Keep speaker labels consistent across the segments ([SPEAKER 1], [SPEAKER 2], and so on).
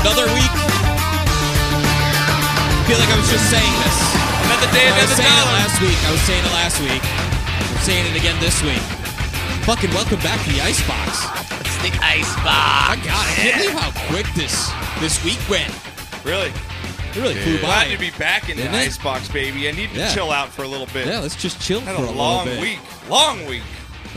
[SPEAKER 1] Another week. I feel like I was just saying this.
[SPEAKER 2] Another day,
[SPEAKER 1] I was
[SPEAKER 2] another
[SPEAKER 1] saying it
[SPEAKER 2] dollar.
[SPEAKER 1] last week. I was saying it last week. I'm saying it again this week. Fucking welcome back to the Icebox.
[SPEAKER 2] It's the ice
[SPEAKER 1] My
[SPEAKER 2] box.
[SPEAKER 1] God, I can't believe how quick this this week went.
[SPEAKER 3] Really?
[SPEAKER 1] It really flew by.
[SPEAKER 3] Glad to be back in the
[SPEAKER 1] Isn't it?
[SPEAKER 3] icebox, baby. I need to
[SPEAKER 1] Yeah.
[SPEAKER 3] chill out for a little bit.
[SPEAKER 1] yeah, let's just chill
[SPEAKER 3] Had
[SPEAKER 1] for
[SPEAKER 3] a,
[SPEAKER 1] a
[SPEAKER 3] long
[SPEAKER 1] little bit.
[SPEAKER 3] week. Long week.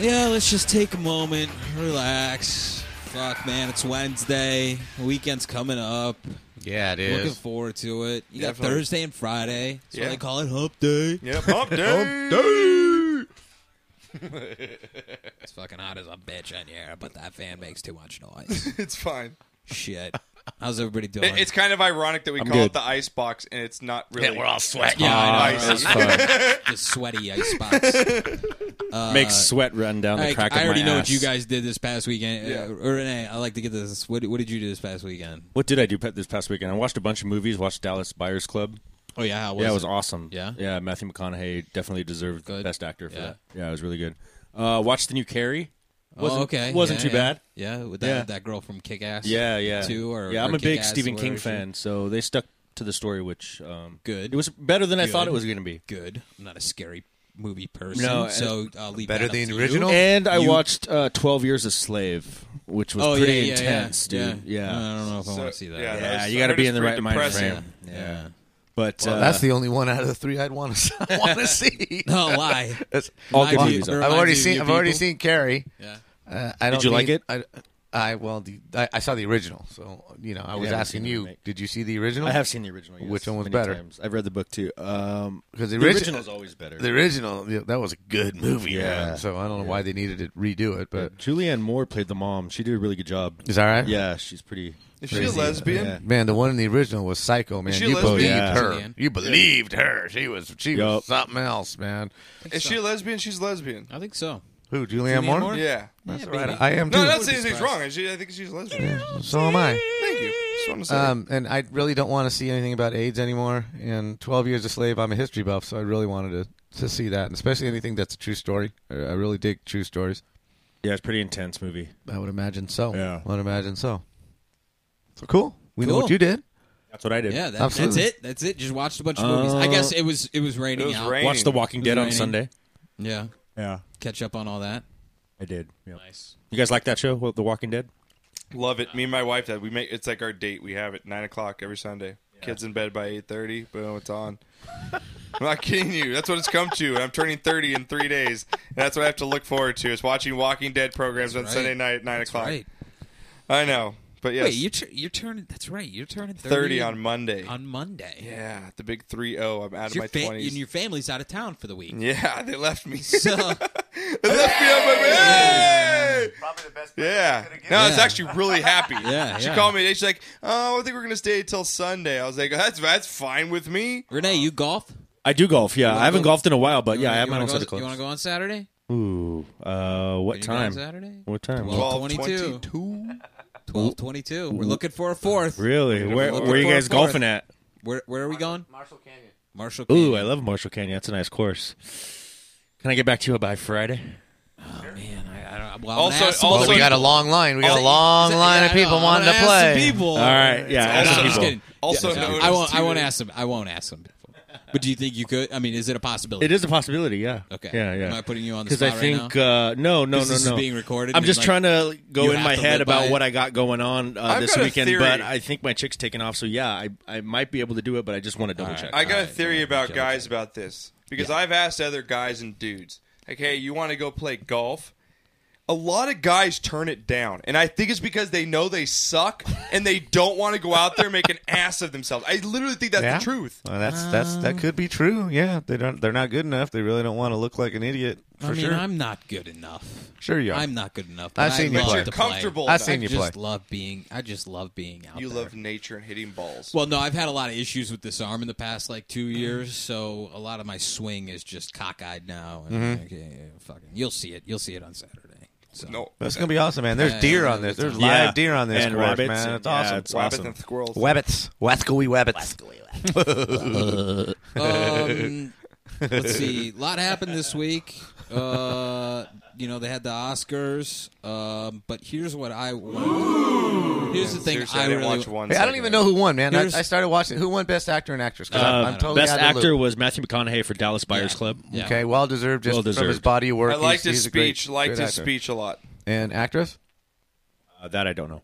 [SPEAKER 1] Yeah, let's just take a moment, relax. Fuck, man, it's Wednesday. The weekend's coming up.
[SPEAKER 2] Yeah, it
[SPEAKER 1] Looking
[SPEAKER 2] is.
[SPEAKER 1] forward to it. You got
[SPEAKER 3] Definitely.
[SPEAKER 1] Thursday and Friday. That's why
[SPEAKER 3] Yeah.
[SPEAKER 1] they call it Hump Day.
[SPEAKER 3] Yep. Hump
[SPEAKER 2] Oh,
[SPEAKER 3] day.
[SPEAKER 1] It's fucking hot as a bitch in here, but that fan makes too much noise.
[SPEAKER 3] it's fine.
[SPEAKER 1] Shit. How's everybody doing?
[SPEAKER 3] It- it's kind of ironic that we call
[SPEAKER 4] good.
[SPEAKER 3] it the icebox and it's not really.
[SPEAKER 2] Yeah, we're all sweating.
[SPEAKER 1] yeah, I know,
[SPEAKER 3] ice.
[SPEAKER 1] right?
[SPEAKER 4] That's fun.
[SPEAKER 1] the sweaty ice box.
[SPEAKER 4] Makes sweat run down the
[SPEAKER 1] I,
[SPEAKER 4] crack of
[SPEAKER 1] I already
[SPEAKER 4] my
[SPEAKER 1] know what
[SPEAKER 4] ass.
[SPEAKER 1] you guys did this past weekend.
[SPEAKER 3] Yeah.
[SPEAKER 1] Uh, Renee, I like to get this. What, what did you do this past weekend?
[SPEAKER 4] What did I do pe- this past weekend? I watched a bunch of movies. Watched Dallas Buyers Club.
[SPEAKER 1] Oh yeah, how was
[SPEAKER 4] yeah, it was
[SPEAKER 1] it?
[SPEAKER 4] awesome.
[SPEAKER 1] Yeah?
[SPEAKER 4] yeah. Matthew McConaughey definitely deserved
[SPEAKER 1] Good.
[SPEAKER 4] best actor for
[SPEAKER 1] Yeah.
[SPEAKER 4] that. Yeah, it was really good. Uh, watched the new Carrie. Wasn't,
[SPEAKER 1] oh, okay.
[SPEAKER 4] Wasn't
[SPEAKER 1] Yeah,
[SPEAKER 4] too
[SPEAKER 1] yeah.
[SPEAKER 4] bad.
[SPEAKER 1] Yeah, with that,
[SPEAKER 4] Yeah.
[SPEAKER 1] that girl from Kick Ass.
[SPEAKER 4] Yeah, yeah.
[SPEAKER 1] Two or
[SPEAKER 4] yeah,
[SPEAKER 1] or
[SPEAKER 4] I'm a big
[SPEAKER 1] Kick-Ass,
[SPEAKER 4] Stephen King
[SPEAKER 1] whatever she-
[SPEAKER 4] fan, so they stuck to the story, which um,
[SPEAKER 1] Good.
[SPEAKER 4] It was better than I thought
[SPEAKER 1] Good.
[SPEAKER 4] it was going to be.
[SPEAKER 1] Good. I'm not a scary movie person,
[SPEAKER 4] No,
[SPEAKER 1] so I'll leave
[SPEAKER 2] better
[SPEAKER 1] that up
[SPEAKER 2] than
[SPEAKER 1] to
[SPEAKER 2] the
[SPEAKER 1] you.
[SPEAKER 2] original?
[SPEAKER 4] And I watched uh, Twelve Years a Slave, which was
[SPEAKER 1] Oh
[SPEAKER 4] pretty
[SPEAKER 1] yeah, yeah, yeah,
[SPEAKER 4] intense,
[SPEAKER 1] yeah. Uh,
[SPEAKER 4] dude. Yeah,
[SPEAKER 1] I don't know if I
[SPEAKER 3] So-
[SPEAKER 1] want to see that.
[SPEAKER 3] yeah,
[SPEAKER 4] Yeah,
[SPEAKER 3] was-
[SPEAKER 4] you got to
[SPEAKER 3] I
[SPEAKER 4] be
[SPEAKER 3] heard
[SPEAKER 4] in the
[SPEAKER 3] it's
[SPEAKER 4] right
[SPEAKER 3] pretty
[SPEAKER 4] mind
[SPEAKER 3] depressing.
[SPEAKER 4] frame.
[SPEAKER 1] Yeah.
[SPEAKER 4] Yeah,
[SPEAKER 1] Yeah.
[SPEAKER 4] but
[SPEAKER 2] Well,
[SPEAKER 4] uh,
[SPEAKER 2] that's the only one out of the three I'd want to want to see.
[SPEAKER 1] No lie.
[SPEAKER 2] That's-
[SPEAKER 4] all good
[SPEAKER 1] Reminds
[SPEAKER 4] movies.
[SPEAKER 1] you-
[SPEAKER 4] are-
[SPEAKER 2] I've
[SPEAKER 1] reminds
[SPEAKER 2] already
[SPEAKER 1] you of
[SPEAKER 2] seen.
[SPEAKER 1] you
[SPEAKER 2] I've already
[SPEAKER 1] people.
[SPEAKER 2] seen Carrie.
[SPEAKER 1] Yeah.
[SPEAKER 2] Uh, I don't.
[SPEAKER 4] you like
[SPEAKER 2] need,
[SPEAKER 4] it?
[SPEAKER 2] I, I well, the, I, I saw the original, so you know, I was
[SPEAKER 4] haven't
[SPEAKER 2] asking
[SPEAKER 4] seen the
[SPEAKER 2] you,
[SPEAKER 4] remake.
[SPEAKER 2] did you see the original?
[SPEAKER 4] I have seen the original. Yes,
[SPEAKER 2] Which one was
[SPEAKER 4] many
[SPEAKER 2] better?
[SPEAKER 4] times. I've read the book too. Um,
[SPEAKER 2] because the,
[SPEAKER 4] the
[SPEAKER 2] origi-
[SPEAKER 4] original's always better.
[SPEAKER 2] The original, yeah, that was a good movie.
[SPEAKER 4] Yeah.
[SPEAKER 2] man. So I don't know why they needed to redo it, but
[SPEAKER 4] Julianne Moore played the mom. She did a really good job.
[SPEAKER 2] is that right?
[SPEAKER 4] Yeah, she's pretty.
[SPEAKER 3] Is she a lesbian?
[SPEAKER 4] Yeah.
[SPEAKER 2] Man, the one in the original was psycho, man.
[SPEAKER 3] she
[SPEAKER 2] you
[SPEAKER 3] lesbian?
[SPEAKER 2] believed
[SPEAKER 4] Yeah.
[SPEAKER 2] her.
[SPEAKER 1] Julianne.
[SPEAKER 2] You believed her. She was she
[SPEAKER 4] Yup.
[SPEAKER 2] was something else, man.
[SPEAKER 3] Is she a lesbian? She's lesbian.
[SPEAKER 1] I think so.
[SPEAKER 2] Who, Julianne, Moore?
[SPEAKER 1] Moore?
[SPEAKER 3] Yeah.
[SPEAKER 2] That's
[SPEAKER 1] Yeah,
[SPEAKER 2] right.
[SPEAKER 1] baby.
[SPEAKER 2] I am too.
[SPEAKER 3] No, not saying anything's
[SPEAKER 1] depressed.
[SPEAKER 3] wrong. I ju- I think she's lesbian.
[SPEAKER 2] so am I.
[SPEAKER 3] Thank you. Just wanted to say.
[SPEAKER 2] Um, and I really don't want to see anything about AIDS anymore. And 12 Years a Slave, I'm a history buff, so I really wanted to, to see that, and especially anything that's a true story. I I really dig true stories.
[SPEAKER 4] Yeah, it's a pretty intense movie.
[SPEAKER 2] I would imagine so.
[SPEAKER 4] Yeah.
[SPEAKER 2] I would imagine so. So cool. We know
[SPEAKER 1] Cool.
[SPEAKER 2] what you did.
[SPEAKER 4] That's what I did.
[SPEAKER 1] Yeah, that, that's
[SPEAKER 2] Absolutely.
[SPEAKER 1] it. That's it. Just watched a bunch of movies. I
[SPEAKER 4] Uh,
[SPEAKER 1] guess it was it was raining
[SPEAKER 3] it was
[SPEAKER 1] out.
[SPEAKER 3] raining.
[SPEAKER 4] Watched The Walking
[SPEAKER 1] It was
[SPEAKER 4] Dead on
[SPEAKER 1] raining.
[SPEAKER 4] Sunday.
[SPEAKER 1] Yeah.
[SPEAKER 4] Yeah,
[SPEAKER 1] Catch up on all that.
[SPEAKER 4] I did. Yep.
[SPEAKER 1] Nice.
[SPEAKER 4] You guys like that show, Well, The Walking Dead?
[SPEAKER 3] Love it. Me and my wife that we make it's like our date. We have it nine o'clock every Sunday. Kids in bed by eight thirty. Boom, it's on. I'm not kidding you. That's what it's come to. I'm turning thirty in three days. And that's what I have to look forward to. Is watching Walking Dead programs on
[SPEAKER 1] right.
[SPEAKER 3] Sunday night at nine o'clock.
[SPEAKER 1] Right.
[SPEAKER 3] I know, but yes,
[SPEAKER 1] Wait, you're tur- you're turning. That's right. You're turning
[SPEAKER 3] thirty
[SPEAKER 1] thirty,
[SPEAKER 3] on Monday.
[SPEAKER 1] on Monday.
[SPEAKER 3] yeah, the big three zero. I'm out of
[SPEAKER 1] Your
[SPEAKER 3] my
[SPEAKER 1] fa- and
[SPEAKER 3] twenties.
[SPEAKER 1] your family's out of town for the week.
[SPEAKER 3] yeah, they left me.
[SPEAKER 1] So
[SPEAKER 3] they left me on my Hey!
[SPEAKER 2] Probably the best.
[SPEAKER 3] Yeah. No, I was
[SPEAKER 1] Yeah.
[SPEAKER 3] actually really happy.
[SPEAKER 1] Yeah,
[SPEAKER 3] She
[SPEAKER 1] yeah.
[SPEAKER 3] called me today. She's like, "Oh, I think we're gonna stay till Sunday." I was like, "That's that's fine with me."
[SPEAKER 1] Renee, you golf?
[SPEAKER 4] I do golf. Yeah, I haven't
[SPEAKER 1] go-
[SPEAKER 4] golfed in a while, but yeah, I
[SPEAKER 1] You
[SPEAKER 4] have my
[SPEAKER 1] wanna
[SPEAKER 4] own
[SPEAKER 1] go-
[SPEAKER 4] set of
[SPEAKER 1] You want
[SPEAKER 4] clubs.
[SPEAKER 1] to go on Saturday?
[SPEAKER 4] Ooh, uh, what
[SPEAKER 1] Can you go on
[SPEAKER 4] time?
[SPEAKER 1] Saturday?
[SPEAKER 4] What time?
[SPEAKER 1] Twelve. 22.
[SPEAKER 3] 22.
[SPEAKER 1] Twelve twenty-two. We're looking for a fourth.
[SPEAKER 4] Really? Where,
[SPEAKER 1] Looking
[SPEAKER 4] where are you
[SPEAKER 1] for a
[SPEAKER 4] guys
[SPEAKER 1] fourth.
[SPEAKER 4] golfing at?
[SPEAKER 1] Where Where are we going?
[SPEAKER 2] Marshall Canyon.
[SPEAKER 1] Marshall.
[SPEAKER 4] Ooh, I love Marshall Canyon. That's a nice course. Can I get back to you by Friday?
[SPEAKER 1] man, I, I don't. Well, also,
[SPEAKER 3] Also- also-
[SPEAKER 2] Well,
[SPEAKER 1] also,
[SPEAKER 2] we got a long line. We got a long line of people wanting to play.
[SPEAKER 1] People.
[SPEAKER 4] All right. Yeah.
[SPEAKER 1] No,
[SPEAKER 4] ask
[SPEAKER 1] I'm
[SPEAKER 4] the
[SPEAKER 1] just
[SPEAKER 4] people.
[SPEAKER 1] kidding.
[SPEAKER 3] Also
[SPEAKER 1] Yeah,
[SPEAKER 3] known
[SPEAKER 1] I
[SPEAKER 3] as
[SPEAKER 1] won't. I won't
[SPEAKER 3] Tudor.
[SPEAKER 1] ask them. I won't ask them. But do you think you could? I mean, is it a possibility?
[SPEAKER 4] It is a possibility, yeah.
[SPEAKER 1] Okay.
[SPEAKER 4] Yeah, yeah.
[SPEAKER 1] Am I putting you on the
[SPEAKER 4] Because I
[SPEAKER 1] spot right
[SPEAKER 4] think uh, no, no,
[SPEAKER 1] This
[SPEAKER 4] no,
[SPEAKER 1] is
[SPEAKER 4] no.
[SPEAKER 1] being recorded,
[SPEAKER 4] I'm
[SPEAKER 1] and,
[SPEAKER 4] just
[SPEAKER 1] like,
[SPEAKER 4] trying to
[SPEAKER 1] you
[SPEAKER 4] go in
[SPEAKER 1] have
[SPEAKER 4] my
[SPEAKER 1] to
[SPEAKER 4] head
[SPEAKER 1] live by
[SPEAKER 4] about
[SPEAKER 1] it.
[SPEAKER 4] what I got going on uh,
[SPEAKER 3] I've
[SPEAKER 4] this
[SPEAKER 3] got a
[SPEAKER 4] weekend,
[SPEAKER 3] theory.
[SPEAKER 4] but I think my chick's taking off. So yeah, I I might be able to do it, but I just want to double check.
[SPEAKER 3] I got a
[SPEAKER 1] Alright,
[SPEAKER 3] theory
[SPEAKER 1] alright,
[SPEAKER 3] about
[SPEAKER 1] gotcha,
[SPEAKER 3] guys about this because I've asked other guys and dudes, like, hey, you want to go play golf? A lot of guys turn it down, and I think it's because they know they suck and they don't want to go out there and make an ass of themselves. I literally think that's
[SPEAKER 2] Yeah. Uh,
[SPEAKER 3] the truth.
[SPEAKER 2] Well, that's that's that could be true. Yeah, they don't. They're not good enough. They really don't want to look like an idiot.
[SPEAKER 1] I
[SPEAKER 2] For
[SPEAKER 1] mean,
[SPEAKER 2] sure.
[SPEAKER 1] I'm not good enough.
[SPEAKER 2] Sure you are.
[SPEAKER 1] I'm not good enough. but
[SPEAKER 2] I've seen
[SPEAKER 1] I
[SPEAKER 2] you
[SPEAKER 1] love
[SPEAKER 2] play.
[SPEAKER 1] to
[SPEAKER 2] But
[SPEAKER 1] play.
[SPEAKER 3] comfortable.
[SPEAKER 2] I've
[SPEAKER 3] about
[SPEAKER 2] seen
[SPEAKER 3] it.
[SPEAKER 2] you
[SPEAKER 1] I
[SPEAKER 2] play.
[SPEAKER 1] just love being. I just love being out.
[SPEAKER 3] You
[SPEAKER 1] there.
[SPEAKER 3] love nature and hitting balls.
[SPEAKER 1] Well, no, I've had a lot of issues with this arm in the past like two years, so a lot of my swing is just cockeyed now. And
[SPEAKER 2] Mm-hmm.
[SPEAKER 1] okay, yeah, fucking, you'll see it. You'll see it on Saturday. So.
[SPEAKER 3] no,
[SPEAKER 2] That's gonna be awesome, man. There's deer on this. There's
[SPEAKER 4] Yeah.
[SPEAKER 2] live deer on this
[SPEAKER 4] And
[SPEAKER 2] course,
[SPEAKER 4] rabbits
[SPEAKER 2] man.
[SPEAKER 4] and-
[SPEAKER 2] It's
[SPEAKER 4] yeah,
[SPEAKER 2] awesome.
[SPEAKER 4] it's
[SPEAKER 3] rabbits
[SPEAKER 4] awesome.
[SPEAKER 3] and squirrels.
[SPEAKER 2] Wabbits, Wascoe wabbits.
[SPEAKER 1] Um, let's see. A lot happened this week. Uh, you know, they had the Oscars. Um, but here's what I want. Here's the thing
[SPEAKER 3] Seriously, I,
[SPEAKER 1] I
[SPEAKER 3] didn't
[SPEAKER 1] really
[SPEAKER 3] watch one.
[SPEAKER 2] Hey, I don't
[SPEAKER 3] second
[SPEAKER 2] even
[SPEAKER 3] of
[SPEAKER 2] know
[SPEAKER 3] it.
[SPEAKER 2] who won, man. I,
[SPEAKER 1] Here's-
[SPEAKER 2] I started watching who won Best Actor and Actress because
[SPEAKER 4] Uh,
[SPEAKER 2] I'm, I'm totally
[SPEAKER 4] best
[SPEAKER 2] out of the
[SPEAKER 4] actor
[SPEAKER 2] loop.
[SPEAKER 4] was Matthew McConaughey for Dallas Buyers Club.
[SPEAKER 1] Yeah.
[SPEAKER 2] Okay, well deserved just
[SPEAKER 4] Well
[SPEAKER 2] from his
[SPEAKER 4] deserved.
[SPEAKER 2] body of work.
[SPEAKER 3] I liked
[SPEAKER 2] He's-
[SPEAKER 3] his
[SPEAKER 2] he's a great-
[SPEAKER 3] speech. Liked
[SPEAKER 2] great
[SPEAKER 3] his
[SPEAKER 2] actor.
[SPEAKER 3] speech a lot.
[SPEAKER 2] and actress.
[SPEAKER 4] Uh, that I don't know.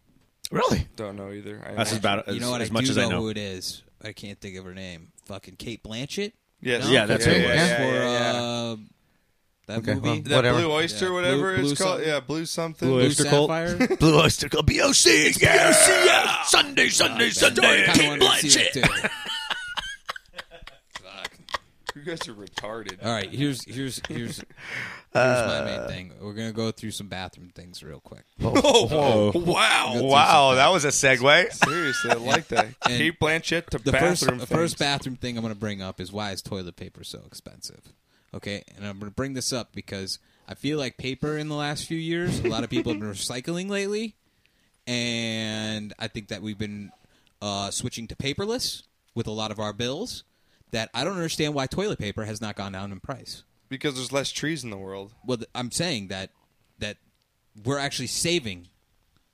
[SPEAKER 2] Really?
[SPEAKER 3] Don't know either. I
[SPEAKER 4] That's
[SPEAKER 3] watched
[SPEAKER 4] about as,
[SPEAKER 1] You know what?
[SPEAKER 4] as
[SPEAKER 1] I
[SPEAKER 4] much
[SPEAKER 1] do
[SPEAKER 4] as
[SPEAKER 1] know,
[SPEAKER 4] I know.
[SPEAKER 1] who it is. I can't think of her name. Fucking Kate Blanchett.
[SPEAKER 3] Yes.
[SPEAKER 1] No?
[SPEAKER 4] Yeah, that's
[SPEAKER 2] who it
[SPEAKER 3] yeah,
[SPEAKER 2] was.
[SPEAKER 3] yeah,
[SPEAKER 1] For,
[SPEAKER 3] yeah, yeah.
[SPEAKER 1] uh, that
[SPEAKER 2] Okay,
[SPEAKER 1] movie.
[SPEAKER 2] well,
[SPEAKER 3] that
[SPEAKER 2] whatever.
[SPEAKER 3] blue oyster,
[SPEAKER 1] Yeah,
[SPEAKER 3] whatever
[SPEAKER 1] blue- blue
[SPEAKER 3] it's called.
[SPEAKER 1] something.
[SPEAKER 3] yeah, blue something.
[SPEAKER 4] Blue
[SPEAKER 1] Blue
[SPEAKER 4] oyster cult?
[SPEAKER 1] Sapphire.
[SPEAKER 2] Blue Oyster Club, BOC. Yeah. Sunday, Sunday,
[SPEAKER 1] I kind of wanted to see it too. Fuck.
[SPEAKER 3] You guys are retarded.
[SPEAKER 1] All right, here's here's here's here's my
[SPEAKER 4] Uh,
[SPEAKER 1] main thing. We're gonna go through some bathroom things real quick.
[SPEAKER 3] Oh, wow.
[SPEAKER 2] Wow, that was a segue.
[SPEAKER 3] Seriously, I like that. Kate Blanchett to
[SPEAKER 1] The first
[SPEAKER 3] bathroom
[SPEAKER 1] the
[SPEAKER 3] things.
[SPEAKER 1] first bathroom thing I'm gonna bring up is why is toilet paper so expensive? Okay, and I'm gonna bring this up because I feel like paper in the last few years, a lot of people have been recycling lately, and I think that we've been uh, switching to paperless with a lot of our bills. That I don't understand why toilet paper has not gone down in price.
[SPEAKER 3] because there's less trees in the world.
[SPEAKER 1] well th- i'm saying that that we're actually saving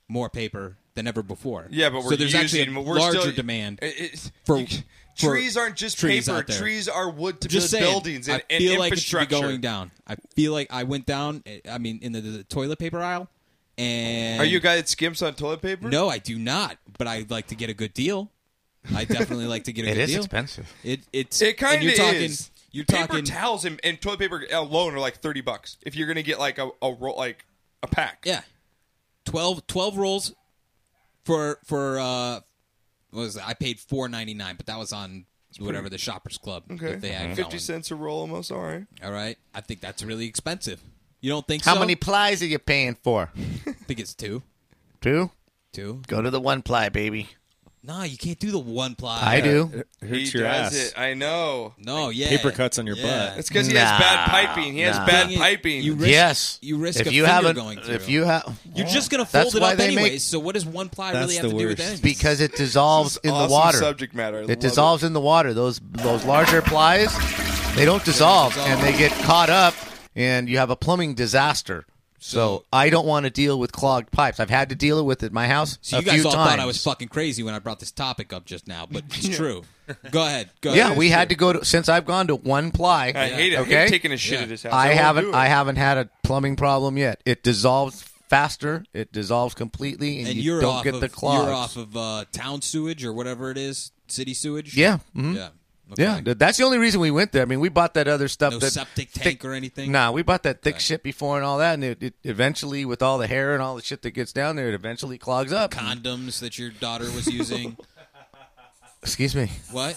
[SPEAKER 1] more paper than ever before
[SPEAKER 3] Yeah, but we're
[SPEAKER 1] so there's
[SPEAKER 3] using,
[SPEAKER 1] actually a
[SPEAKER 3] we're
[SPEAKER 1] larger
[SPEAKER 3] still,
[SPEAKER 1] demand
[SPEAKER 3] It- it's-
[SPEAKER 1] for-
[SPEAKER 3] you c-
[SPEAKER 1] for
[SPEAKER 3] trees aren't just
[SPEAKER 1] trees
[SPEAKER 3] paper.
[SPEAKER 1] out there.
[SPEAKER 3] Trees are wood to
[SPEAKER 1] just
[SPEAKER 3] build
[SPEAKER 1] saying,
[SPEAKER 3] buildings and,
[SPEAKER 1] I
[SPEAKER 3] and
[SPEAKER 1] feel like it should be
[SPEAKER 3] infrastructure.
[SPEAKER 1] going down i feel like i went down eh, i mean in the, the toilet paper aisle and
[SPEAKER 3] Are you a guy that skimps on toilet paper?
[SPEAKER 1] no i do not but i'd like to get a good deal i definitely like to get a
[SPEAKER 2] It
[SPEAKER 1] good
[SPEAKER 2] is
[SPEAKER 1] deal
[SPEAKER 2] expensive.
[SPEAKER 1] it, it's
[SPEAKER 3] It kind
[SPEAKER 1] and you're
[SPEAKER 3] of
[SPEAKER 1] talking
[SPEAKER 3] is.
[SPEAKER 1] you're
[SPEAKER 3] paper
[SPEAKER 1] talking
[SPEAKER 3] towels and, and toilet paper alone are like thirty bucks if you're gonna get like a, a roll like a pack.
[SPEAKER 1] Yeah. 12, 12 rolls for for uh what was it? I paid 4.99, but that was on whatever the shoppers club
[SPEAKER 3] Okay. Mm-hmm.
[SPEAKER 1] that they had
[SPEAKER 3] Fifty
[SPEAKER 1] going.
[SPEAKER 3] cents a roll almost. All right.
[SPEAKER 1] All right. I think that's really expensive. You don't think
[SPEAKER 2] How
[SPEAKER 1] so?
[SPEAKER 2] many plies are you paying for?
[SPEAKER 1] I think it's 2.
[SPEAKER 2] Two?
[SPEAKER 1] 2.
[SPEAKER 2] Go to the one ply, baby.
[SPEAKER 1] No, you can't do the one ply.
[SPEAKER 2] I
[SPEAKER 1] Uh,
[SPEAKER 2] do.
[SPEAKER 4] Hurts
[SPEAKER 3] he does
[SPEAKER 4] your ass.
[SPEAKER 3] it. I know.
[SPEAKER 1] No, yeah.
[SPEAKER 4] Paper cuts on your
[SPEAKER 1] Yeah.
[SPEAKER 4] butt.
[SPEAKER 3] It's because he has
[SPEAKER 2] Nah,
[SPEAKER 3] bad piping. He has
[SPEAKER 2] nah.
[SPEAKER 3] bad
[SPEAKER 1] Thing is,
[SPEAKER 3] piping.
[SPEAKER 1] You risk,
[SPEAKER 2] Yes.
[SPEAKER 1] You risk
[SPEAKER 2] if
[SPEAKER 1] a
[SPEAKER 2] you
[SPEAKER 1] finger
[SPEAKER 2] haven't,
[SPEAKER 1] going through.
[SPEAKER 2] If you have,
[SPEAKER 1] You're just going to fold
[SPEAKER 2] That's
[SPEAKER 1] it
[SPEAKER 2] why
[SPEAKER 1] up
[SPEAKER 2] they make-
[SPEAKER 1] anyways, so what does one ply
[SPEAKER 4] That's
[SPEAKER 1] really have
[SPEAKER 4] the
[SPEAKER 1] to do with
[SPEAKER 4] worst.
[SPEAKER 1] anything?
[SPEAKER 2] because it dissolves
[SPEAKER 3] This
[SPEAKER 2] in
[SPEAKER 3] is
[SPEAKER 2] the
[SPEAKER 3] awesome
[SPEAKER 2] water.
[SPEAKER 3] subject matter. I love
[SPEAKER 2] It dissolves in the water. Those those larger plies, they don't dissolve,
[SPEAKER 1] dissolve.
[SPEAKER 2] and they get caught up, and you have a plumbing disaster. So I don't want to deal with clogged pipes. I've had to deal with it at my house
[SPEAKER 1] so
[SPEAKER 2] a
[SPEAKER 1] you guys
[SPEAKER 2] few
[SPEAKER 1] all
[SPEAKER 2] times.
[SPEAKER 1] thought I was fucking crazy when I brought this topic up just now, but it's true. Go ahead. Go
[SPEAKER 2] yeah,
[SPEAKER 1] ahead.
[SPEAKER 2] we had to go to since I've gone to one ply.
[SPEAKER 3] I hate it. I
[SPEAKER 2] Okay,
[SPEAKER 3] hate taking a shit
[SPEAKER 1] Yeah.
[SPEAKER 3] at his house.
[SPEAKER 2] I
[SPEAKER 3] won't
[SPEAKER 2] haven't
[SPEAKER 3] do it.
[SPEAKER 2] I haven't had a plumbing problem yet. It dissolves faster. It dissolves completely, and,
[SPEAKER 1] and
[SPEAKER 2] you
[SPEAKER 1] you are
[SPEAKER 2] don't
[SPEAKER 1] off
[SPEAKER 2] get
[SPEAKER 1] of,
[SPEAKER 2] the clogs.
[SPEAKER 1] You're off of uh, town sewage or whatever it is, city sewage.
[SPEAKER 2] Yeah. mhm.
[SPEAKER 1] yeah, Okay.
[SPEAKER 2] Yeah, th- that's the only reason we went there. I mean, we bought that other stuff.
[SPEAKER 1] No
[SPEAKER 2] that
[SPEAKER 1] septic
[SPEAKER 2] thick-
[SPEAKER 1] tank or anything?
[SPEAKER 2] Nah, we bought that thick shit before and all that, and it, it eventually, with all the hair and all the shit that gets down there, it eventually clogs up.
[SPEAKER 1] Condoms that your daughter was using.
[SPEAKER 2] Excuse me.
[SPEAKER 1] what?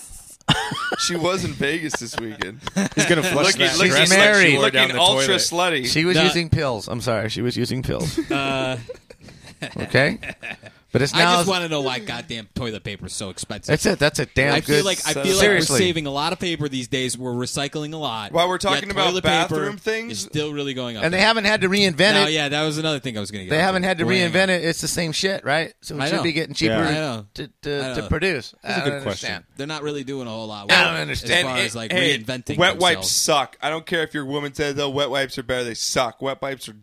[SPEAKER 3] She was in Vegas this weekend.
[SPEAKER 4] He's gonna flush
[SPEAKER 3] Looking,
[SPEAKER 4] that
[SPEAKER 3] looking,
[SPEAKER 2] like
[SPEAKER 4] dress Like she
[SPEAKER 2] married.
[SPEAKER 4] wore
[SPEAKER 3] looking
[SPEAKER 4] down the
[SPEAKER 3] ultra
[SPEAKER 4] toilet.
[SPEAKER 3] slutty.
[SPEAKER 2] She was
[SPEAKER 1] Nah.
[SPEAKER 2] using pills. I'm sorry, she was using pills. okay, but it's
[SPEAKER 1] Uh, I
[SPEAKER 2] now.
[SPEAKER 1] just want to know why goddamn toilet paper is so expensive.
[SPEAKER 2] that's it. That's a damn
[SPEAKER 1] I
[SPEAKER 2] good.
[SPEAKER 1] feel like I feel like we're
[SPEAKER 2] seriously.
[SPEAKER 1] saving a lot of paper these days. We're recycling a lot.
[SPEAKER 3] While we're talking
[SPEAKER 1] Yet
[SPEAKER 3] about
[SPEAKER 1] toilet
[SPEAKER 3] bathroom
[SPEAKER 1] paper
[SPEAKER 3] things-
[SPEAKER 1] is still really going up.
[SPEAKER 2] and they haven't had to reinvent
[SPEAKER 1] no,
[SPEAKER 2] it.
[SPEAKER 1] yeah, that was another thing I was going to.
[SPEAKER 2] They haven't had to reinvent it. It's the same shit, right? So it
[SPEAKER 1] I
[SPEAKER 2] should
[SPEAKER 1] know.
[SPEAKER 2] be getting cheaper
[SPEAKER 4] Yeah. I
[SPEAKER 1] know.
[SPEAKER 2] to
[SPEAKER 1] I
[SPEAKER 2] to,
[SPEAKER 1] know.
[SPEAKER 2] to produce. That's
[SPEAKER 4] a good question.
[SPEAKER 1] They're not really doing a whole lot. With
[SPEAKER 2] I don't
[SPEAKER 1] it
[SPEAKER 2] understand.
[SPEAKER 1] As far
[SPEAKER 3] And
[SPEAKER 1] as like
[SPEAKER 3] hey,
[SPEAKER 1] reinventing
[SPEAKER 3] wet wipes
[SPEAKER 1] themselves.
[SPEAKER 3] suck. I don't care if your woman says, "Oh, wet wipes are better." They suck. Wet wipes are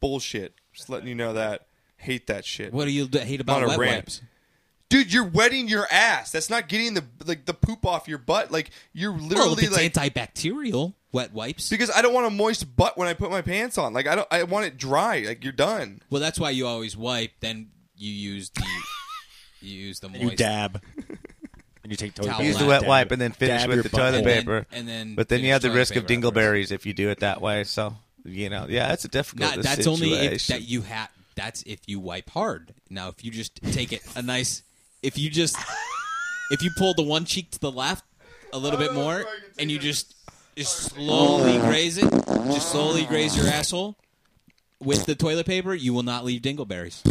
[SPEAKER 3] bullshit. Just letting you know that. Hate that shit,
[SPEAKER 1] What do you d- hate
[SPEAKER 3] On
[SPEAKER 1] about
[SPEAKER 3] a
[SPEAKER 1] wet
[SPEAKER 3] rant.
[SPEAKER 1] wipes?
[SPEAKER 3] dude. You're wetting your ass. That's not getting the like the poop off your butt. Like you're
[SPEAKER 1] Well, if
[SPEAKER 3] literally
[SPEAKER 1] it's
[SPEAKER 3] like
[SPEAKER 1] antibacterial wet wipes.
[SPEAKER 3] because I don't want a moist butt when I put my pants on. Like I don't. I want it dry. Like you're done.
[SPEAKER 1] Well, that's why you always wipe. Then you use the you use the moist
[SPEAKER 4] You dab. And you take toilet
[SPEAKER 1] Towel
[SPEAKER 4] paper.
[SPEAKER 2] Use the
[SPEAKER 1] Dab
[SPEAKER 2] wet
[SPEAKER 4] Dab
[SPEAKER 2] wipe
[SPEAKER 4] your-
[SPEAKER 2] and then finish
[SPEAKER 4] dab
[SPEAKER 2] with
[SPEAKER 4] your
[SPEAKER 2] the
[SPEAKER 4] butt.
[SPEAKER 2] toilet
[SPEAKER 1] And then-
[SPEAKER 2] paper.
[SPEAKER 1] and then
[SPEAKER 2] but then you
[SPEAKER 1] finish
[SPEAKER 2] have the
[SPEAKER 1] toilet
[SPEAKER 2] risk of
[SPEAKER 1] paper
[SPEAKER 2] dingleberries if you do it that way. So you know, yeah, it's a difficult
[SPEAKER 1] Not, that's
[SPEAKER 2] situation.
[SPEAKER 1] only if that you have. That's if you wipe hard. Now, if you just take it a nice, if you just if you pull the one cheek to the left a little bit more, and you just just slowly graze it. Just slowly graze your asshole with the toilet paper. You will not leave dingleberries.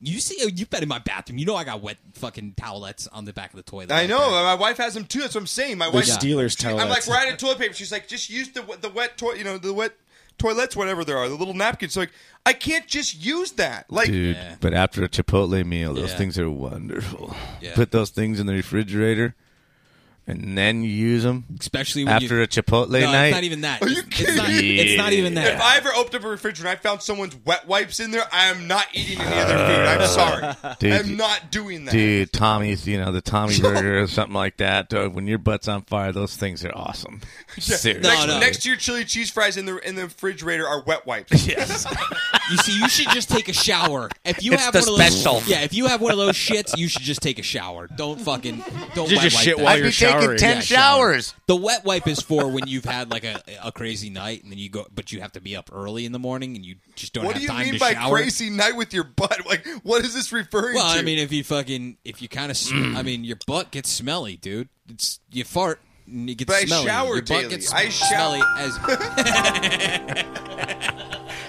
[SPEAKER 1] You see, you've been in my bathroom. You know I got wet fucking towelettes on the back of the toilet.
[SPEAKER 3] I
[SPEAKER 1] out
[SPEAKER 3] know.
[SPEAKER 1] there.
[SPEAKER 3] My wife has them too. That's what I'm saying. My wife.
[SPEAKER 4] Steelers
[SPEAKER 3] she- I'm like,
[SPEAKER 4] towelettes.
[SPEAKER 3] we're out of toilet paper. She's like, just use the wet- the wet toilet. You know, the wet toilets, whatever there are, the little napkins. So like, I can't just use that. Like,
[SPEAKER 5] Dude,
[SPEAKER 1] Yeah.
[SPEAKER 5] but after a Chipotle meal, those
[SPEAKER 1] Yeah.
[SPEAKER 5] things are wonderful.
[SPEAKER 1] Yeah.
[SPEAKER 5] Put those things in the refrigerator, and then you use them
[SPEAKER 1] Especially when
[SPEAKER 5] after
[SPEAKER 1] you,
[SPEAKER 5] a Chipotle
[SPEAKER 1] no,
[SPEAKER 5] night.
[SPEAKER 1] it's not even that.
[SPEAKER 3] Are you
[SPEAKER 1] It's- it's, not,
[SPEAKER 5] kidding?
[SPEAKER 1] it's not even
[SPEAKER 3] if
[SPEAKER 1] that.
[SPEAKER 3] I ever opened up a refrigerator and I found someone's wet wipes in there, I am not eating any other food. I'm sorry.
[SPEAKER 5] Dude,
[SPEAKER 3] I'm not doing that.
[SPEAKER 5] Dude, Tommy's, you know, the Tommy burger or something like that. Dude, when your butt's on fire, those things are awesome. Seriously.
[SPEAKER 3] Next,
[SPEAKER 1] no.
[SPEAKER 3] next to your chili cheese fries in the in the refrigerator are wet wipes.
[SPEAKER 5] Yes.
[SPEAKER 1] You see, you should just take a shower. If you
[SPEAKER 4] It's
[SPEAKER 1] have
[SPEAKER 4] the
[SPEAKER 1] one of those,
[SPEAKER 4] special.
[SPEAKER 1] yeah, if you have one of those shits, you should just take a shower. Don't fucking don't
[SPEAKER 4] You
[SPEAKER 1] wet
[SPEAKER 4] just
[SPEAKER 1] wipe
[SPEAKER 4] shit
[SPEAKER 1] that.
[SPEAKER 4] while you're showering.
[SPEAKER 1] Yeah, shower. The wet wipe is for when you've had like a, a crazy night and then you go, but you have to be up early in the morning and you just don't
[SPEAKER 3] What
[SPEAKER 1] have
[SPEAKER 3] do you
[SPEAKER 1] time
[SPEAKER 3] mean
[SPEAKER 1] to
[SPEAKER 3] by
[SPEAKER 1] shower.
[SPEAKER 3] crazy night with your butt? Like, what is this referring
[SPEAKER 1] well,
[SPEAKER 3] to?
[SPEAKER 1] I mean, if you fucking if you kind of,
[SPEAKER 4] Mm.
[SPEAKER 1] sm- I mean, your butt gets smelly, dude. It's you fart. And it gets
[SPEAKER 3] But I
[SPEAKER 1] smelly.
[SPEAKER 3] shower
[SPEAKER 1] Your
[SPEAKER 3] daily.
[SPEAKER 1] butt gets
[SPEAKER 3] I shower-
[SPEAKER 1] smelly as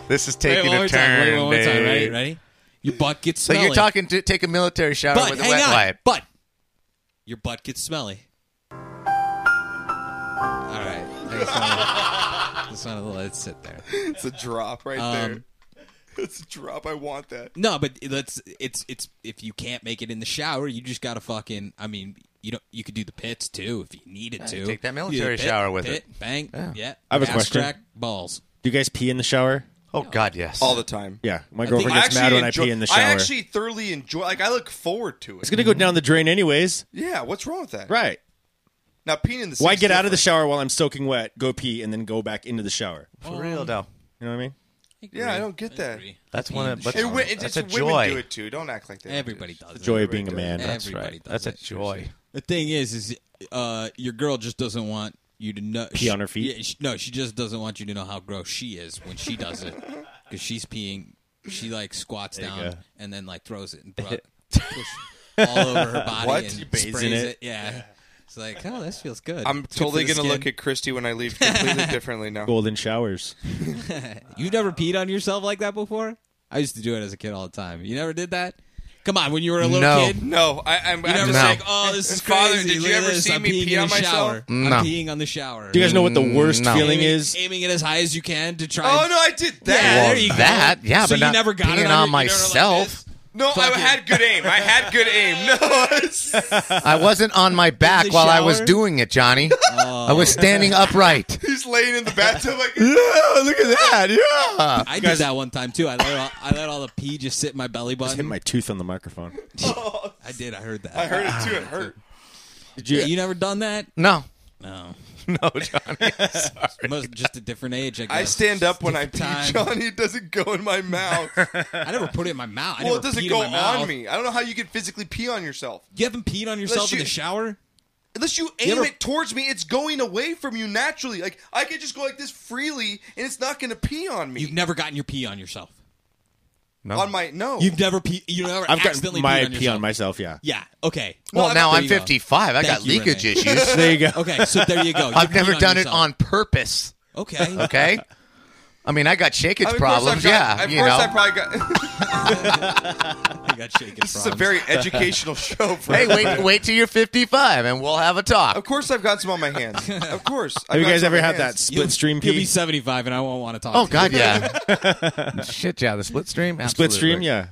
[SPEAKER 5] This is
[SPEAKER 1] Wait,
[SPEAKER 5] taking
[SPEAKER 1] one more
[SPEAKER 5] a
[SPEAKER 1] time.
[SPEAKER 5] turn.
[SPEAKER 1] Wait, one more time.
[SPEAKER 5] dude.
[SPEAKER 1] Ready? Ready? Your butt gets
[SPEAKER 5] So
[SPEAKER 1] smelly.
[SPEAKER 5] you're talking to take a military shower
[SPEAKER 1] But
[SPEAKER 5] with a
[SPEAKER 1] hang
[SPEAKER 5] wet
[SPEAKER 1] on.
[SPEAKER 5] wipe.
[SPEAKER 1] But your butt gets smelly. All right. I just wanted- just wanted to let it sit there.
[SPEAKER 3] it's a drop right
[SPEAKER 1] Um,
[SPEAKER 3] there. It's a drop. I want that.
[SPEAKER 1] No, but let's. It's it's if you can't make it in the shower, you just gotta fucking. I mean, you don't. You could do the pits too if you needed to.
[SPEAKER 5] you take that
[SPEAKER 1] You do the
[SPEAKER 5] military shower with
[SPEAKER 1] pit, Bang. Yeah.
[SPEAKER 4] I have a
[SPEAKER 1] ass
[SPEAKER 4] question.
[SPEAKER 1] Crack, balls.
[SPEAKER 4] Do you guys pee in the shower?
[SPEAKER 5] Oh God, yes.
[SPEAKER 3] All the time.
[SPEAKER 4] Yeah, my
[SPEAKER 1] think-
[SPEAKER 4] girlfriend gets mad when I
[SPEAKER 3] enjoy-
[SPEAKER 4] pee in the shower.
[SPEAKER 3] I actually thoroughly enjoy. Like, I look forward to
[SPEAKER 4] it's
[SPEAKER 3] it.
[SPEAKER 4] gonna go down the drain anyways.
[SPEAKER 3] Yeah. What's wrong with that?
[SPEAKER 4] Right.
[SPEAKER 3] Now, peeing in the.
[SPEAKER 4] Why
[SPEAKER 3] sink's
[SPEAKER 4] get out of the
[SPEAKER 3] different.
[SPEAKER 4] shower while I'm soaking wet? Go pee and then go back into the shower.
[SPEAKER 5] for real though.
[SPEAKER 4] You know what I mean?
[SPEAKER 3] Yeah, I don't get that.
[SPEAKER 1] agree.
[SPEAKER 5] That's one of that's,
[SPEAKER 3] It, wi- it's,
[SPEAKER 5] that's
[SPEAKER 3] it's
[SPEAKER 5] a
[SPEAKER 3] women
[SPEAKER 5] joy.
[SPEAKER 3] do it too. Don't act like that.
[SPEAKER 1] Everybody does. it.
[SPEAKER 4] Joy of being a man.
[SPEAKER 5] That's
[SPEAKER 1] Everybody
[SPEAKER 5] right.
[SPEAKER 1] does
[SPEAKER 5] That's a
[SPEAKER 1] it.
[SPEAKER 5] joy.
[SPEAKER 1] The thing is, is uh, your girl just doesn't want you to know.
[SPEAKER 4] Pee on her feet?
[SPEAKER 1] Yeah, she, no, she just doesn't want you to know how gross she is when she does it, because she's peeing. She like squats down
[SPEAKER 4] go.
[SPEAKER 1] and then like throws it and thro- push all over her body
[SPEAKER 3] What?
[SPEAKER 1] and
[SPEAKER 3] You
[SPEAKER 4] bathe in
[SPEAKER 1] sprays it.
[SPEAKER 4] it?
[SPEAKER 1] Yeah. it's like oh, this feels good.
[SPEAKER 3] I'm
[SPEAKER 1] It's good
[SPEAKER 3] totally
[SPEAKER 1] for the
[SPEAKER 3] gonna look
[SPEAKER 1] skin.
[SPEAKER 3] at Christy when I leave completely differently now.
[SPEAKER 4] Golden showers.
[SPEAKER 1] You never peed on yourself like that before? I used to do it as a kid all the time. You never did that? Come on, when you were a little
[SPEAKER 5] No.
[SPEAKER 1] kid.
[SPEAKER 3] No, I, I'm,
[SPEAKER 1] You
[SPEAKER 3] I'm
[SPEAKER 1] never
[SPEAKER 3] just
[SPEAKER 1] no.
[SPEAKER 3] like,
[SPEAKER 1] "Oh, this is
[SPEAKER 3] Father,
[SPEAKER 1] crazy."
[SPEAKER 3] did you
[SPEAKER 1] Look at
[SPEAKER 3] ever
[SPEAKER 1] this.
[SPEAKER 3] see
[SPEAKER 1] I'm
[SPEAKER 3] me
[SPEAKER 1] peeing
[SPEAKER 3] pee
[SPEAKER 1] in
[SPEAKER 3] on
[SPEAKER 1] the
[SPEAKER 3] myself?
[SPEAKER 1] Shower.
[SPEAKER 5] No.
[SPEAKER 1] I'm peeing on the shower.
[SPEAKER 4] Do you guys know what the worst
[SPEAKER 5] No.
[SPEAKER 4] feeling
[SPEAKER 1] aiming,
[SPEAKER 4] is?
[SPEAKER 1] aiming it as high as you can to try.
[SPEAKER 3] oh
[SPEAKER 1] and-
[SPEAKER 3] no, I
[SPEAKER 1] Yeah,
[SPEAKER 3] did that.
[SPEAKER 1] there you go.
[SPEAKER 5] that, yeah,
[SPEAKER 1] so
[SPEAKER 5] but
[SPEAKER 1] you
[SPEAKER 5] not
[SPEAKER 1] never got it
[SPEAKER 5] peeing on
[SPEAKER 1] on, your- you never
[SPEAKER 5] myself.
[SPEAKER 1] Like this?
[SPEAKER 3] no, I
[SPEAKER 1] Fucking-
[SPEAKER 3] had good aim. I had good aim. No,
[SPEAKER 5] I wasn't on my back
[SPEAKER 1] the
[SPEAKER 5] while I was
[SPEAKER 1] shower?
[SPEAKER 5] doing it, Johnny. I was standing upright.
[SPEAKER 3] he's laying in the bathtub like,
[SPEAKER 5] yeah, look at that. Yeah.
[SPEAKER 1] I did that one time too. I let all, I let all the pee just sit in my belly
[SPEAKER 4] Just hit
[SPEAKER 1] button.
[SPEAKER 4] my tooth on the microphone.
[SPEAKER 1] I did. I heard that.
[SPEAKER 3] I heard it too. It hurt.
[SPEAKER 4] Did you?
[SPEAKER 1] You never done that?
[SPEAKER 5] No.
[SPEAKER 1] No.
[SPEAKER 5] No, Johnny.
[SPEAKER 1] Must, just a different age. I guess.
[SPEAKER 3] I stand up when I pee,
[SPEAKER 1] Time.
[SPEAKER 3] Johnny. It doesn't go in my mouth.
[SPEAKER 1] I never put it in my mouth. I
[SPEAKER 3] well,
[SPEAKER 1] never
[SPEAKER 3] it doesn't
[SPEAKER 1] peed
[SPEAKER 3] go
[SPEAKER 1] in my mouth.
[SPEAKER 3] on me. I don't know how you can physically pee on yourself.
[SPEAKER 1] You haven't peed on yourself in
[SPEAKER 3] you-
[SPEAKER 1] the shower.
[SPEAKER 3] Unless you aim
[SPEAKER 1] ever-
[SPEAKER 3] it towards me, it's going away from you naturally. Like I could just go like this freely, and it's not going to pee on me.
[SPEAKER 1] You've never gotten your pee on yourself.
[SPEAKER 5] No.
[SPEAKER 3] on my no.
[SPEAKER 1] You've never pee. You never
[SPEAKER 4] I've
[SPEAKER 1] accidentally
[SPEAKER 4] got my
[SPEAKER 1] peed on
[SPEAKER 4] pee
[SPEAKER 1] yourself.
[SPEAKER 4] on myself. Yeah.
[SPEAKER 1] Yeah. Okay.
[SPEAKER 5] well,
[SPEAKER 3] Well,
[SPEAKER 5] now
[SPEAKER 1] there
[SPEAKER 5] I'm
[SPEAKER 1] you go.
[SPEAKER 5] 55. I
[SPEAKER 1] Thank
[SPEAKER 5] got
[SPEAKER 1] you,
[SPEAKER 5] leakage
[SPEAKER 1] Renee.
[SPEAKER 5] issues.
[SPEAKER 4] There you go.
[SPEAKER 1] Okay. So there you go. You
[SPEAKER 5] I've
[SPEAKER 1] peed
[SPEAKER 5] never
[SPEAKER 1] on
[SPEAKER 5] done it
[SPEAKER 1] yourself.
[SPEAKER 5] on purpose.
[SPEAKER 1] Okay.
[SPEAKER 5] Okay. I mean, I got shakage
[SPEAKER 3] I mean, of course
[SPEAKER 5] problems.
[SPEAKER 3] I've got-
[SPEAKER 5] yeah,
[SPEAKER 3] of
[SPEAKER 5] you
[SPEAKER 3] course
[SPEAKER 5] know.
[SPEAKER 3] I probably got.
[SPEAKER 1] I got shaken.
[SPEAKER 3] This is a very educational show. For
[SPEAKER 5] hey, wait, wait till you're 55, and we'll have a talk.
[SPEAKER 3] Of course, I've got some on my hands. Of course.
[SPEAKER 4] Have you guys ever had that split
[SPEAKER 1] You'll-
[SPEAKER 4] stream
[SPEAKER 1] You'll be
[SPEAKER 4] pee?
[SPEAKER 1] seventy-five, and I won't want to talk.
[SPEAKER 5] Oh
[SPEAKER 1] to
[SPEAKER 5] God, yeah. Shit, yeah. The split stream.
[SPEAKER 4] Split
[SPEAKER 5] absolutely.
[SPEAKER 4] stream, yeah.
[SPEAKER 1] you.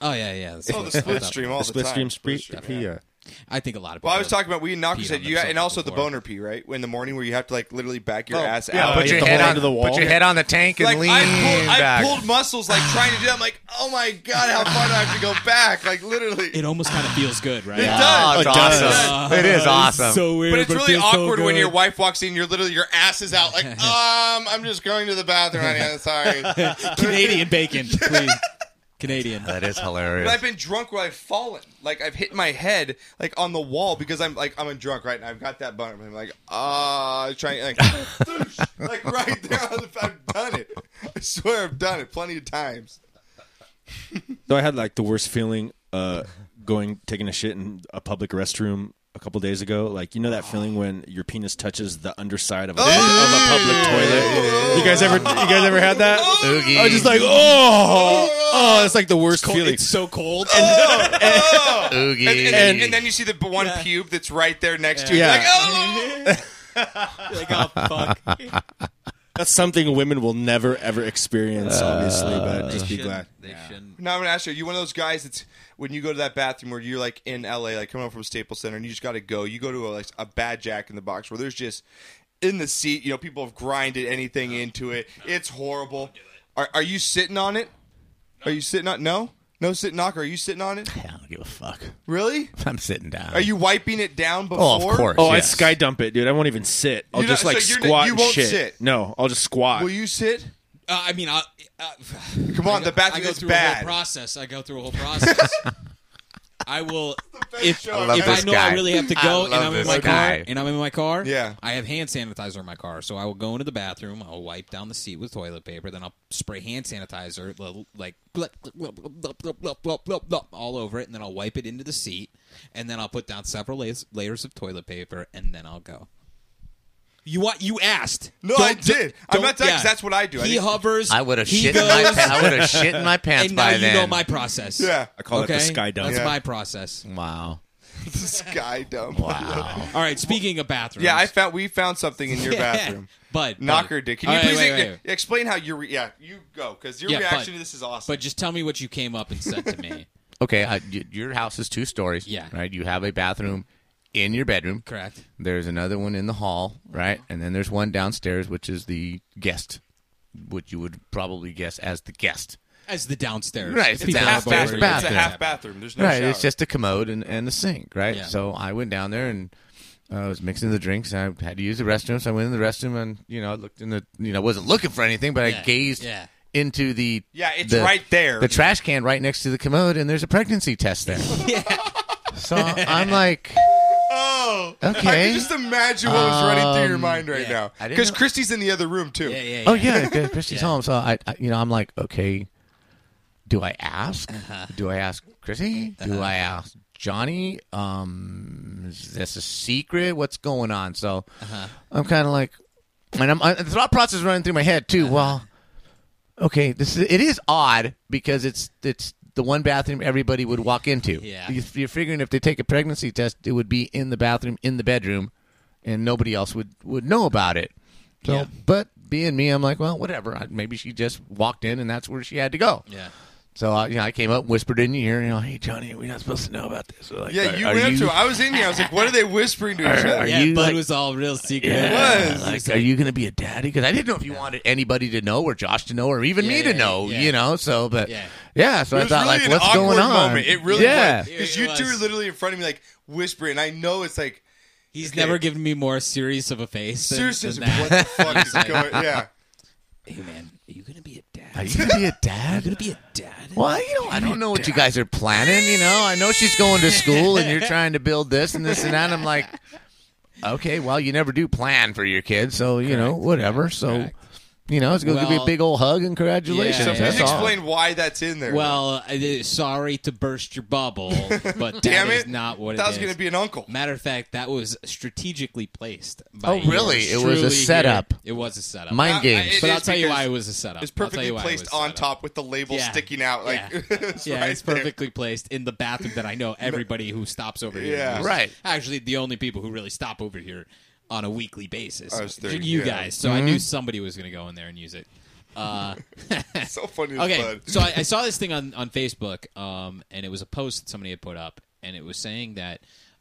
[SPEAKER 1] Oh yeah, yeah. that's
[SPEAKER 3] Oh,
[SPEAKER 1] what-
[SPEAKER 3] the split stream all the,
[SPEAKER 4] Split
[SPEAKER 3] time.
[SPEAKER 4] stream spree- pee. Yeah.
[SPEAKER 1] I think a lot of.
[SPEAKER 3] Well, I was
[SPEAKER 1] people-
[SPEAKER 3] talking about we and Knocker
[SPEAKER 1] Peed
[SPEAKER 3] said
[SPEAKER 1] on
[SPEAKER 3] you got, and
[SPEAKER 1] themselves
[SPEAKER 3] also the
[SPEAKER 1] before.
[SPEAKER 3] boner pee right in the morning where you have to like literally back your ass
[SPEAKER 4] yeah,
[SPEAKER 3] out.
[SPEAKER 4] but
[SPEAKER 5] Oh, Put
[SPEAKER 4] you
[SPEAKER 5] your
[SPEAKER 4] have to
[SPEAKER 5] head
[SPEAKER 4] hold
[SPEAKER 5] on
[SPEAKER 4] onto Uh, the wall.
[SPEAKER 5] Put your head on the tank and
[SPEAKER 3] like
[SPEAKER 5] lean
[SPEAKER 3] I pulled,
[SPEAKER 5] back.
[SPEAKER 3] I pulled muscles like trying to do. That. I'm like, oh my god, how far do I have to go back? Like literally,
[SPEAKER 1] It almost kind of feels good, right?
[SPEAKER 3] It
[SPEAKER 1] Yeah.
[SPEAKER 5] Oh, it's
[SPEAKER 4] It does.
[SPEAKER 5] awesome. It is awesome.
[SPEAKER 1] So weird,
[SPEAKER 3] but it's
[SPEAKER 1] it
[SPEAKER 3] really
[SPEAKER 1] feels so
[SPEAKER 3] awkward when
[SPEAKER 1] good.
[SPEAKER 3] your wife walks in. You're literally your ass is out. Like, um, I'm just going to the bathroom. Honey, I'm sorry. but
[SPEAKER 1] Canadian bacon, please. Canadian.
[SPEAKER 5] that is hilarious.
[SPEAKER 3] I've been drunk where I've fallen. Like I've hit my head like on the wall because I'm like I'm a drunk right, and I've got that boner. I'm like, ah, uh, trying like, like right there. I've done it. I swear I've done it plenty of times.
[SPEAKER 4] So I had like the worst feeling uh, going taking a shit in a public restroom a couple days ago. Like you know that feeling when your penis touches the underside of a, of a public toilet. You guys ever you guys ever had that? I was just like oh oh, it's like the worst feeling.
[SPEAKER 1] It's so cold.
[SPEAKER 3] And, and, then, and then you see the b- one pube that's right there next to you.
[SPEAKER 4] Yeah.
[SPEAKER 3] You're Like, oh,
[SPEAKER 1] like, oh fuck.
[SPEAKER 4] That's something women will never ever experience, obviously. But just be
[SPEAKER 1] Shouldn't-
[SPEAKER 4] glad.
[SPEAKER 1] They shouldn't.
[SPEAKER 3] Now I'm gonna ask you: Are you one of those guys that's when you go to that bathroom where you're like in LA, like coming home from Staples Center, and you just got to go? You go to a, like a bad Jack in the Box where there's just in the seat. You know, people have grinded anything into it. It's horrible. Are, are you sitting on it? Are you sitting on? No, no sitting knocker. Are you sitting on it?
[SPEAKER 2] I don't give a fuck.
[SPEAKER 3] Really?
[SPEAKER 2] I'm sitting down.
[SPEAKER 3] Are you wiping it down before?
[SPEAKER 2] Oh, of course.
[SPEAKER 4] Oh, I
[SPEAKER 2] yes.
[SPEAKER 4] sky dump it, dude. I won't even sit. I'll
[SPEAKER 3] You're
[SPEAKER 4] just
[SPEAKER 3] not-
[SPEAKER 4] like
[SPEAKER 3] so you're not-
[SPEAKER 4] squat.
[SPEAKER 3] you
[SPEAKER 4] and
[SPEAKER 3] won't
[SPEAKER 4] shit.
[SPEAKER 3] sit?
[SPEAKER 4] No, I'll just squat.
[SPEAKER 3] Will you sit?
[SPEAKER 1] Uh, I mean, I, uh,
[SPEAKER 3] Come on, the
[SPEAKER 1] I
[SPEAKER 3] bathroom
[SPEAKER 1] go
[SPEAKER 3] is
[SPEAKER 1] through a
[SPEAKER 3] bad.
[SPEAKER 1] whole process. I go through a whole process. I will if,
[SPEAKER 3] I love
[SPEAKER 1] if I
[SPEAKER 2] this
[SPEAKER 1] know
[SPEAKER 2] guy.
[SPEAKER 1] I really have to go and
[SPEAKER 2] love
[SPEAKER 1] I'm in
[SPEAKER 2] this
[SPEAKER 1] my
[SPEAKER 2] guy.
[SPEAKER 1] car and I'm in my car,
[SPEAKER 3] Yeah.
[SPEAKER 1] I have hand sanitizer in my car, so I will go into the bathroom. I'll wipe down the seat with toilet paper, then I'll spray hand sanitizer li- like glup, glup, glup, glup, glup, glup, glup, glup, glup, all over it, and then I'll wipe it into the seat, and then I'll put down several layers, layers of toilet paper, and then I'll go. You what? You asked?
[SPEAKER 3] No, I did. I'm not telling you 'cause that's what I do. I
[SPEAKER 1] He
[SPEAKER 3] didn't-
[SPEAKER 1] hovers.
[SPEAKER 2] I would have
[SPEAKER 1] he
[SPEAKER 2] shit. In my
[SPEAKER 1] goes,
[SPEAKER 2] pa- I would have shit in my pants
[SPEAKER 1] and now
[SPEAKER 2] by
[SPEAKER 1] you
[SPEAKER 2] then. Oh,
[SPEAKER 1] know my process.
[SPEAKER 3] Yeah.
[SPEAKER 4] I call
[SPEAKER 1] okay?
[SPEAKER 4] it the sky dump.
[SPEAKER 1] That's
[SPEAKER 3] Yeah.
[SPEAKER 1] my process.
[SPEAKER 2] wow.
[SPEAKER 3] Sky dump.
[SPEAKER 2] Wow.
[SPEAKER 1] All right. Speaking of bathrooms,
[SPEAKER 3] Yeah, I found we found something in your bathroom.
[SPEAKER 1] but
[SPEAKER 3] Knocker
[SPEAKER 1] but-
[SPEAKER 3] dick. Can you
[SPEAKER 1] All right,
[SPEAKER 3] please
[SPEAKER 1] wait,
[SPEAKER 3] e-
[SPEAKER 1] wait, wait.
[SPEAKER 3] explain how you? Re- yeah, you go because your
[SPEAKER 1] Yeah, but-
[SPEAKER 3] reaction to this is awesome.
[SPEAKER 1] But just tell me what you came up and said to me.
[SPEAKER 2] Okay, uh, y- your house is two stories.
[SPEAKER 1] Yeah.
[SPEAKER 2] Right? You have a bathroom in your bedroom.
[SPEAKER 1] Correct.
[SPEAKER 2] There's another one in the hall, right? And then there's one downstairs, which is the guest, which you would probably guess as the guest.
[SPEAKER 1] As the downstairs,
[SPEAKER 2] Right,
[SPEAKER 1] If
[SPEAKER 2] it's
[SPEAKER 1] people
[SPEAKER 2] a
[SPEAKER 1] are
[SPEAKER 2] half
[SPEAKER 1] bored,
[SPEAKER 2] bathroom.
[SPEAKER 1] yeah.
[SPEAKER 3] it's a half bathroom. There's no
[SPEAKER 2] right,
[SPEAKER 3] shower.
[SPEAKER 2] it's just a commode and, and a sink, right?
[SPEAKER 1] Yeah.
[SPEAKER 2] So I went down there and uh, I was mixing the drinks. And I had to use the restroom, so I went in the restroom and you know I looked in the you know I wasn't looking for anything, but
[SPEAKER 1] Yeah,
[SPEAKER 2] I gazed
[SPEAKER 1] yeah.
[SPEAKER 2] into the
[SPEAKER 3] Yeah, it's
[SPEAKER 2] the-
[SPEAKER 3] right there.
[SPEAKER 2] the trash can right next to the commode, and there's a pregnancy test there. So I'm like,
[SPEAKER 3] oh, I
[SPEAKER 2] Okay.
[SPEAKER 3] can just imagine what was running through your mind right now.
[SPEAKER 2] I didn't
[SPEAKER 3] Because
[SPEAKER 2] know-
[SPEAKER 3] Christy's in the other room too.
[SPEAKER 1] Yeah, yeah, yeah.
[SPEAKER 2] oh yeah, good. Christy's home. So I, I, you know, I'm like, okay, do I ask?
[SPEAKER 1] Uh-huh.
[SPEAKER 2] Do I ask Chrissy? Do I ask Johnny? Um, is this a secret? What's going on? So
[SPEAKER 1] Uh-huh.
[SPEAKER 2] I'm kind of like, and I'm I, the thought process is running through my head
[SPEAKER 1] Uh-huh.
[SPEAKER 2] too. Well, okay, this is, it is odd because it's it's the one bathroom everybody would walk into.
[SPEAKER 1] Yeah.
[SPEAKER 2] you, you're figuring if they take a pregnancy test, it would be in the bathroom in the bedroom, and nobody else would would know about it. So,
[SPEAKER 1] Yeah.
[SPEAKER 2] but being me, I'm like, well, whatever. I, maybe she just walked in and that's where she had to go.
[SPEAKER 1] Yeah.
[SPEAKER 2] So, I, you know, I came up and whispered in your ear, you know, hey Johnny, we're not supposed to know about this. We're like,
[SPEAKER 3] Yeah,
[SPEAKER 2] are-
[SPEAKER 3] you
[SPEAKER 2] are
[SPEAKER 3] went up to. I was in here. I was like, what are they whispering to each
[SPEAKER 2] Are
[SPEAKER 3] other?
[SPEAKER 2] you-
[SPEAKER 1] Yeah, but
[SPEAKER 2] like-
[SPEAKER 1] it was all real secret.
[SPEAKER 3] It was.
[SPEAKER 2] like, are you going to be a daddy? Because I didn't know if you wanted anybody to know, or Josh to know, or even me
[SPEAKER 1] Yeah,
[SPEAKER 2] to
[SPEAKER 1] yeah,
[SPEAKER 2] know.
[SPEAKER 1] yeah.
[SPEAKER 2] You know, so but
[SPEAKER 1] Yeah.
[SPEAKER 2] yeah, so
[SPEAKER 3] It
[SPEAKER 2] I
[SPEAKER 3] was
[SPEAKER 2] thought
[SPEAKER 3] really
[SPEAKER 2] like,
[SPEAKER 3] an
[SPEAKER 2] what's
[SPEAKER 3] awkward
[SPEAKER 2] going on?
[SPEAKER 3] moment. It really
[SPEAKER 2] yeah.
[SPEAKER 3] Because
[SPEAKER 1] Here
[SPEAKER 3] you
[SPEAKER 1] he
[SPEAKER 3] two
[SPEAKER 1] was.
[SPEAKER 3] are literally in front of me, like whispering. I know it's like
[SPEAKER 1] He's never given me more serious of a face. Than,
[SPEAKER 3] seriously,
[SPEAKER 1] than
[SPEAKER 3] what
[SPEAKER 1] that.
[SPEAKER 3] the fuck is going? Yeah,
[SPEAKER 1] hey man, are you gonna be a dad?
[SPEAKER 2] Are you going to be a dad?
[SPEAKER 1] gonna be a dad?
[SPEAKER 2] Well, you know, I don't know what you guys are planning. You know, I know she's going to school and you're trying to build this and this and that. And I'm like, okay, well, you never do plan for your kids, so you know, whatever. So,
[SPEAKER 1] Correct.
[SPEAKER 2] you know, it's going to be
[SPEAKER 1] Well-
[SPEAKER 2] a big old hug and congratulations.
[SPEAKER 3] so
[SPEAKER 1] Yeah,
[SPEAKER 3] please
[SPEAKER 2] That's all.
[SPEAKER 3] explain why that's in there.
[SPEAKER 1] Well, uh, sorry to burst your bubble, but
[SPEAKER 3] damn
[SPEAKER 1] that
[SPEAKER 3] it,
[SPEAKER 1] is not what
[SPEAKER 3] that
[SPEAKER 1] it
[SPEAKER 3] was
[SPEAKER 1] is.
[SPEAKER 3] gonna be an uncle.
[SPEAKER 1] Matter of fact, that was strategically placed. By
[SPEAKER 2] Oh, really?
[SPEAKER 1] yours
[SPEAKER 2] It was a
[SPEAKER 1] truly
[SPEAKER 2] setup.
[SPEAKER 1] here. It was a setup.
[SPEAKER 2] Mind
[SPEAKER 3] Uh,
[SPEAKER 2] games.
[SPEAKER 3] it
[SPEAKER 1] but I'll
[SPEAKER 3] is
[SPEAKER 1] tell you
[SPEAKER 3] because
[SPEAKER 1] why it was a setup.
[SPEAKER 3] It's
[SPEAKER 1] I'll tell
[SPEAKER 3] perfectly
[SPEAKER 1] you why it
[SPEAKER 3] placed
[SPEAKER 1] was
[SPEAKER 3] on
[SPEAKER 1] set up.
[SPEAKER 3] top with the label
[SPEAKER 1] Yeah.
[SPEAKER 3] sticking out. Like,
[SPEAKER 1] Yeah,
[SPEAKER 3] it's
[SPEAKER 1] yeah,
[SPEAKER 3] right
[SPEAKER 1] it's
[SPEAKER 3] there.
[SPEAKER 1] perfectly placed in the bathroom that I know everybody who stops over here.
[SPEAKER 3] Yeah.
[SPEAKER 1] uses.
[SPEAKER 2] Right.
[SPEAKER 1] Actually, the only people who really stop over here on a weekly basis
[SPEAKER 3] Us three,
[SPEAKER 1] you
[SPEAKER 3] yeah. Mm-hmm.
[SPEAKER 1] guys. So I knew somebody was going to go in there and use it. Uh,
[SPEAKER 3] So funny. as
[SPEAKER 1] okay,
[SPEAKER 3] bud.
[SPEAKER 1] so I, I saw this thing on on Facebook, um, and it was a post that somebody had put up, and it was saying that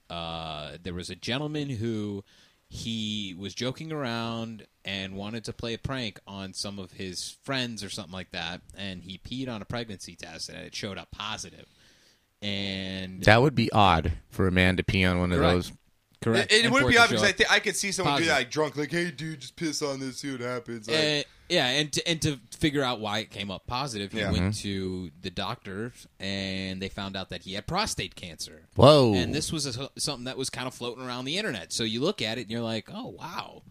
[SPEAKER 1] uh, there was a gentleman who he was joking around and wanted to play a prank on some of his friends or something like that, and he peed on a pregnancy test, and it showed up positive. And
[SPEAKER 2] That would be odd for a man to pee on one of
[SPEAKER 1] Correct.
[SPEAKER 2] those.
[SPEAKER 1] correct,
[SPEAKER 3] It, it
[SPEAKER 1] and
[SPEAKER 3] wouldn't
[SPEAKER 1] for
[SPEAKER 3] be
[SPEAKER 1] to
[SPEAKER 3] odd
[SPEAKER 1] show up
[SPEAKER 3] because I, think I could see someone do
[SPEAKER 1] Positive.
[SPEAKER 3] that, like, drunk, like, "Hey, dude, just piss on this, see what happens." Like,
[SPEAKER 1] Uh, yeah, and to, and to figure out why it came up positive, he
[SPEAKER 3] Yeah. Mm-hmm.
[SPEAKER 1] went to the doctor, and they found out that he had prostate cancer.
[SPEAKER 2] Whoa.
[SPEAKER 1] And this was a, something that was kind of floating around the internet. So you look at it, and you're like, "Oh wow,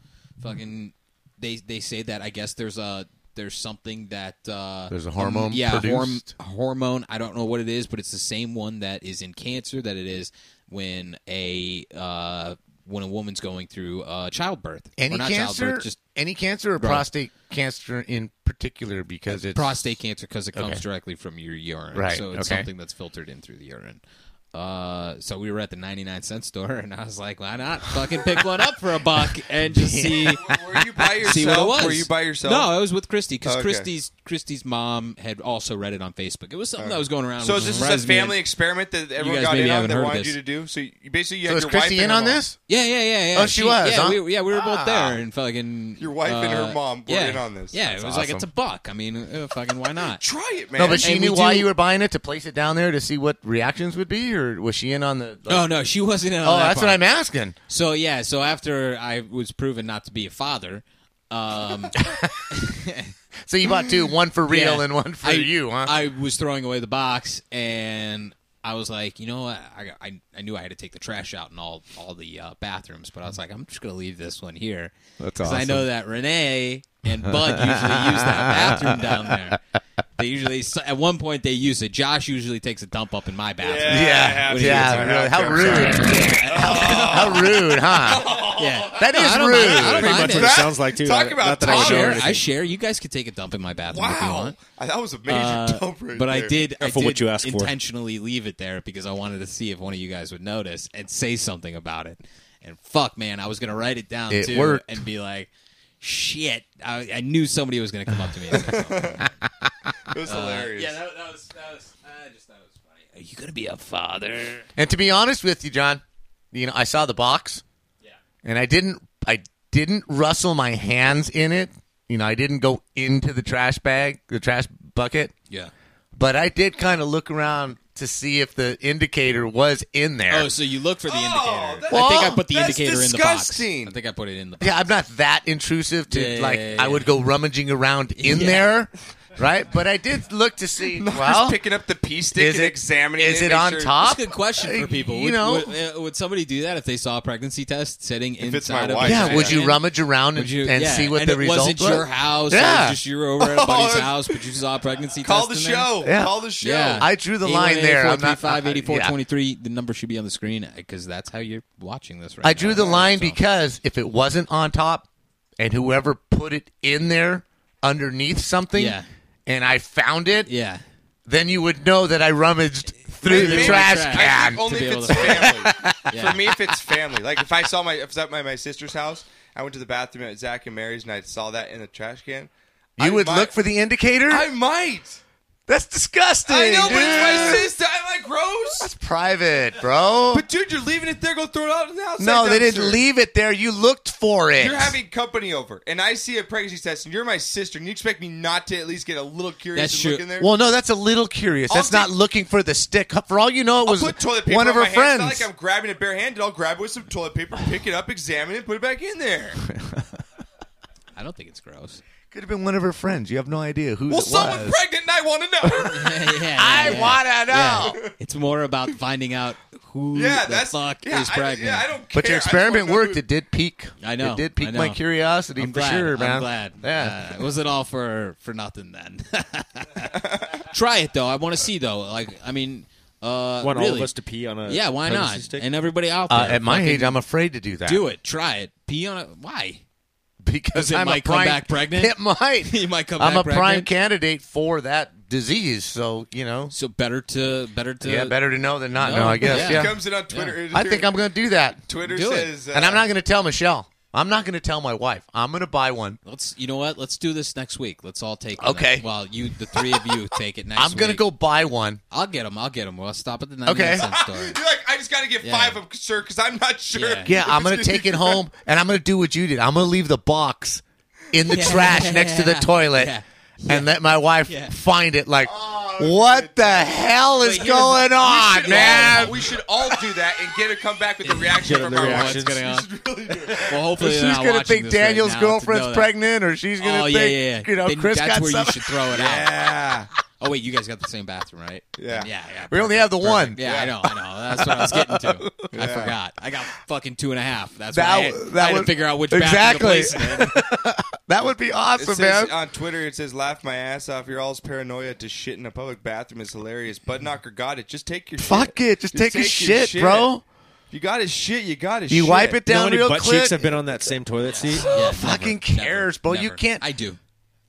[SPEAKER 1] fucking." They they say that I guess there's a There's something that uh,
[SPEAKER 5] There's a hormone
[SPEAKER 1] yeah, horm-
[SPEAKER 5] produced?
[SPEAKER 1] hormone. I don't know what it is, but it's the same one that is in cancer that it is when a uh, when a woman's going through uh, childbirth
[SPEAKER 2] Any
[SPEAKER 1] or not
[SPEAKER 2] cancer,
[SPEAKER 1] childbirth, just
[SPEAKER 2] any cancer or prostate cancer in particular, because it's
[SPEAKER 1] prostate cancer because it comes
[SPEAKER 2] Okay.
[SPEAKER 1] directly from your urine.
[SPEAKER 2] Right,
[SPEAKER 1] So it's
[SPEAKER 2] okay.
[SPEAKER 1] something that's filtered in through the urine. Uh, so we were at the 99 cent store, and I was like, why not fucking pick one up for a buck and just see.
[SPEAKER 3] Were you by yourself?
[SPEAKER 1] See what it was.
[SPEAKER 3] Were you by yourself?
[SPEAKER 1] No, I was with Christy because
[SPEAKER 3] Okay.
[SPEAKER 1] Christy's Christy's mom had also read it on Facebook. It was something that was going around.
[SPEAKER 3] So
[SPEAKER 1] which
[SPEAKER 3] is this just
[SPEAKER 1] surprised
[SPEAKER 3] a
[SPEAKER 1] me.
[SPEAKER 3] family experiment that everyone
[SPEAKER 1] guys
[SPEAKER 3] got
[SPEAKER 1] maybe
[SPEAKER 3] in on
[SPEAKER 1] haven't heard
[SPEAKER 3] that
[SPEAKER 1] of
[SPEAKER 3] wanted you
[SPEAKER 1] this.
[SPEAKER 3] to do? So you, basically you
[SPEAKER 2] So
[SPEAKER 3] had
[SPEAKER 2] is
[SPEAKER 3] your
[SPEAKER 2] Christy
[SPEAKER 3] wife
[SPEAKER 2] in
[SPEAKER 3] and her
[SPEAKER 2] on
[SPEAKER 3] mom.
[SPEAKER 2] this?
[SPEAKER 1] Yeah, yeah, yeah, yeah.
[SPEAKER 2] Oh, she was,
[SPEAKER 1] Yeah,
[SPEAKER 2] huh?
[SPEAKER 1] we, yeah, we were both there, and fucking
[SPEAKER 3] Ah. Your wife and her
[SPEAKER 1] uh,
[SPEAKER 3] mom were
[SPEAKER 1] yeah.
[SPEAKER 3] in on this.
[SPEAKER 1] Yeah,
[SPEAKER 3] That's
[SPEAKER 1] it was like
[SPEAKER 3] awesome.
[SPEAKER 1] it's a buck. I mean, uh, fucking why not?
[SPEAKER 3] Try it, man.
[SPEAKER 2] No, but she
[SPEAKER 1] And we
[SPEAKER 2] knew why
[SPEAKER 1] do-
[SPEAKER 2] you were buying it to place it down there to see what reactions would be, or was she in on the?
[SPEAKER 1] Oh no, she wasn't in on
[SPEAKER 2] oh,
[SPEAKER 1] that
[SPEAKER 2] that's
[SPEAKER 1] part.
[SPEAKER 2] what I'm asking.
[SPEAKER 1] So yeah, so after I was proven not to be a father, um,
[SPEAKER 2] So you bought two, one for real
[SPEAKER 1] yeah,
[SPEAKER 2] and one for
[SPEAKER 1] I-
[SPEAKER 2] you, huh?
[SPEAKER 1] I was throwing away the box, and I was like, you know what? I, I, I knew I had to take the trash out in all all the uh, bathrooms, but I was like, I'm just gonna leave this one here
[SPEAKER 5] That's
[SPEAKER 1] I
[SPEAKER 5] awesome.
[SPEAKER 1] know that Renee and Bud usually use that bathroom down there. They usually at one point they use it. Josh usually takes a dump up in my bathroom.
[SPEAKER 3] Yeah. I have to.
[SPEAKER 2] yeah.
[SPEAKER 3] I
[SPEAKER 2] really.
[SPEAKER 3] have
[SPEAKER 2] How
[SPEAKER 3] to.
[SPEAKER 2] rude! How rude, huh?
[SPEAKER 1] Yeah.
[SPEAKER 2] That is
[SPEAKER 1] I don't
[SPEAKER 2] rude.
[SPEAKER 1] mind- I don't
[SPEAKER 4] Pretty
[SPEAKER 1] mind
[SPEAKER 4] much
[SPEAKER 1] it.
[SPEAKER 4] what it sounds like too.
[SPEAKER 3] Talk
[SPEAKER 4] Not-
[SPEAKER 3] about
[SPEAKER 4] not that I
[SPEAKER 1] I
[SPEAKER 4] would know
[SPEAKER 1] share.
[SPEAKER 4] anything.
[SPEAKER 1] I share. You guys could take a dump in my bathroom if you
[SPEAKER 3] wow,
[SPEAKER 1] want.
[SPEAKER 3] I- that was a major dump right
[SPEAKER 1] but I
[SPEAKER 3] there.
[SPEAKER 1] did. I
[SPEAKER 4] Careful
[SPEAKER 1] did
[SPEAKER 4] what you ask for.
[SPEAKER 1] intentionally leave it there because I wanted to see if one of you guys would notice and say something about it. And fuck, man, I was gonna write it down
[SPEAKER 2] It
[SPEAKER 1] too
[SPEAKER 2] worked.
[SPEAKER 1] and be like, "Shit!" I, I knew somebody was gonna come up to me. And say something.
[SPEAKER 3] It was hilarious.
[SPEAKER 1] yeah, that, that was. That was. I just thought it was funny. Are you gonna be a father?
[SPEAKER 2] And to be honest with you, John, you know, I saw the box. And I didn't I didn't rustle my hands in it. You know, I didn't go into the trash bag, the trash bucket,
[SPEAKER 1] Yeah.
[SPEAKER 2] but I did kind of look around to see if the indicator was in there.
[SPEAKER 1] Oh, so you look for the indicator.
[SPEAKER 3] that-
[SPEAKER 1] I think I put the
[SPEAKER 3] Well, that's
[SPEAKER 1] indicator in
[SPEAKER 3] disgusting.
[SPEAKER 1] the box. I think I put it in the box.
[SPEAKER 2] yeah, I'm not that intrusive to
[SPEAKER 1] Yeah,
[SPEAKER 2] like
[SPEAKER 1] yeah, yeah.
[SPEAKER 2] I would go rummaging around in
[SPEAKER 1] Yeah.
[SPEAKER 2] there, right? But I did look to see well,
[SPEAKER 3] Just picking up the pee stick
[SPEAKER 2] is
[SPEAKER 3] and
[SPEAKER 2] it
[SPEAKER 3] examining
[SPEAKER 2] is
[SPEAKER 3] it,
[SPEAKER 2] it
[SPEAKER 3] make
[SPEAKER 2] on
[SPEAKER 3] sure-
[SPEAKER 2] top?
[SPEAKER 1] That's a good question for people.
[SPEAKER 2] You
[SPEAKER 1] would,
[SPEAKER 2] know.
[SPEAKER 1] would, uh, would somebody do that if they saw a pregnancy test sitting
[SPEAKER 3] If
[SPEAKER 1] inside
[SPEAKER 3] it's my
[SPEAKER 1] of
[SPEAKER 3] wife,
[SPEAKER 2] yeah,
[SPEAKER 3] Yeah,
[SPEAKER 2] would you
[SPEAKER 1] And-
[SPEAKER 2] rummage around and,
[SPEAKER 1] Would you-
[SPEAKER 2] and
[SPEAKER 1] yeah,
[SPEAKER 2] see what
[SPEAKER 1] and
[SPEAKER 2] the
[SPEAKER 1] it
[SPEAKER 2] result
[SPEAKER 1] wasn't your house. It
[SPEAKER 2] Yeah.
[SPEAKER 1] was just you were over at a buddy's
[SPEAKER 3] Oh,
[SPEAKER 1] house, but you saw a pregnancy
[SPEAKER 3] Call the
[SPEAKER 1] test in there.
[SPEAKER 3] show.
[SPEAKER 2] Yeah.
[SPEAKER 3] Call the show.
[SPEAKER 1] Yeah,
[SPEAKER 2] I drew the line there. I'm not-
[SPEAKER 1] 5
[SPEAKER 2] yeah.
[SPEAKER 1] 23. The number should be on the screen because that's how you're watching this right
[SPEAKER 2] I drew
[SPEAKER 1] now.
[SPEAKER 2] the line
[SPEAKER 1] So-
[SPEAKER 2] because if it wasn't on top and whoever put it in there underneath something
[SPEAKER 1] Yeah.
[SPEAKER 2] and I found it,
[SPEAKER 1] Yeah.
[SPEAKER 2] then you would know that I rummaged through
[SPEAKER 1] Maybe
[SPEAKER 2] the
[SPEAKER 1] the
[SPEAKER 2] trash
[SPEAKER 1] trash.
[SPEAKER 3] I
[SPEAKER 2] can.
[SPEAKER 3] think
[SPEAKER 1] to
[SPEAKER 3] only
[SPEAKER 1] be
[SPEAKER 3] if
[SPEAKER 1] able
[SPEAKER 3] it's
[SPEAKER 1] to-
[SPEAKER 3] family.
[SPEAKER 1] Yeah.
[SPEAKER 3] For me, if it's family, like if I saw my if I was at my, my sister's house, I went to the bathroom at Zach and Mary's and I saw that in the trash can.
[SPEAKER 2] You
[SPEAKER 3] I
[SPEAKER 2] would
[SPEAKER 3] might-
[SPEAKER 2] look for the indicator?
[SPEAKER 3] I might.
[SPEAKER 2] That's disgusting.
[SPEAKER 3] I know,
[SPEAKER 2] dude.
[SPEAKER 3] but it's my sister. I'm like, gross.
[SPEAKER 2] That's private, bro.
[SPEAKER 3] But dude, you're leaving it there. Go throw it out in the house.
[SPEAKER 2] no,
[SPEAKER 3] Like,
[SPEAKER 2] they
[SPEAKER 3] that's
[SPEAKER 2] didn't
[SPEAKER 3] true.
[SPEAKER 2] leave it there. You looked for it.
[SPEAKER 3] You're having company over, and I see a pregnancy test, and you're my sister, and you expect me not to at least get a little curious
[SPEAKER 1] That's
[SPEAKER 3] and
[SPEAKER 1] true.
[SPEAKER 3] look in there.
[SPEAKER 2] well, no, that's a little curious.
[SPEAKER 3] I'll
[SPEAKER 2] That's not
[SPEAKER 3] take-
[SPEAKER 2] looking for the stick. For all you know, it
[SPEAKER 3] I'll
[SPEAKER 2] was
[SPEAKER 3] put toilet paper
[SPEAKER 2] one of
[SPEAKER 3] on
[SPEAKER 2] her
[SPEAKER 3] my hands.
[SPEAKER 2] friends.
[SPEAKER 3] It's not like I'm grabbing it barehanded. I'll grab it with some toilet paper, pick it up, examine it, put it back in there.
[SPEAKER 1] I don't think it's gross.
[SPEAKER 2] Could have been one of her friends. You have no idea who
[SPEAKER 3] Well,
[SPEAKER 2] it
[SPEAKER 3] someone's
[SPEAKER 2] was.
[SPEAKER 3] pregnant, and I want to know.
[SPEAKER 1] Yeah, yeah, yeah,
[SPEAKER 2] I
[SPEAKER 1] yeah.
[SPEAKER 2] wanna know.
[SPEAKER 1] Yeah. It's more about finding out who
[SPEAKER 3] yeah,
[SPEAKER 1] the
[SPEAKER 3] that's
[SPEAKER 1] fuck
[SPEAKER 3] yeah,
[SPEAKER 1] is
[SPEAKER 3] I-
[SPEAKER 1] pregnant.
[SPEAKER 3] yeah, I don't care.
[SPEAKER 2] But your
[SPEAKER 3] I just
[SPEAKER 2] experiment
[SPEAKER 3] wanna know
[SPEAKER 2] worked.
[SPEAKER 3] who-
[SPEAKER 2] It did pique.
[SPEAKER 1] I know,
[SPEAKER 2] It did
[SPEAKER 1] I
[SPEAKER 2] pique
[SPEAKER 1] know.
[SPEAKER 2] my curiosity
[SPEAKER 1] I'm
[SPEAKER 2] for
[SPEAKER 1] glad.
[SPEAKER 2] sure, man.
[SPEAKER 1] I'm glad.
[SPEAKER 2] Yeah.
[SPEAKER 1] Uh, it wasn't all for for nothing then. Try it though. I want to see though. Like I mean, uh,
[SPEAKER 4] Want all
[SPEAKER 1] really.
[SPEAKER 4] of us to pee on a
[SPEAKER 1] yeah, why
[SPEAKER 4] pregnancy
[SPEAKER 1] not?
[SPEAKER 4] Uh, stick?
[SPEAKER 1] And everybody out there.
[SPEAKER 2] Uh, at my
[SPEAKER 1] fucking
[SPEAKER 2] age, I'm afraid to do that.
[SPEAKER 1] do it. Try it. Pee on a why?
[SPEAKER 2] because
[SPEAKER 1] it
[SPEAKER 2] I'm
[SPEAKER 1] might
[SPEAKER 2] a
[SPEAKER 1] come
[SPEAKER 2] prime,
[SPEAKER 1] back pregnant?
[SPEAKER 2] It might.
[SPEAKER 1] You might come
[SPEAKER 2] I'm a
[SPEAKER 1] back
[SPEAKER 2] prime
[SPEAKER 1] pregnant.
[SPEAKER 2] candidate for that disease. So you know,
[SPEAKER 1] So better to better to
[SPEAKER 2] yeah, better to know than not
[SPEAKER 1] uh, No,
[SPEAKER 2] know. I guess.
[SPEAKER 1] yeah.
[SPEAKER 2] Yeah.
[SPEAKER 3] It comes in on Twitter.
[SPEAKER 2] I think I'm going to do that,
[SPEAKER 3] Twitter
[SPEAKER 1] Do it.
[SPEAKER 3] says, uh,
[SPEAKER 2] and I'm not going to tell Michelle. I'm not going to tell my wife. I'm going to buy one.
[SPEAKER 1] Let's you know what? Let's do this next week. Let's all take
[SPEAKER 2] Okay.
[SPEAKER 1] It. Well, you the three of you take it next.
[SPEAKER 2] I'm going to
[SPEAKER 1] week.
[SPEAKER 2] go buy one.
[SPEAKER 1] I'll get them. I'll get them. We'll stop at the 99
[SPEAKER 2] Okay.
[SPEAKER 1] cent store.
[SPEAKER 3] You're like, I just got to get
[SPEAKER 1] Yeah.
[SPEAKER 3] five of sure because I'm not sure.
[SPEAKER 1] Yeah.
[SPEAKER 2] Yeah, I'm going to take it home, and I'm going to do what you did. I'm going to leave the box in the trash next to the toilet.
[SPEAKER 1] Yeah.
[SPEAKER 2] and let my wife
[SPEAKER 1] Yeah. Oh,
[SPEAKER 2] find it. Like, what the hell is
[SPEAKER 1] Wait, here's-
[SPEAKER 2] going on, man?
[SPEAKER 3] we should all do that and get to come back with a reaction
[SPEAKER 4] Get
[SPEAKER 3] from
[SPEAKER 4] a
[SPEAKER 3] our
[SPEAKER 4] reaction.
[SPEAKER 3] wife.
[SPEAKER 1] What's going on?
[SPEAKER 3] We should really do it.
[SPEAKER 1] Well, hopefully
[SPEAKER 2] she's
[SPEAKER 1] they're not
[SPEAKER 2] gonna
[SPEAKER 1] uh, watching
[SPEAKER 2] think
[SPEAKER 1] this right
[SPEAKER 2] Daniel's
[SPEAKER 1] now to know
[SPEAKER 2] girlfriend's
[SPEAKER 1] that.
[SPEAKER 2] pregnant, or she's gonna
[SPEAKER 1] Oh
[SPEAKER 2] think
[SPEAKER 1] yeah, yeah, yeah.
[SPEAKER 2] you know
[SPEAKER 1] Then
[SPEAKER 2] Chris
[SPEAKER 1] that's
[SPEAKER 2] got
[SPEAKER 1] where you
[SPEAKER 2] something.
[SPEAKER 1] should throw it out.
[SPEAKER 3] Yeah.
[SPEAKER 1] Oh wait, you guys got the same bathroom, right?
[SPEAKER 3] Yeah.
[SPEAKER 1] yeah, yeah.
[SPEAKER 2] We only have the one.
[SPEAKER 1] Yeah, I know, I know. That's what I was getting to. I forgot. I got fucking two and a half. That's
[SPEAKER 2] That-
[SPEAKER 1] why I, had-
[SPEAKER 2] that
[SPEAKER 1] I had to
[SPEAKER 2] was-
[SPEAKER 1] figure out which
[SPEAKER 2] Exactly.
[SPEAKER 1] bathroom to place it in.
[SPEAKER 2] That would be
[SPEAKER 3] It
[SPEAKER 2] awesome,
[SPEAKER 3] says
[SPEAKER 2] man.
[SPEAKER 3] on Twitter, it says, "Laugh my ass off. Your all's paranoia to shit in a public bathroom is hilarious. Butt knocker got it. Just take your
[SPEAKER 2] Fuck
[SPEAKER 3] shit.
[SPEAKER 2] it. Just take a
[SPEAKER 3] your
[SPEAKER 2] shit, bro.
[SPEAKER 3] If You got his shit. You got his.
[SPEAKER 2] You
[SPEAKER 3] shit.
[SPEAKER 2] wipe it
[SPEAKER 4] You know how
[SPEAKER 2] down
[SPEAKER 4] many
[SPEAKER 2] real
[SPEAKER 4] butt
[SPEAKER 2] quick.
[SPEAKER 4] cheeks have been on that same toilet seat?
[SPEAKER 1] Yeah,
[SPEAKER 2] fucking
[SPEAKER 1] never,
[SPEAKER 2] cares, bro? You
[SPEAKER 1] never.
[SPEAKER 2] can't-
[SPEAKER 1] I do.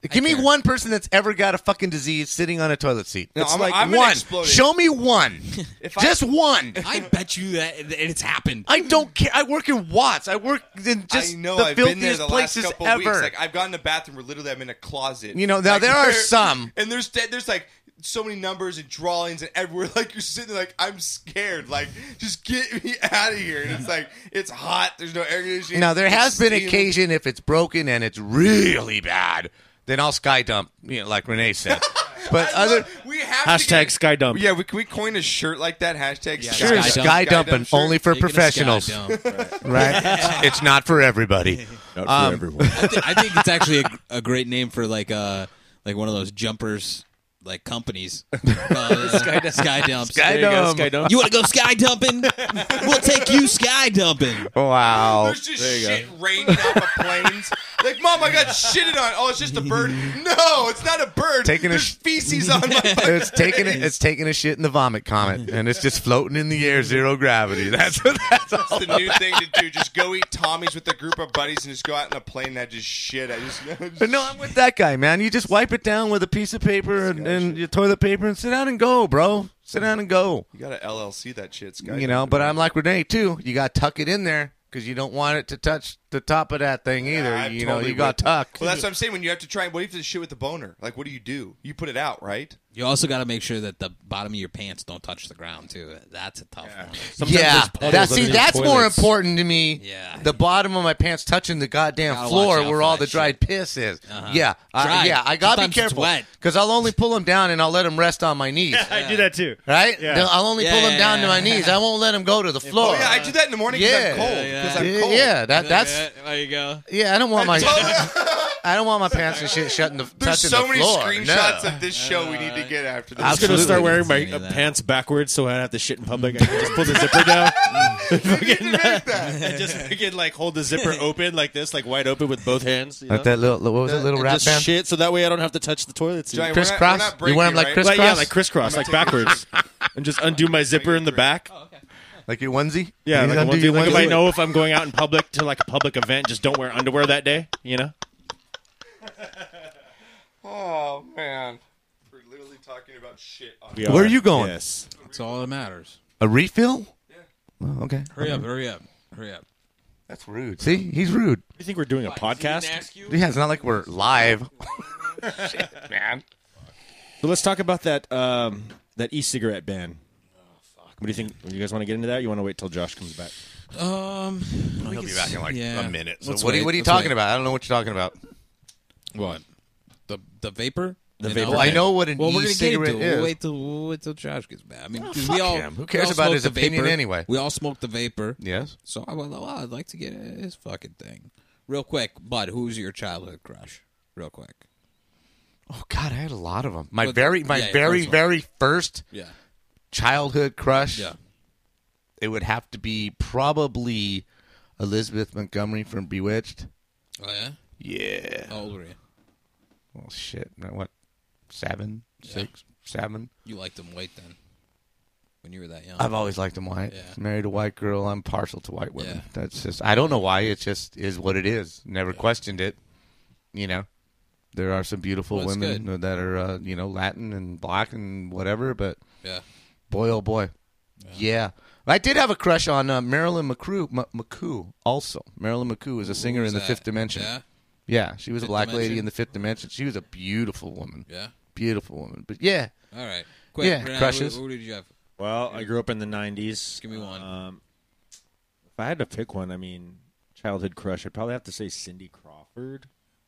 [SPEAKER 2] Give me
[SPEAKER 1] care.
[SPEAKER 2] one person that's ever got a fucking disease sitting on a toilet seat.
[SPEAKER 3] No,
[SPEAKER 2] it's
[SPEAKER 3] I'm-
[SPEAKER 2] like
[SPEAKER 3] I'm gonna
[SPEAKER 2] one.
[SPEAKER 3] explode it.
[SPEAKER 2] Show me one.
[SPEAKER 3] If I-
[SPEAKER 2] just one.
[SPEAKER 1] I bet you that it- it's happened.
[SPEAKER 2] I don't care. I work in Watts. I work in just
[SPEAKER 3] I know.
[SPEAKER 2] the
[SPEAKER 3] I've
[SPEAKER 2] filthiest
[SPEAKER 3] been there the
[SPEAKER 2] places
[SPEAKER 3] last couple
[SPEAKER 2] ever.
[SPEAKER 3] weeks. Like I've gone in the bathroom where literally I'm in a closet.
[SPEAKER 2] You know, now
[SPEAKER 3] Like,
[SPEAKER 2] there are some.
[SPEAKER 3] and there's there's like so many numbers and drawings and everywhere. Like you're sitting there, like I'm scared. Like just get me out of here. And it's like it's hot. There's no air conditioning.
[SPEAKER 2] now there
[SPEAKER 3] It's
[SPEAKER 2] has been
[SPEAKER 3] steam.
[SPEAKER 2] occasion if it's broken and it's really bad, then I'll sky dump, you know, like Renee said. But
[SPEAKER 3] I
[SPEAKER 2] other
[SPEAKER 3] love- we have to
[SPEAKER 4] Hashtag
[SPEAKER 3] get-
[SPEAKER 4] sky dump.
[SPEAKER 3] Yeah, we, can we coin a shirt like that? Hashtag
[SPEAKER 1] Yeah,
[SPEAKER 2] sure,
[SPEAKER 1] sky
[SPEAKER 2] sky,
[SPEAKER 1] dump.
[SPEAKER 2] dumping
[SPEAKER 3] dump shirt.
[SPEAKER 2] only for
[SPEAKER 1] Taking a sky
[SPEAKER 2] professionals,
[SPEAKER 1] dump.
[SPEAKER 2] right? it's not for everybody.
[SPEAKER 4] Not for
[SPEAKER 1] um,
[SPEAKER 4] everyone.
[SPEAKER 1] I thi- I think it's actually a, a great name for like uh like one of those jumpers like companies. Uh, sky, dumps.
[SPEAKER 2] Sky
[SPEAKER 4] There you go,
[SPEAKER 2] dump.
[SPEAKER 4] sky dump.
[SPEAKER 1] um, You want to go sky dumping? we'll take you sky dumping.
[SPEAKER 2] Wow.
[SPEAKER 3] There's just shit raining off of planes. Like, mom, I got shitted on. Oh, it's just a bird. No, it's not a bird.
[SPEAKER 2] Taking a
[SPEAKER 3] There's
[SPEAKER 2] sh-
[SPEAKER 3] feces on my.
[SPEAKER 2] It's taking a, it's taking a shit in the vomit comet, and it's just floating in the air, zero gravity. That's what that's all.
[SPEAKER 3] That's the new thing to do. Just go eat Tommy's with a group of buddies and just go out in a plane and I just shit. I just,
[SPEAKER 2] But no, I'm with that guy, man. You just wipe it down with a piece of paper and, and your toilet paper, and sit down and go, bro. Sit down and go.
[SPEAKER 3] you gotta LLC that shit, Sky.
[SPEAKER 2] You know, but I'm like Renee too. You got to tuck it in there because you don't want it to touch the top of that thing either.
[SPEAKER 3] I'm
[SPEAKER 2] you know,
[SPEAKER 3] totally
[SPEAKER 2] you got
[SPEAKER 3] with-
[SPEAKER 2] tuck.
[SPEAKER 3] Well, that's what I'm saying. When you have to try, what if the shit with the boner? Like, what do you do? You put it out, right?
[SPEAKER 1] You also got to make sure that the bottom of your pants don't touch the ground too. That's a tough one.
[SPEAKER 2] yeah,
[SPEAKER 4] puddles
[SPEAKER 2] that, see,
[SPEAKER 4] under
[SPEAKER 2] that's
[SPEAKER 4] the
[SPEAKER 2] more
[SPEAKER 4] toilets.
[SPEAKER 2] important to me.
[SPEAKER 1] Yeah.
[SPEAKER 2] the bottom of my pants touching the goddamn
[SPEAKER 1] Gotta watch
[SPEAKER 2] floor
[SPEAKER 1] out
[SPEAKER 2] where
[SPEAKER 1] for
[SPEAKER 2] all
[SPEAKER 1] that
[SPEAKER 2] the dried piss is. Yeah, I,
[SPEAKER 1] Dried.
[SPEAKER 2] yeah, I gotta
[SPEAKER 1] Sometimes
[SPEAKER 2] be
[SPEAKER 1] it's
[SPEAKER 2] careful
[SPEAKER 1] wet.
[SPEAKER 2] because I'll only pull them down and I'll let them rest on my knees.
[SPEAKER 4] I do that too.
[SPEAKER 2] Right?
[SPEAKER 4] Yeah.
[SPEAKER 2] They'll- I'll only
[SPEAKER 1] Yeah,
[SPEAKER 2] pull them
[SPEAKER 1] yeah,
[SPEAKER 2] down
[SPEAKER 1] yeah.
[SPEAKER 2] to my knees. I won't let them go to the floor.
[SPEAKER 3] Oh yeah, I do that in the morning because
[SPEAKER 2] Yeah.
[SPEAKER 3] I'm cold.
[SPEAKER 1] Yeah, yeah.
[SPEAKER 3] Because
[SPEAKER 2] Yeah,
[SPEAKER 3] I'm cold.
[SPEAKER 2] yeah, that that's
[SPEAKER 1] eh, there you go.
[SPEAKER 2] yeah. I don't want my I don't want my pants and shit shutting the
[SPEAKER 3] There's
[SPEAKER 2] touching
[SPEAKER 3] so
[SPEAKER 2] the
[SPEAKER 3] many
[SPEAKER 2] floor.
[SPEAKER 3] screenshots
[SPEAKER 2] No.
[SPEAKER 3] of this show we need to get after this.
[SPEAKER 4] I'm just gonna
[SPEAKER 2] Absolutely.
[SPEAKER 4] start wearing my
[SPEAKER 1] Didn't
[SPEAKER 4] uh,
[SPEAKER 1] do that.
[SPEAKER 4] pants backwards so I don't have to shit in public. I can just pull the zipper down and just fucking like hold the zipper open like this, like wide open with both hands. You know?
[SPEAKER 2] Like that little what was that little
[SPEAKER 4] And
[SPEAKER 2] rap
[SPEAKER 4] just
[SPEAKER 2] band?
[SPEAKER 4] shit, so that way I don't have to touch the toilet seat.
[SPEAKER 3] Giant- We're not- we're
[SPEAKER 2] Crisscross.
[SPEAKER 3] not
[SPEAKER 2] You wear them
[SPEAKER 3] breaking,
[SPEAKER 2] like
[SPEAKER 3] right?
[SPEAKER 2] crisscross,
[SPEAKER 4] like, yeah, like crisscross, like backwards, and just undo my zipper in the back.
[SPEAKER 1] Oh,
[SPEAKER 2] Like your onesie.
[SPEAKER 4] Yeah,
[SPEAKER 2] You
[SPEAKER 4] like,
[SPEAKER 2] undo your
[SPEAKER 4] one thing- like if
[SPEAKER 2] onesie?
[SPEAKER 4] I know if I'm going out in public to like a public event, just don't wear underwear that day. You know,
[SPEAKER 3] Oh man, we're literally talking about shit. On
[SPEAKER 4] We
[SPEAKER 2] Where are you going?
[SPEAKER 4] Yes,
[SPEAKER 1] That's all that matters.
[SPEAKER 2] a refill. Oh, okay.
[SPEAKER 1] Hurry up! Hurry up! Hurry up!
[SPEAKER 2] That's rude. See, he's rude.
[SPEAKER 4] you think we're doing a podcast?
[SPEAKER 2] Yeah, it's not like we're live.
[SPEAKER 4] But let's talk about that um, that e-cigarette ban. What do you think? Do you guys want to get into that? Or you want to wait till Josh comes back?
[SPEAKER 1] Um,
[SPEAKER 2] He'll be back in like
[SPEAKER 1] yeah.
[SPEAKER 2] a minute. So
[SPEAKER 1] Let's
[SPEAKER 2] what, are you,
[SPEAKER 1] wait,
[SPEAKER 2] what are you
[SPEAKER 1] let's
[SPEAKER 2] talking
[SPEAKER 1] wait.
[SPEAKER 2] about? I don't know what you're talking about.
[SPEAKER 1] what? The the vapor. The
[SPEAKER 4] vapor
[SPEAKER 2] Well, I know what an
[SPEAKER 1] well, we're gonna get into
[SPEAKER 2] e-cigarette
[SPEAKER 1] it.
[SPEAKER 2] is.
[SPEAKER 1] We'll wait till we'll wait till Josh gets back. I mean, 'cause we
[SPEAKER 2] Oh, fuck
[SPEAKER 1] all
[SPEAKER 2] him. Who
[SPEAKER 1] we
[SPEAKER 2] cares
[SPEAKER 1] all
[SPEAKER 2] about
[SPEAKER 1] smoke
[SPEAKER 2] his
[SPEAKER 1] the
[SPEAKER 2] opinion
[SPEAKER 1] vapor.
[SPEAKER 2] anyway?
[SPEAKER 1] We all smoke the vapor.
[SPEAKER 2] Yes.
[SPEAKER 1] So I well, oh, I'd like to get his fucking thing real quick. Bud, who's your childhood crush? Real quick.
[SPEAKER 2] Oh God, I had a lot of them. My
[SPEAKER 1] But-
[SPEAKER 2] very, my
[SPEAKER 1] yeah, your
[SPEAKER 2] very,
[SPEAKER 1] first one.
[SPEAKER 2] very first
[SPEAKER 1] Yeah.
[SPEAKER 2] childhood crush.
[SPEAKER 1] Yeah.
[SPEAKER 2] It would have to be probably Elizabeth Montgomery from Bewitched.
[SPEAKER 1] Oh yeah.
[SPEAKER 2] Yeah.
[SPEAKER 1] How old were you?
[SPEAKER 2] Well, shit. no, What? Seven, six, seven.
[SPEAKER 1] You liked them white then, when you were that young.
[SPEAKER 2] I've always liked them white.
[SPEAKER 1] Yeah.
[SPEAKER 2] Married a white girl. I'm partial to white women.
[SPEAKER 1] Yeah.
[SPEAKER 2] That's just. I don't know why. It just is what it is. Never questioned it. You know, there are some beautiful
[SPEAKER 1] Well, that's
[SPEAKER 2] women that are uh, you know Latin and black and whatever, but
[SPEAKER 1] yeah.
[SPEAKER 2] Boy, oh boy. Yeah. I did have a crush on uh, Marilyn McCrew, M- McCoo also. Marilyn McCoo was a singer in the
[SPEAKER 1] that?
[SPEAKER 2] Fifth Dimension.
[SPEAKER 1] Yeah?
[SPEAKER 2] Yeah, she was a black lady
[SPEAKER 1] Dimension?
[SPEAKER 2] in the Fifth Dimension. She was a beautiful woman.
[SPEAKER 1] Yeah.
[SPEAKER 2] Beautiful woman. But yeah,
[SPEAKER 1] All right. Quick.
[SPEAKER 2] Yeah,
[SPEAKER 1] Renee,
[SPEAKER 2] crushes.
[SPEAKER 1] Who, who did you have?
[SPEAKER 4] Well, I grew up in the '90s.
[SPEAKER 1] Give me one.
[SPEAKER 4] Um, if I had to pick one, I mean, childhood crush, I'd probably have to say Cindy Crawford.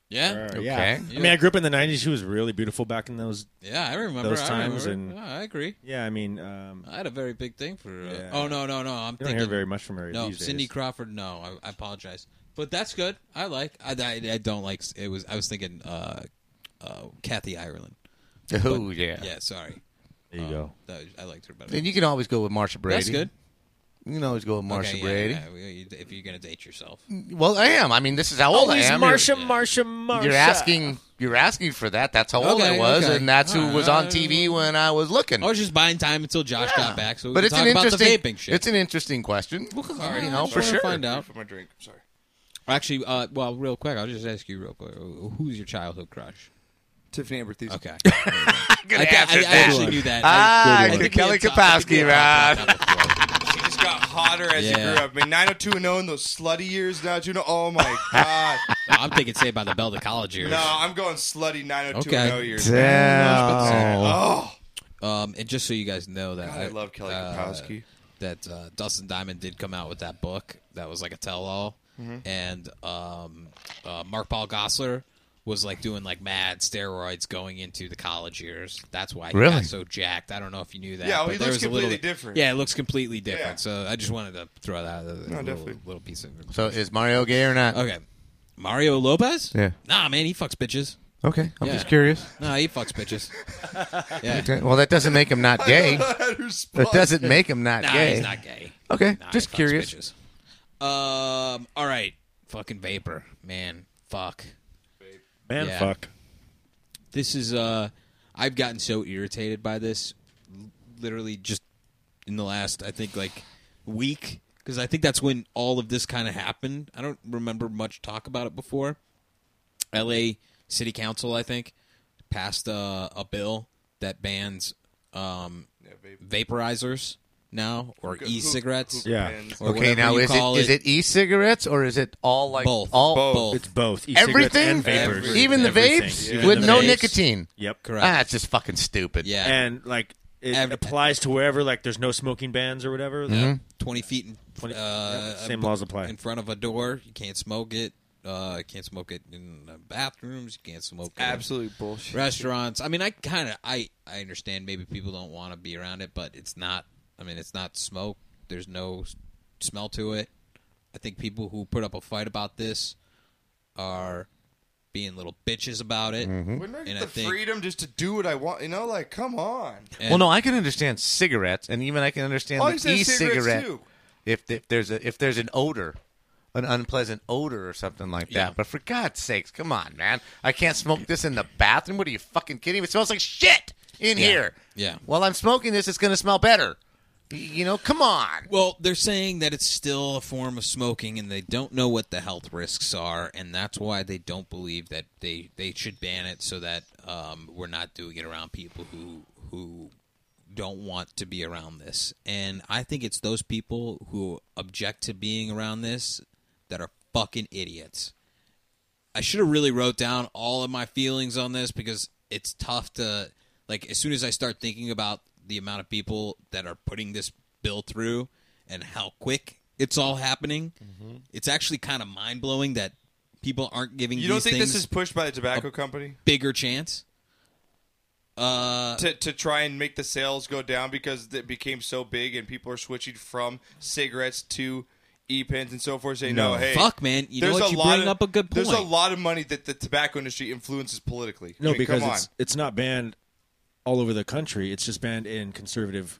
[SPEAKER 1] Yeah.
[SPEAKER 4] Or-
[SPEAKER 2] Okay.
[SPEAKER 4] Yeah. I mean, I grew up in the '90s. She was really beautiful back in those.
[SPEAKER 1] Yeah, I remember
[SPEAKER 4] Those
[SPEAKER 1] I
[SPEAKER 4] times
[SPEAKER 1] remember.
[SPEAKER 4] and-
[SPEAKER 1] Yeah, I agree.
[SPEAKER 4] Yeah, I mean, um,
[SPEAKER 1] I had a very big thing for. Uh,
[SPEAKER 4] Yeah.
[SPEAKER 1] Oh no, no, no! I'm
[SPEAKER 4] you don't
[SPEAKER 1] Uh, thinking
[SPEAKER 4] hear very much from her
[SPEAKER 1] no
[SPEAKER 4] these days.
[SPEAKER 1] Cindy Crawford. No, I, I apologize, but that's good. I like. I, I, I don't like. It was. I was thinking. Uh, uh, Kathy Ireland
[SPEAKER 2] Oh yeah.
[SPEAKER 1] Yeah, sorry.
[SPEAKER 4] There you go.
[SPEAKER 1] That was- I liked her better.
[SPEAKER 2] And you can always go with Marsha Brady.
[SPEAKER 1] That's good.
[SPEAKER 2] You can always go with Marsha
[SPEAKER 1] Okay, yeah,
[SPEAKER 2] Brady.
[SPEAKER 1] yeah, yeah, you- If you're gonna date yourself,
[SPEAKER 2] Well, I am. I mean, this is
[SPEAKER 4] Oh,
[SPEAKER 2] how old
[SPEAKER 6] Always
[SPEAKER 2] I am.
[SPEAKER 6] Marsha, Marsha, Marsha.
[SPEAKER 2] You're, you're asking. You're asking for that. That's how old
[SPEAKER 1] Okay,
[SPEAKER 2] I was,
[SPEAKER 1] okay. Uh,
[SPEAKER 2] and that's who
[SPEAKER 1] All
[SPEAKER 2] was
[SPEAKER 1] right.
[SPEAKER 2] on TV when I was looking.
[SPEAKER 1] I was just buying time until Josh got back, so we
[SPEAKER 2] but
[SPEAKER 1] can
[SPEAKER 2] it's
[SPEAKER 1] talk
[SPEAKER 2] an
[SPEAKER 1] about the
[SPEAKER 2] interesting.
[SPEAKER 1] vaping shit.
[SPEAKER 2] It's an interesting question. you know, for
[SPEAKER 1] We'll
[SPEAKER 2] sure.
[SPEAKER 1] Find out.
[SPEAKER 3] For my drink. Sorry.
[SPEAKER 1] Actually, uh, well, real quick, I'll just ask you real quick. Who's your childhood crush?
[SPEAKER 3] Tiffany Amber Thiessen.
[SPEAKER 1] Okay. I, I, I actually knew that.
[SPEAKER 2] Ah,
[SPEAKER 1] I, I think we
[SPEAKER 2] Kelly
[SPEAKER 1] had talked- I think we had
[SPEAKER 2] Kapowski, man.
[SPEAKER 1] talked about that before.
[SPEAKER 3] She just got hotter as you
[SPEAKER 1] Yeah.
[SPEAKER 3] grew up. I mean, 90210 in those slutty years, 90210. Oh my god.
[SPEAKER 1] No, I'm thinking say by the bell to college years.
[SPEAKER 3] No, I'm going slutty 90210
[SPEAKER 1] Okay.
[SPEAKER 3] years.
[SPEAKER 2] Damn.
[SPEAKER 3] Oh,
[SPEAKER 1] Um, and just so you guys know that
[SPEAKER 3] God, I love Kelly Uh, Kapowski.
[SPEAKER 1] That uh, Dustin Diamond did come out with that book that was like a tell-all,
[SPEAKER 3] Mm-hmm.
[SPEAKER 1] and um, uh, Mark Paul Gossler was like doing like mad steroids going into the college years. That's why he
[SPEAKER 2] Really?
[SPEAKER 1] got so jacked. I don't know if you knew that.
[SPEAKER 3] Yeah, well,
[SPEAKER 1] but
[SPEAKER 3] he
[SPEAKER 1] there
[SPEAKER 3] looks
[SPEAKER 1] was a little-
[SPEAKER 3] completely different.
[SPEAKER 1] Yeah, it looks completely different.
[SPEAKER 3] Yeah.
[SPEAKER 1] So I just wanted to throw that as a little,
[SPEAKER 3] definitely.
[SPEAKER 1] little piece of.
[SPEAKER 2] So is Mario gay or not?
[SPEAKER 1] Okay, Mario Lopez.
[SPEAKER 5] Yeah.
[SPEAKER 1] Nah, man, he fucks bitches.
[SPEAKER 5] Okay, I'm
[SPEAKER 1] Yeah.
[SPEAKER 5] just curious.
[SPEAKER 1] Nah, he fucks bitches.
[SPEAKER 2] Okay, Well, that doesn't make him not gay.
[SPEAKER 3] that
[SPEAKER 2] That doesn't make him not
[SPEAKER 1] Nah,
[SPEAKER 2] gay.
[SPEAKER 1] he's not gay.
[SPEAKER 2] Okay,
[SPEAKER 1] Nah,
[SPEAKER 2] just
[SPEAKER 1] he fucks
[SPEAKER 2] curious.
[SPEAKER 1] bitches. Um. All right. Fucking vapor, man. Fuck.
[SPEAKER 4] Man,
[SPEAKER 1] Yeah.
[SPEAKER 4] fuck.
[SPEAKER 1] This is. Uh. I've gotten so irritated by this, l- literally just in the last, I think, like week, because I think that's when all of this kind of happened. I don't remember much talk about it before. L.A. City Council, I think, passed a, a bill that bans um, vaporizers now or e-cigarettes.
[SPEAKER 4] Yeah.
[SPEAKER 1] or
[SPEAKER 2] Okay,
[SPEAKER 1] whatever
[SPEAKER 2] now
[SPEAKER 1] you
[SPEAKER 2] is
[SPEAKER 1] call
[SPEAKER 2] it is it e-cigarettes or is it all like
[SPEAKER 1] Both.
[SPEAKER 2] all
[SPEAKER 3] Both.
[SPEAKER 4] It's both. E-cigarettes
[SPEAKER 2] everything,
[SPEAKER 4] E and vapors.
[SPEAKER 2] even the
[SPEAKER 4] Everything.
[SPEAKER 2] vapes
[SPEAKER 4] Even
[SPEAKER 2] with
[SPEAKER 4] the
[SPEAKER 2] no
[SPEAKER 4] vapes.
[SPEAKER 2] nicotine?
[SPEAKER 4] Yep.
[SPEAKER 1] Correct.
[SPEAKER 2] Ah, it's just fucking stupid.
[SPEAKER 1] Yeah.
[SPEAKER 4] And like it
[SPEAKER 1] Every-
[SPEAKER 4] applies to wherever like there's no smoking bans or whatever.
[SPEAKER 2] Mm-hmm.
[SPEAKER 3] Mm-hmm.
[SPEAKER 1] 20 feet in,
[SPEAKER 4] 20
[SPEAKER 1] uh,
[SPEAKER 4] yeah, same laws apply.
[SPEAKER 1] in front of a door. You can't smoke it. Uh, you can't smoke it in the bathrooms. You can't smoke it in
[SPEAKER 3] absolute bullshit.
[SPEAKER 1] restaurants. I mean, I kind of I, I understand maybe people don't want to be around it, but it's not. I mean, it's not smoke. There's no s- smell to it. I think people who put up a fight about this are being little bitches about it.
[SPEAKER 4] Mm-hmm.
[SPEAKER 3] Wouldn't I
[SPEAKER 1] And
[SPEAKER 3] get
[SPEAKER 1] I
[SPEAKER 3] the
[SPEAKER 1] think-
[SPEAKER 3] freedom just to do what I want? You know, like, come on.
[SPEAKER 2] Well, no, I can understand cigarettes, and even I can understand
[SPEAKER 3] Oh, you
[SPEAKER 2] the
[SPEAKER 3] said
[SPEAKER 2] e-cigarette
[SPEAKER 3] cigarettes, too.
[SPEAKER 2] if, th- if there's a if there's an odor, an unpleasant odor or something like that.
[SPEAKER 1] Yeah.
[SPEAKER 2] But for God's sakes, come on, man! I can't smoke this in the bathroom. What are you fucking kidding me? It smells like shit in here.
[SPEAKER 1] Yeah.
[SPEAKER 2] While I'm smoking this, it's gonna smell better. Y- You know, come on.
[SPEAKER 1] Well, they're saying that it's still a form of smoking, and they don't know what the health risks are, and that's why they don't believe that they, they should ban it, so that um, we're not doing it around people who who don't want to be around this. And I think it's those people who object to being around this that are fucking idiots. I should have really wrote down all of my feelings on this because it's tough to like as soon as I start thinking about the amount of people that are putting this bill through and how quick it's all happening,
[SPEAKER 3] Mm-hmm.
[SPEAKER 1] it's actually kind of mind blowing that people aren't giving
[SPEAKER 3] You
[SPEAKER 1] these
[SPEAKER 3] don't think
[SPEAKER 1] things
[SPEAKER 3] this is pushed by the tobacco company
[SPEAKER 1] bigger chance.
[SPEAKER 3] to, to try and make the sales go down because it became so big and people are switching from cigarettes to e-pens and so forth? Saying no, hey,
[SPEAKER 1] Fuck, man. You know
[SPEAKER 3] there's
[SPEAKER 1] what?
[SPEAKER 3] a
[SPEAKER 1] You
[SPEAKER 3] lot
[SPEAKER 1] bring
[SPEAKER 3] of,
[SPEAKER 1] up a good
[SPEAKER 3] There's a
[SPEAKER 1] point.
[SPEAKER 3] lot of money that the tobacco industry influences politically. I
[SPEAKER 4] No,
[SPEAKER 3] mean,
[SPEAKER 4] because
[SPEAKER 3] come
[SPEAKER 4] it's
[SPEAKER 3] on.
[SPEAKER 4] it's not banned all over the country. It's just banned in conservative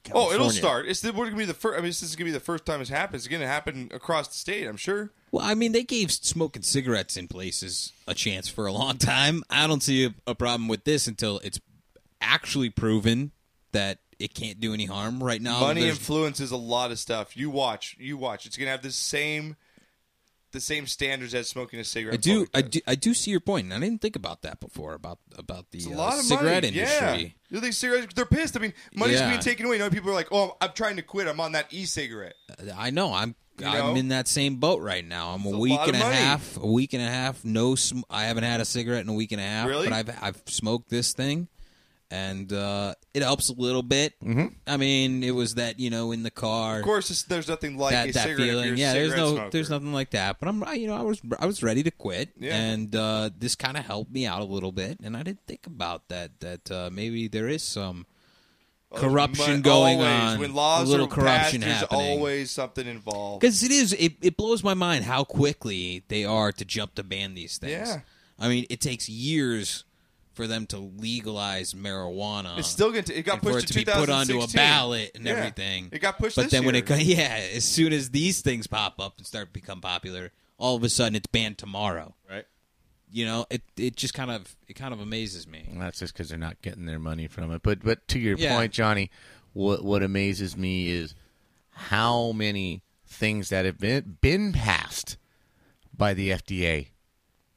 [SPEAKER 3] Oh,
[SPEAKER 4] California.
[SPEAKER 3] it'll start. It's the, we're gonna be the first. I mean, this is gonna be the first time it's happened. It's gonna happen across the state. I'm sure.
[SPEAKER 1] Well, I mean, they gave smoking cigarettes in places a chance for a long time. I don't see a, a problem with this until it's actually proven that it can't do any harm. Right now,
[SPEAKER 3] Money
[SPEAKER 1] Oh, there's-
[SPEAKER 3] influences a lot of stuff. You watch. You watch. It's gonna have the same, the same standards as smoking a cigarette.
[SPEAKER 1] I do,
[SPEAKER 3] probably
[SPEAKER 1] I
[SPEAKER 3] does.
[SPEAKER 1] do, I do see your point, and I didn't think about that before about about the
[SPEAKER 3] It's a
[SPEAKER 1] uh,
[SPEAKER 3] lot of
[SPEAKER 1] cigarette
[SPEAKER 3] money.
[SPEAKER 1] industry.
[SPEAKER 3] Yeah. You think cigarettes? They're pissed. I mean, money's
[SPEAKER 1] Yeah.
[SPEAKER 3] being taken away. You know, people are like, "Oh, I'm trying to quit. I'm on that e-cigarette."
[SPEAKER 1] I know. I'm I'm
[SPEAKER 3] know?
[SPEAKER 1] in that same boat right now. I'm a
[SPEAKER 3] a
[SPEAKER 1] week
[SPEAKER 3] lot
[SPEAKER 1] and
[SPEAKER 3] of
[SPEAKER 1] a
[SPEAKER 3] money.
[SPEAKER 1] half. A week and a half. No, sm- I haven't had a cigarette in a week and a half.
[SPEAKER 3] Really?
[SPEAKER 1] But I've I've smoked this thing, and uh, it helps a little bit. Mm-hmm. I mean, it was that you know in the car.
[SPEAKER 3] Of course, it's, there's nothing like a
[SPEAKER 1] that, that
[SPEAKER 3] cigarette. if you're
[SPEAKER 1] feeling.
[SPEAKER 3] a
[SPEAKER 1] Yeah, there's
[SPEAKER 3] cigarette
[SPEAKER 1] no
[SPEAKER 3] smoker.
[SPEAKER 1] there's nothing like that. But I'm I- you know I was I was ready to quit,
[SPEAKER 3] Yeah.
[SPEAKER 1] and uh, this kind of helped me out a little bit, and I didn't think about that that uh, maybe there is some corruption
[SPEAKER 3] Mon-
[SPEAKER 1] going
[SPEAKER 3] Oh, always,
[SPEAKER 1] on,
[SPEAKER 3] When laws
[SPEAKER 1] a little
[SPEAKER 3] are
[SPEAKER 1] corruption
[SPEAKER 3] passed,
[SPEAKER 1] happening.
[SPEAKER 3] There's always something involved.
[SPEAKER 1] Because it is, it, it blows my mind how quickly they are to jump to ban these things.
[SPEAKER 3] Yeah.
[SPEAKER 1] I mean, it takes years for them to legalize marijuana.
[SPEAKER 3] It's still going to. It got
[SPEAKER 1] and for
[SPEAKER 3] pushed
[SPEAKER 1] it to be
[SPEAKER 3] to
[SPEAKER 1] put onto a
[SPEAKER 3] 2016.
[SPEAKER 1] ballot and
[SPEAKER 3] Yeah.
[SPEAKER 1] everything.
[SPEAKER 3] It got pushed
[SPEAKER 1] But
[SPEAKER 3] this
[SPEAKER 1] then when
[SPEAKER 3] year.
[SPEAKER 1] it co- yeah, as soon as these things pop up and start to become popular, all of a sudden it's banned tomorrow.
[SPEAKER 4] Right.
[SPEAKER 1] You know, it it just kind of it kind of amazes me.
[SPEAKER 2] That's just because they're not getting their money from it. But but to your
[SPEAKER 1] Yeah.
[SPEAKER 2] point, Johnny, what what amazes me is how many things that have been been passed by the FDA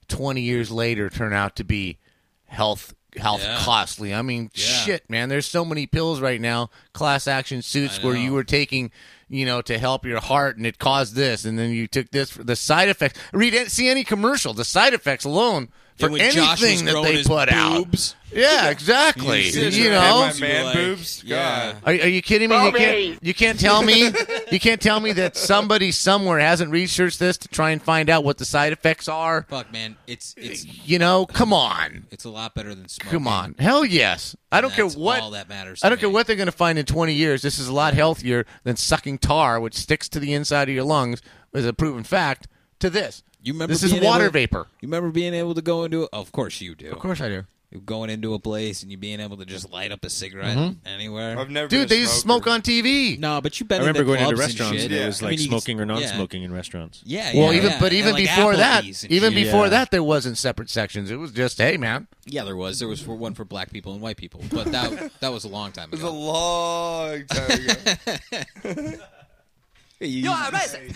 [SPEAKER 2] twenty years later turn out to be health health
[SPEAKER 1] Yeah.
[SPEAKER 2] costly. I mean,
[SPEAKER 1] Yeah.
[SPEAKER 2] shit, man. There's so many pills right now, class action suits
[SPEAKER 1] I
[SPEAKER 2] where
[SPEAKER 1] know.
[SPEAKER 2] you were taking. You know, to help your heart, and it caused this, and then you took this for the side effects. Read, see any commercial? The side effects alone for
[SPEAKER 1] And when Josh was
[SPEAKER 2] anything that
[SPEAKER 1] growing
[SPEAKER 2] they
[SPEAKER 1] his
[SPEAKER 2] put out.
[SPEAKER 1] boobs,
[SPEAKER 2] Yeah, exactly.
[SPEAKER 1] Yeah.
[SPEAKER 2] You
[SPEAKER 3] And
[SPEAKER 2] know,
[SPEAKER 3] my
[SPEAKER 1] You were
[SPEAKER 3] man
[SPEAKER 1] like,
[SPEAKER 3] boobs.
[SPEAKER 1] yeah.
[SPEAKER 3] God.
[SPEAKER 2] are, are you kidding me? You can't, you can't tell me. You can't tell me that somebody somewhere hasn't researched this to try and find out what the side effects are.
[SPEAKER 1] Fuck, man, it's it's
[SPEAKER 2] You know, come on,
[SPEAKER 1] it's a lot better than smoking.
[SPEAKER 2] come on. Hell yes. I don't
[SPEAKER 1] That's
[SPEAKER 2] care
[SPEAKER 1] all
[SPEAKER 2] what.
[SPEAKER 1] that matters.
[SPEAKER 2] I
[SPEAKER 1] to
[SPEAKER 2] don't care
[SPEAKER 1] me.
[SPEAKER 2] what they're going to find in 20 years. This is a lot healthier than sucking tar, which sticks to the inside of your lungs, is a proven fact. To this,
[SPEAKER 1] You remember
[SPEAKER 2] this is
[SPEAKER 1] being
[SPEAKER 2] water
[SPEAKER 1] able-
[SPEAKER 2] vapor.
[SPEAKER 1] You remember being able to go into? of course you do.
[SPEAKER 2] Of course, I do.
[SPEAKER 1] Going into a place and you being able to just light up a cigarette
[SPEAKER 2] Mm-hmm.
[SPEAKER 1] anywhere.
[SPEAKER 3] I've never. been a
[SPEAKER 2] Dude, they used to smoke
[SPEAKER 3] smoker.
[SPEAKER 2] on TV.
[SPEAKER 1] no, but you've been.
[SPEAKER 4] I remember
[SPEAKER 1] in the
[SPEAKER 4] going into
[SPEAKER 1] clubs and
[SPEAKER 4] restaurants
[SPEAKER 1] shit.
[SPEAKER 4] and it was
[SPEAKER 1] I
[SPEAKER 4] like
[SPEAKER 1] mean, you can-
[SPEAKER 4] smoking or non-smoking in restaurants.
[SPEAKER 1] Yeah. yeah
[SPEAKER 2] Well, even
[SPEAKER 1] yeah.
[SPEAKER 2] but
[SPEAKER 1] And
[SPEAKER 2] even
[SPEAKER 1] like
[SPEAKER 2] before that,
[SPEAKER 1] Applebee's and
[SPEAKER 2] even
[SPEAKER 1] shit.
[SPEAKER 2] before
[SPEAKER 4] Yeah.
[SPEAKER 2] that, there wasn't separate sections. It was just, hey, man,
[SPEAKER 1] yeah, there was there was for one for black people and white people, but that that was a long time
[SPEAKER 3] It was a
[SPEAKER 1] ago.
[SPEAKER 3] long time ago.
[SPEAKER 1] You-
[SPEAKER 2] Johnny,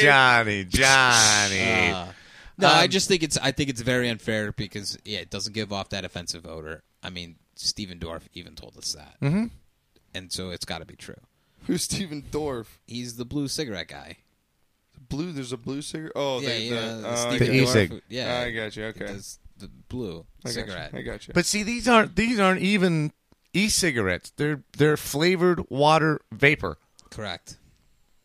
[SPEAKER 2] Johnny, Johnny.
[SPEAKER 1] Uh,
[SPEAKER 2] Um,
[SPEAKER 1] no, I just think it's I think it's very unfair because yeah, it doesn't give off that offensive odor. I mean, Steven Dorff even told us that, mm-hmm. and so it's got to be true.
[SPEAKER 3] Who's Steven Dorff?
[SPEAKER 1] He's the blue cigarette guy.
[SPEAKER 3] Blue. There's a blue cigarette. Oh,
[SPEAKER 1] yeah,
[SPEAKER 3] they,
[SPEAKER 1] yeah,
[SPEAKER 3] the,
[SPEAKER 1] the
[SPEAKER 3] oh, I
[SPEAKER 1] Steven
[SPEAKER 3] got
[SPEAKER 2] The
[SPEAKER 3] you.
[SPEAKER 1] Dorff,
[SPEAKER 2] e-cig.
[SPEAKER 1] Yeah,
[SPEAKER 3] I got you. Okay.
[SPEAKER 1] does the blue
[SPEAKER 3] I got you.
[SPEAKER 1] cigarette.
[SPEAKER 3] I got you.
[SPEAKER 2] but see, these aren't these aren't even e-cigarettes. They're they're flavored water vapor.
[SPEAKER 1] Correct.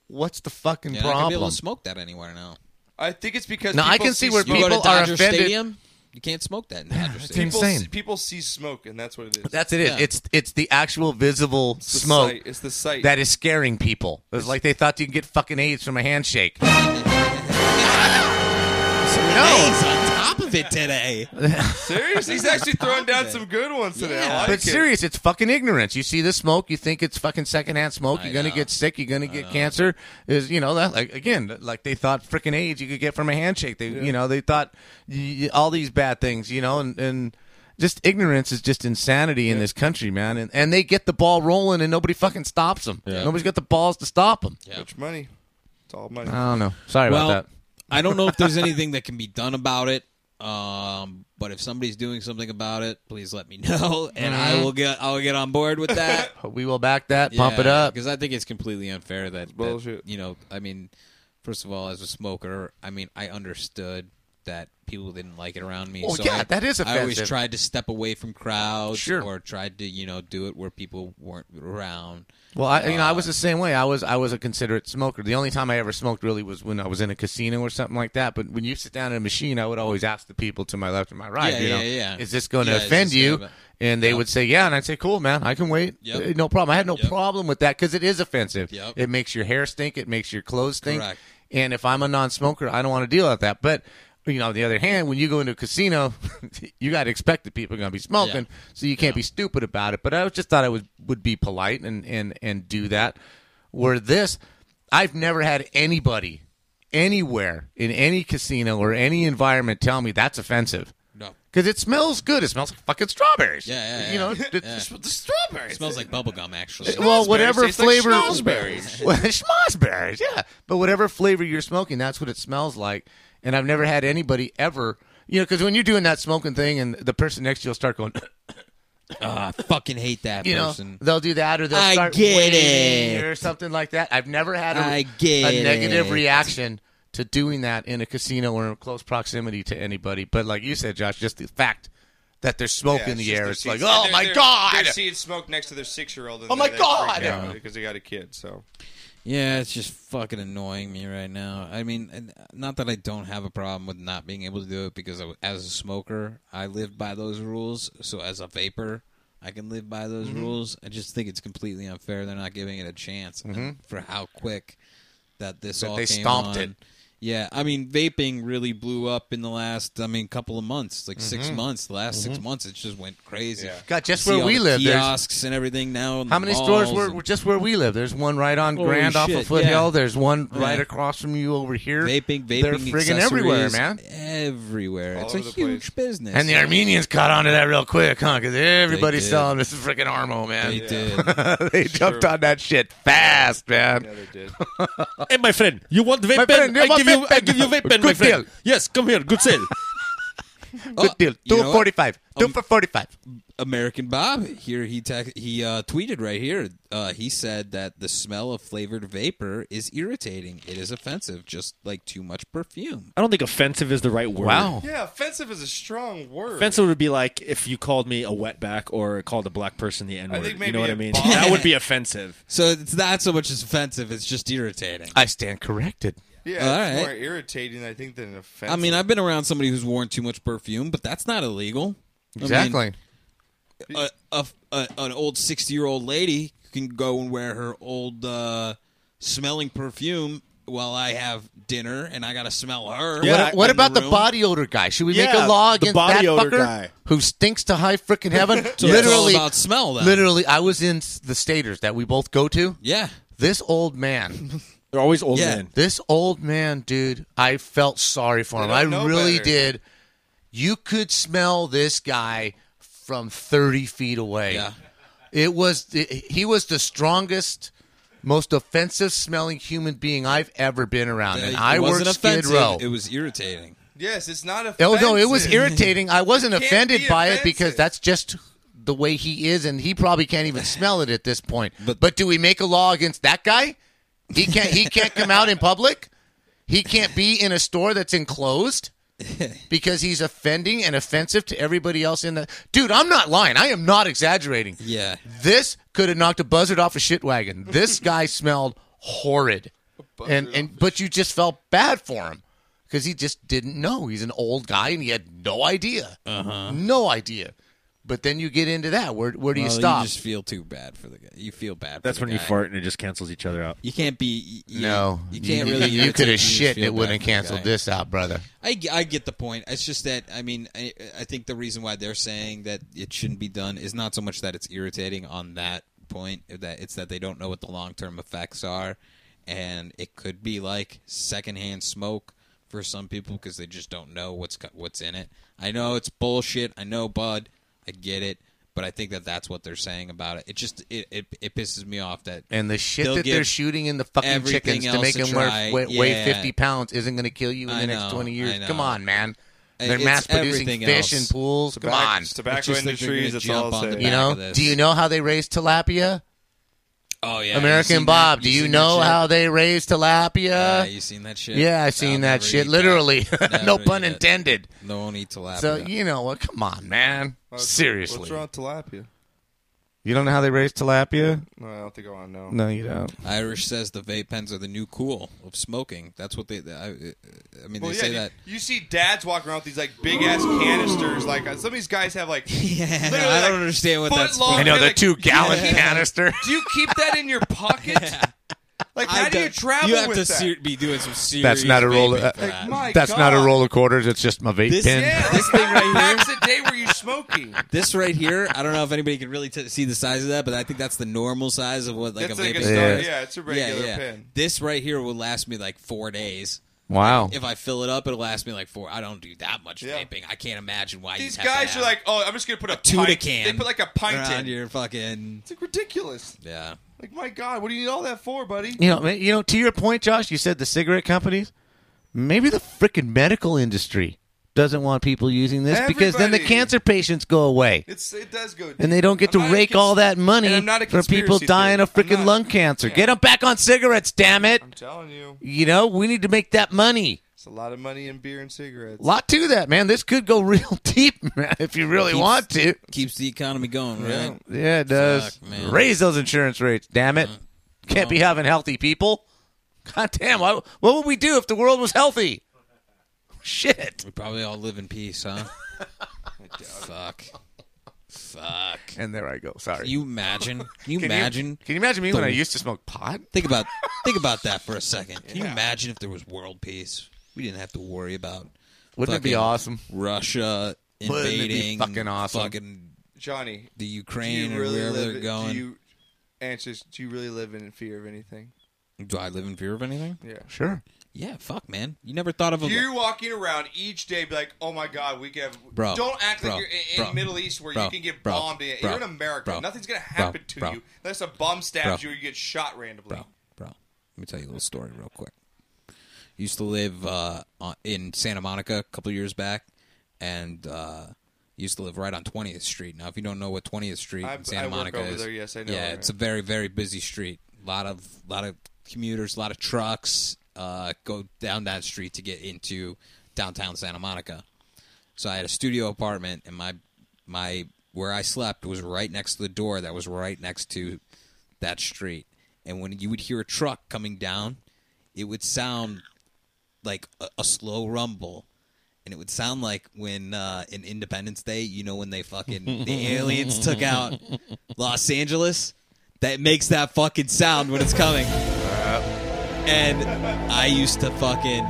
[SPEAKER 2] What's the fucking
[SPEAKER 1] Yeah, I can be able
[SPEAKER 2] problem?
[SPEAKER 1] to smoke that anywhere now.
[SPEAKER 3] I think it's because
[SPEAKER 2] Now, I
[SPEAKER 3] people
[SPEAKER 2] can see where
[SPEAKER 1] You
[SPEAKER 2] People
[SPEAKER 1] go
[SPEAKER 2] are
[SPEAKER 1] to Dodger
[SPEAKER 2] offended.
[SPEAKER 1] Stadium, you can't smoke that in Dodger Stadium.
[SPEAKER 3] people,
[SPEAKER 2] Insane.
[SPEAKER 3] see- people see smoke, and that's what it is.
[SPEAKER 2] That's it. is.
[SPEAKER 1] Yeah.
[SPEAKER 2] It's it's the actual visible
[SPEAKER 3] the
[SPEAKER 2] smoke
[SPEAKER 3] Sight. It's the sight.
[SPEAKER 2] that is scaring people. It's like they thought you could get fucking AIDS from a handshake.
[SPEAKER 1] Nays on top of it today.
[SPEAKER 3] Serious? He's actually throwing down
[SPEAKER 1] Confident.
[SPEAKER 3] some good ones today. I
[SPEAKER 1] Yeah.
[SPEAKER 3] like
[SPEAKER 2] But
[SPEAKER 3] it.
[SPEAKER 2] serious, it's fucking ignorance. You see the smoke, you think it's fucking secondhand smoke.
[SPEAKER 1] I
[SPEAKER 2] You're gonna
[SPEAKER 1] know.
[SPEAKER 2] get sick. You're gonna get cancer. Is you know that like again, like they thought freaking AIDS you could get from a handshake. They you know they thought y- y- all these bad things. You know and and just ignorance is just insanity in this country, man. And and they get the ball rolling and nobody fucking stops them. Nobody's got the balls to stop them.
[SPEAKER 1] Yeah.
[SPEAKER 3] Much money. It's all money.
[SPEAKER 2] I don't know. Sorry
[SPEAKER 1] Well,
[SPEAKER 2] about that.
[SPEAKER 1] I don't know if there's anything that can be done about it. Um, but if somebody's doing something about it, please let me know, and I will get I'll get on board with that.
[SPEAKER 2] But we will back that. Pump it up.
[SPEAKER 1] because I think it's completely unfair that, that,
[SPEAKER 3] bullshit.
[SPEAKER 1] you know, I mean, first of all, as a smoker, I mean, I understood that people didn't like it around me.
[SPEAKER 2] Oh,
[SPEAKER 1] so
[SPEAKER 2] yeah,
[SPEAKER 1] I,
[SPEAKER 2] that is
[SPEAKER 1] I always
[SPEAKER 2] offensive.
[SPEAKER 1] tried to step away from crowds,
[SPEAKER 2] Sure.
[SPEAKER 1] or tried to you know do it where people weren't around.
[SPEAKER 2] Well, I, you know, I
[SPEAKER 1] Uh,
[SPEAKER 2] was the same way. I was I was a considerate smoker. The only time I ever smoked really was when I was in a casino or something like that. But when you sit down at a machine, I would always ask the people to my left and my right,
[SPEAKER 1] Yeah,
[SPEAKER 2] you
[SPEAKER 1] yeah,
[SPEAKER 2] know,
[SPEAKER 1] yeah.
[SPEAKER 2] is this going to
[SPEAKER 1] Yeah, is this
[SPEAKER 2] offend you?
[SPEAKER 1] gonna-
[SPEAKER 2] and they
[SPEAKER 1] Yep.
[SPEAKER 2] would say, yeah. And I'd say, cool, man, I can wait.
[SPEAKER 1] Yep.
[SPEAKER 2] Uh, No problem. I had no
[SPEAKER 1] Yep.
[SPEAKER 2] problem with that because it is offensive.
[SPEAKER 1] Yep.
[SPEAKER 2] It makes your hair stink. It makes your clothes stink.
[SPEAKER 1] Correct.
[SPEAKER 2] And if I'm a non-smoker, I don't want to deal with that. But you know, on the other hand, when you go into a casino, you got to expect that people are going to be smoking, so you can't be stupid about it. But I just thought I would would be polite and and and do that. Where this, I've never had anybody anywhere in any casino or any environment tell me that's offensive.
[SPEAKER 1] No.
[SPEAKER 2] Because it smells good. It smells like fucking strawberries.
[SPEAKER 1] Yeah, yeah,
[SPEAKER 2] You
[SPEAKER 1] yeah.
[SPEAKER 2] know, it-
[SPEAKER 1] Yeah.
[SPEAKER 3] But the strawberries.
[SPEAKER 1] It smells like bubblegum, actually.
[SPEAKER 2] well, whatever
[SPEAKER 3] Tastes like
[SPEAKER 2] flavor,
[SPEAKER 3] schnozberries.
[SPEAKER 2] Well, schnozberries, yeah. But whatever flavor you're smoking, that's what it smells like. And I've never had anybody ever, you know, because when you're doing that smoking thing, and the person next to you'll start going,
[SPEAKER 1] I fucking hate that
[SPEAKER 2] you know,
[SPEAKER 1] person.
[SPEAKER 2] they'll do that or they'll
[SPEAKER 1] I
[SPEAKER 2] start
[SPEAKER 1] get
[SPEAKER 2] waving
[SPEAKER 1] it.
[SPEAKER 2] or something like that. I've never had a,
[SPEAKER 1] I get
[SPEAKER 2] a negative
[SPEAKER 1] it.
[SPEAKER 2] reaction to doing that in a casino or in close proximity to anybody. But like you said, Josh, just the fact that there's smoke in the air, it's like, oh my god.
[SPEAKER 3] They're seeing smoke next to their six-year-old. and
[SPEAKER 2] Oh, my
[SPEAKER 3] they're- they're freaking
[SPEAKER 2] God!
[SPEAKER 3] out Because they got a kid, so
[SPEAKER 1] Yeah, it's just fucking annoying me right now. I mean, and uh, not that I don't have a problem with not being able to do it because I, as a smoker, I lived by those rules. So as a vapor, I can live by those
[SPEAKER 2] Mm-hmm.
[SPEAKER 1] rules. I just think it's completely unfair. They're not giving it a chance and for how quick that this all
[SPEAKER 2] Mm-hmm. they
[SPEAKER 1] came
[SPEAKER 2] stomped
[SPEAKER 1] on.
[SPEAKER 2] it.
[SPEAKER 1] Yeah, I mean, vaping really blew up in the last, I mean, couple of months, like six months. The last six months, it just went crazy.
[SPEAKER 3] Yeah.
[SPEAKER 2] Mm-hmm. God, just
[SPEAKER 1] See
[SPEAKER 2] where
[SPEAKER 1] all
[SPEAKER 2] we
[SPEAKER 1] the
[SPEAKER 2] live, there's-
[SPEAKER 1] kiosks and everything now. and
[SPEAKER 2] How
[SPEAKER 1] the
[SPEAKER 2] many stores
[SPEAKER 1] malls
[SPEAKER 2] were
[SPEAKER 1] and
[SPEAKER 2] were just where we live? There's one right on
[SPEAKER 1] Holy
[SPEAKER 2] Grand off
[SPEAKER 1] shit,
[SPEAKER 2] of Foothill.
[SPEAKER 1] yeah.
[SPEAKER 2] There's one right
[SPEAKER 1] Yeah.
[SPEAKER 2] across from you over here.
[SPEAKER 1] vaping, vaping,
[SPEAKER 2] They're friggin' everywhere,
[SPEAKER 1] accessories
[SPEAKER 2] man.
[SPEAKER 1] everywhere.
[SPEAKER 3] All
[SPEAKER 1] it's a
[SPEAKER 3] over the place.
[SPEAKER 1] huge business,
[SPEAKER 2] And the Armenians caught onto that real quick, huh? Because everybody's
[SPEAKER 1] did.
[SPEAKER 2] selling this freaking Armo, man.
[SPEAKER 1] They did.
[SPEAKER 2] they jumped on that shit fast, man.
[SPEAKER 3] Yeah, they did.
[SPEAKER 4] Hey, my friend, you want vape
[SPEAKER 2] My
[SPEAKER 4] pen?
[SPEAKER 2] friend, you
[SPEAKER 4] I
[SPEAKER 2] want
[SPEAKER 4] give you,
[SPEAKER 2] vape
[SPEAKER 4] I
[SPEAKER 2] pen?
[SPEAKER 4] give you vape pen, my
[SPEAKER 2] Good
[SPEAKER 4] friend.
[SPEAKER 2] deal.
[SPEAKER 4] Yes, come here. Good sale.
[SPEAKER 1] Oh,
[SPEAKER 2] Good deal.
[SPEAKER 1] you know
[SPEAKER 2] Two
[SPEAKER 1] what?
[SPEAKER 2] forty five. Two
[SPEAKER 1] Um,
[SPEAKER 2] for forty five.
[SPEAKER 1] American Bob here he tex- he uh, tweeted right here. Uh, he said that the smell of flavored vapor is irritating. It is offensive, just like too much perfume.
[SPEAKER 4] I don't think offensive is the right word.
[SPEAKER 2] Wow.
[SPEAKER 3] Yeah, offensive is a strong word.
[SPEAKER 4] Offensive would be like if you called me a wetback or called a black person the N
[SPEAKER 3] I
[SPEAKER 4] word.
[SPEAKER 3] think
[SPEAKER 4] You know
[SPEAKER 3] maybe
[SPEAKER 4] what I
[SPEAKER 3] a
[SPEAKER 4] mean?
[SPEAKER 3] bomb.
[SPEAKER 4] That would be offensive.
[SPEAKER 1] So it's not so much as offensive; it's just irritating.
[SPEAKER 2] I stand corrected.
[SPEAKER 3] Yeah,
[SPEAKER 1] All
[SPEAKER 3] it's
[SPEAKER 1] right.
[SPEAKER 3] more irritating, I think, than offensive.
[SPEAKER 1] I mean, I've been around somebody who's worn too much perfume, but that's not illegal. I mean,
[SPEAKER 2] Exactly.
[SPEAKER 1] a, a, a- an old sixty-year-old lady can go and wear her old uh, smelling perfume while I have dinner, and I got to smell her.
[SPEAKER 4] Yeah,
[SPEAKER 1] in
[SPEAKER 2] what what about the,
[SPEAKER 1] room.
[SPEAKER 2] body odor guy? Should we make a
[SPEAKER 4] Yeah,
[SPEAKER 2] law
[SPEAKER 4] the
[SPEAKER 2] against
[SPEAKER 4] body
[SPEAKER 2] that
[SPEAKER 4] odor
[SPEAKER 2] fucker
[SPEAKER 4] guy.
[SPEAKER 2] who stinks to high freaking heaven?
[SPEAKER 1] So it's all
[SPEAKER 2] literally,
[SPEAKER 1] about smell, then.
[SPEAKER 2] literally, I was in s- the staters that we both go to.
[SPEAKER 1] Yeah.
[SPEAKER 2] This old man
[SPEAKER 4] They're always old
[SPEAKER 1] Yeah.
[SPEAKER 4] men.
[SPEAKER 2] This old man, dude, I felt sorry for him.
[SPEAKER 3] don't
[SPEAKER 2] I
[SPEAKER 3] know
[SPEAKER 2] really
[SPEAKER 3] better.
[SPEAKER 2] did. You could smell this guy from 30 feet away.
[SPEAKER 1] Yeah.
[SPEAKER 2] It was he was the strongest most offensive smelling human being I've ever been around and
[SPEAKER 1] It
[SPEAKER 2] I
[SPEAKER 1] wasn't
[SPEAKER 2] worked Skid
[SPEAKER 1] offensive,
[SPEAKER 2] Row.
[SPEAKER 1] It was irritating.
[SPEAKER 3] yes, it's not offensive.
[SPEAKER 2] Oh no, it was irritating. I wasn't
[SPEAKER 3] You can't
[SPEAKER 2] offended
[SPEAKER 3] be
[SPEAKER 2] by it because
[SPEAKER 3] offensive.
[SPEAKER 2] that's just the way he is, and he probably can't even smell it at this point. But,
[SPEAKER 1] But-
[SPEAKER 2] do we make a law against that guy? He can't. He can't come out in public. He can't be in a store that's enclosed because he's offending and offensive to everybody else in the. Dude, I'm not lying. I am not exaggerating.
[SPEAKER 1] Yeah.
[SPEAKER 2] This could have knocked a buzzard off a shit wagon. This guy smelled horrid, and and but you just felt bad for him because he just didn't know. He's an old guy and he had no idea, uh-huh. no idea. But then you get into that. Where where do you
[SPEAKER 1] Well,
[SPEAKER 2] stop?
[SPEAKER 1] Oh, just feel too bad for the guy. You feel bad. For
[SPEAKER 4] That's
[SPEAKER 1] the
[SPEAKER 4] when you
[SPEAKER 1] guy.
[SPEAKER 4] fart and it just cancels each other out.
[SPEAKER 1] You can't be. You,
[SPEAKER 2] no,
[SPEAKER 1] you can't really.
[SPEAKER 2] You
[SPEAKER 1] irritate
[SPEAKER 2] could
[SPEAKER 1] me, you
[SPEAKER 2] have shit. and
[SPEAKER 1] feel
[SPEAKER 2] It
[SPEAKER 1] bad
[SPEAKER 2] wouldn't have
[SPEAKER 1] for the
[SPEAKER 2] canceled
[SPEAKER 1] guy.
[SPEAKER 2] this out, brother.
[SPEAKER 1] I, g- I get the point. It's just that I mean I I think the reason why they're saying that it shouldn't be done is not so much that it's irritating on that point that it's that they don't know what the long term effects are, and it could be like secondhand smoke for some people because they just don't know what's co- what's in it. I know it's bullshit. I know, bud. I get it. But I think that that's what they're saying about it. It just it, it, it pisses me off that
[SPEAKER 2] And the shit
[SPEAKER 1] They'll
[SPEAKER 2] that they're
[SPEAKER 1] give
[SPEAKER 2] shooting in the fucking
[SPEAKER 1] everything
[SPEAKER 2] chickens to
[SPEAKER 1] else
[SPEAKER 2] make
[SPEAKER 1] a
[SPEAKER 2] them wear,
[SPEAKER 1] try.
[SPEAKER 2] weigh, weigh
[SPEAKER 1] Yeah.
[SPEAKER 2] fifty pounds isn't going to kill you in
[SPEAKER 1] I
[SPEAKER 2] the next
[SPEAKER 1] know,
[SPEAKER 2] twenty
[SPEAKER 1] I
[SPEAKER 2] years.
[SPEAKER 1] know.
[SPEAKER 2] Come on, man.
[SPEAKER 1] I-
[SPEAKER 2] They're
[SPEAKER 1] it's
[SPEAKER 2] mass producing
[SPEAKER 1] everything
[SPEAKER 2] fish in
[SPEAKER 1] else.
[SPEAKER 2] pools. Come
[SPEAKER 3] Tobacco-
[SPEAKER 2] on,
[SPEAKER 1] It's
[SPEAKER 3] Tobacco
[SPEAKER 1] just like they're
[SPEAKER 3] industries,
[SPEAKER 1] gonna
[SPEAKER 3] it's
[SPEAKER 1] jump
[SPEAKER 3] all
[SPEAKER 1] on the
[SPEAKER 3] saying.
[SPEAKER 2] you
[SPEAKER 1] back of
[SPEAKER 2] know.
[SPEAKER 1] this.
[SPEAKER 2] Do you know how they raise tilapia?
[SPEAKER 1] oh yeah, you seen
[SPEAKER 2] American
[SPEAKER 1] that?
[SPEAKER 2] Bob, do you
[SPEAKER 1] seen
[SPEAKER 2] know
[SPEAKER 1] that shit?
[SPEAKER 2] how they raise tilapia?
[SPEAKER 1] Uh, you seen that shit?
[SPEAKER 2] yeah,
[SPEAKER 1] No,
[SPEAKER 2] I seen that
[SPEAKER 1] never eat
[SPEAKER 2] shit.
[SPEAKER 1] that.
[SPEAKER 2] Literally, no
[SPEAKER 1] Never
[SPEAKER 2] pun
[SPEAKER 1] eat it.
[SPEAKER 2] intended.
[SPEAKER 1] No one eats tilapia.
[SPEAKER 2] So you know what? Come on, man.
[SPEAKER 3] What's-
[SPEAKER 2] Seriously,
[SPEAKER 3] What's wrong with tilapia?
[SPEAKER 5] You don't know how they raise tilapia?
[SPEAKER 3] No, I don't think I want to know.
[SPEAKER 5] No, you don't.
[SPEAKER 1] Irish says the vape pens are the new cool of smoking. That's what they. I, I mean,
[SPEAKER 3] Well,
[SPEAKER 1] they
[SPEAKER 3] yeah,
[SPEAKER 1] say
[SPEAKER 3] you,
[SPEAKER 1] that.
[SPEAKER 3] you see dads walking around with these like big ass canisters. Like uh, some of these guys have like
[SPEAKER 1] Yeah,
[SPEAKER 3] literally,
[SPEAKER 1] I don't
[SPEAKER 3] like,
[SPEAKER 1] understand what
[SPEAKER 3] foot
[SPEAKER 1] that's.
[SPEAKER 3] long-
[SPEAKER 2] I know
[SPEAKER 3] They're
[SPEAKER 2] the
[SPEAKER 3] like-
[SPEAKER 2] two gallon
[SPEAKER 3] Yeah.
[SPEAKER 2] canister.
[SPEAKER 3] Do you keep that in your pocket? Like, how
[SPEAKER 1] I
[SPEAKER 3] do you
[SPEAKER 1] don't-
[SPEAKER 3] travel
[SPEAKER 1] You have
[SPEAKER 3] with
[SPEAKER 1] to
[SPEAKER 3] that?
[SPEAKER 1] ser- be doing some serious.
[SPEAKER 5] That's not a roll.
[SPEAKER 1] vaping
[SPEAKER 5] uh,
[SPEAKER 1] for that.
[SPEAKER 3] my
[SPEAKER 5] that's
[SPEAKER 3] God.
[SPEAKER 5] not a roll of quarters. It's just my vape
[SPEAKER 1] This-
[SPEAKER 5] pen.
[SPEAKER 3] yeah,
[SPEAKER 1] This thing right here?
[SPEAKER 3] Packs a day where you smoking.
[SPEAKER 1] This right here, I don't know if anybody can really t- see the size of that, but I think that's the normal size of what like
[SPEAKER 3] That's
[SPEAKER 1] a
[SPEAKER 3] like
[SPEAKER 1] vape
[SPEAKER 3] a
[SPEAKER 1] pen
[SPEAKER 3] star.
[SPEAKER 1] is.
[SPEAKER 3] Yeah, it's a regular
[SPEAKER 1] yeah, yeah.
[SPEAKER 3] pen.
[SPEAKER 1] This right here will last me like four days.
[SPEAKER 5] Wow.
[SPEAKER 1] If I fill it up, it'll last me like four. I don't do that much
[SPEAKER 3] Yeah.
[SPEAKER 1] vaping. I can't imagine why
[SPEAKER 3] These
[SPEAKER 1] you'd have to
[SPEAKER 3] guys are
[SPEAKER 1] have
[SPEAKER 3] like, oh, I'm just gonna put a,
[SPEAKER 1] two to
[SPEAKER 3] pint.
[SPEAKER 1] can.
[SPEAKER 3] They put like a pint
[SPEAKER 1] around
[SPEAKER 3] in.
[SPEAKER 1] your fucking
[SPEAKER 3] It's like ridiculous.
[SPEAKER 1] yeah.
[SPEAKER 3] Like my God, what do you need all that for, buddy?
[SPEAKER 2] You know, ma- you know. To your point, Josh, you said the cigarette companies. Maybe the freaking medical industry doesn't want people using this because then the
[SPEAKER 3] Everybody.
[SPEAKER 2] cancer patients go away.
[SPEAKER 3] It's it does go.
[SPEAKER 2] and they don't get to
[SPEAKER 3] I'm not a
[SPEAKER 2] rake
[SPEAKER 3] cons-
[SPEAKER 2] all that money
[SPEAKER 3] and I'm not a
[SPEAKER 2] for people
[SPEAKER 3] conspiracy
[SPEAKER 2] dying of
[SPEAKER 3] theorist. I'm
[SPEAKER 2] freaking
[SPEAKER 3] not.
[SPEAKER 2] lung cancer.
[SPEAKER 3] Yeah.
[SPEAKER 2] Get them back on cigarettes, damn it!
[SPEAKER 3] I'm telling you,
[SPEAKER 2] You know, we need to make that money.
[SPEAKER 3] it's a lot of money in beer and cigarettes.
[SPEAKER 2] lot to that, man. This could go real deep, man, if you really
[SPEAKER 1] Keeps-
[SPEAKER 2] want to.
[SPEAKER 1] keeps the economy going,
[SPEAKER 3] Yeah.
[SPEAKER 1] right?
[SPEAKER 2] Yeah, it does.
[SPEAKER 1] Fuck, man.
[SPEAKER 2] Raise those insurance rates, damn it. Can't be having healthy people. God damn, why- what would we do if the world was healthy? Shit.
[SPEAKER 1] We probably all live in peace, huh? Fuck. Fuck. Can
[SPEAKER 2] And there I go. Sorry.
[SPEAKER 1] you imagine? Can you
[SPEAKER 2] Can you-
[SPEAKER 1] imagine?
[SPEAKER 2] Can you imagine me when I used to smoke pot?
[SPEAKER 1] Think about think about that for a second. Can you imagine if there was world peace? We didn't have to worry about.
[SPEAKER 2] Wouldn't it be
[SPEAKER 1] fucking
[SPEAKER 2] awesome?
[SPEAKER 1] Russia
[SPEAKER 2] Wouldn't it be
[SPEAKER 1] invading
[SPEAKER 2] fucking awesome?
[SPEAKER 1] fucking
[SPEAKER 3] Johnny,
[SPEAKER 1] the
[SPEAKER 3] do
[SPEAKER 1] Ukraine
[SPEAKER 3] you
[SPEAKER 1] or
[SPEAKER 3] really
[SPEAKER 1] wherever
[SPEAKER 3] live?
[SPEAKER 1] they're going.
[SPEAKER 3] Do you answers? Do you really live in fear of anything?
[SPEAKER 1] Do I live in fear of anything?
[SPEAKER 3] Yeah.
[SPEAKER 2] Sure.
[SPEAKER 1] Yeah, fuck, man. You never thought of a
[SPEAKER 3] You're walking around each day, be like, "Oh my God, we could have."
[SPEAKER 1] Bro,
[SPEAKER 3] don't act
[SPEAKER 1] bro,
[SPEAKER 3] like you're in, in
[SPEAKER 1] bro,
[SPEAKER 3] Middle East where
[SPEAKER 1] bro,
[SPEAKER 3] you can get
[SPEAKER 1] bro,
[SPEAKER 3] bombed. In.
[SPEAKER 1] bro,
[SPEAKER 3] you're in America.
[SPEAKER 1] bro,
[SPEAKER 3] Nothing's gonna
[SPEAKER 1] bro,
[SPEAKER 3] happen to
[SPEAKER 1] bro.
[SPEAKER 3] you unless a bomb stabs
[SPEAKER 1] Bro.
[SPEAKER 3] you or you get shot randomly.
[SPEAKER 1] bro, bro. Let me tell you a little story real quick. Used to live uh, on- in Santa Monica a couple years back, and uh, used to live right on 20th Street. Now, if you don't know what 20th Street
[SPEAKER 3] I-
[SPEAKER 1] in Santa
[SPEAKER 3] I work
[SPEAKER 1] Monica
[SPEAKER 3] over
[SPEAKER 1] is,
[SPEAKER 3] there, yes, I know
[SPEAKER 1] Yeah,
[SPEAKER 3] where-
[SPEAKER 1] it's a very very busy street. A lot of lot of commuters, a lot of trucks uh, go down that street to get into downtown Santa Monica. So I had a studio apartment, and my my where I slept was right next to the door that was right next to that street. And when you would hear a truck coming down, it would sound like a, a slow rumble. And it would sound like when uh, in Independence Day, you know, when they fucking the aliens took out Los Angeles, that makes that fucking sound when it's coming. And I used to fucking,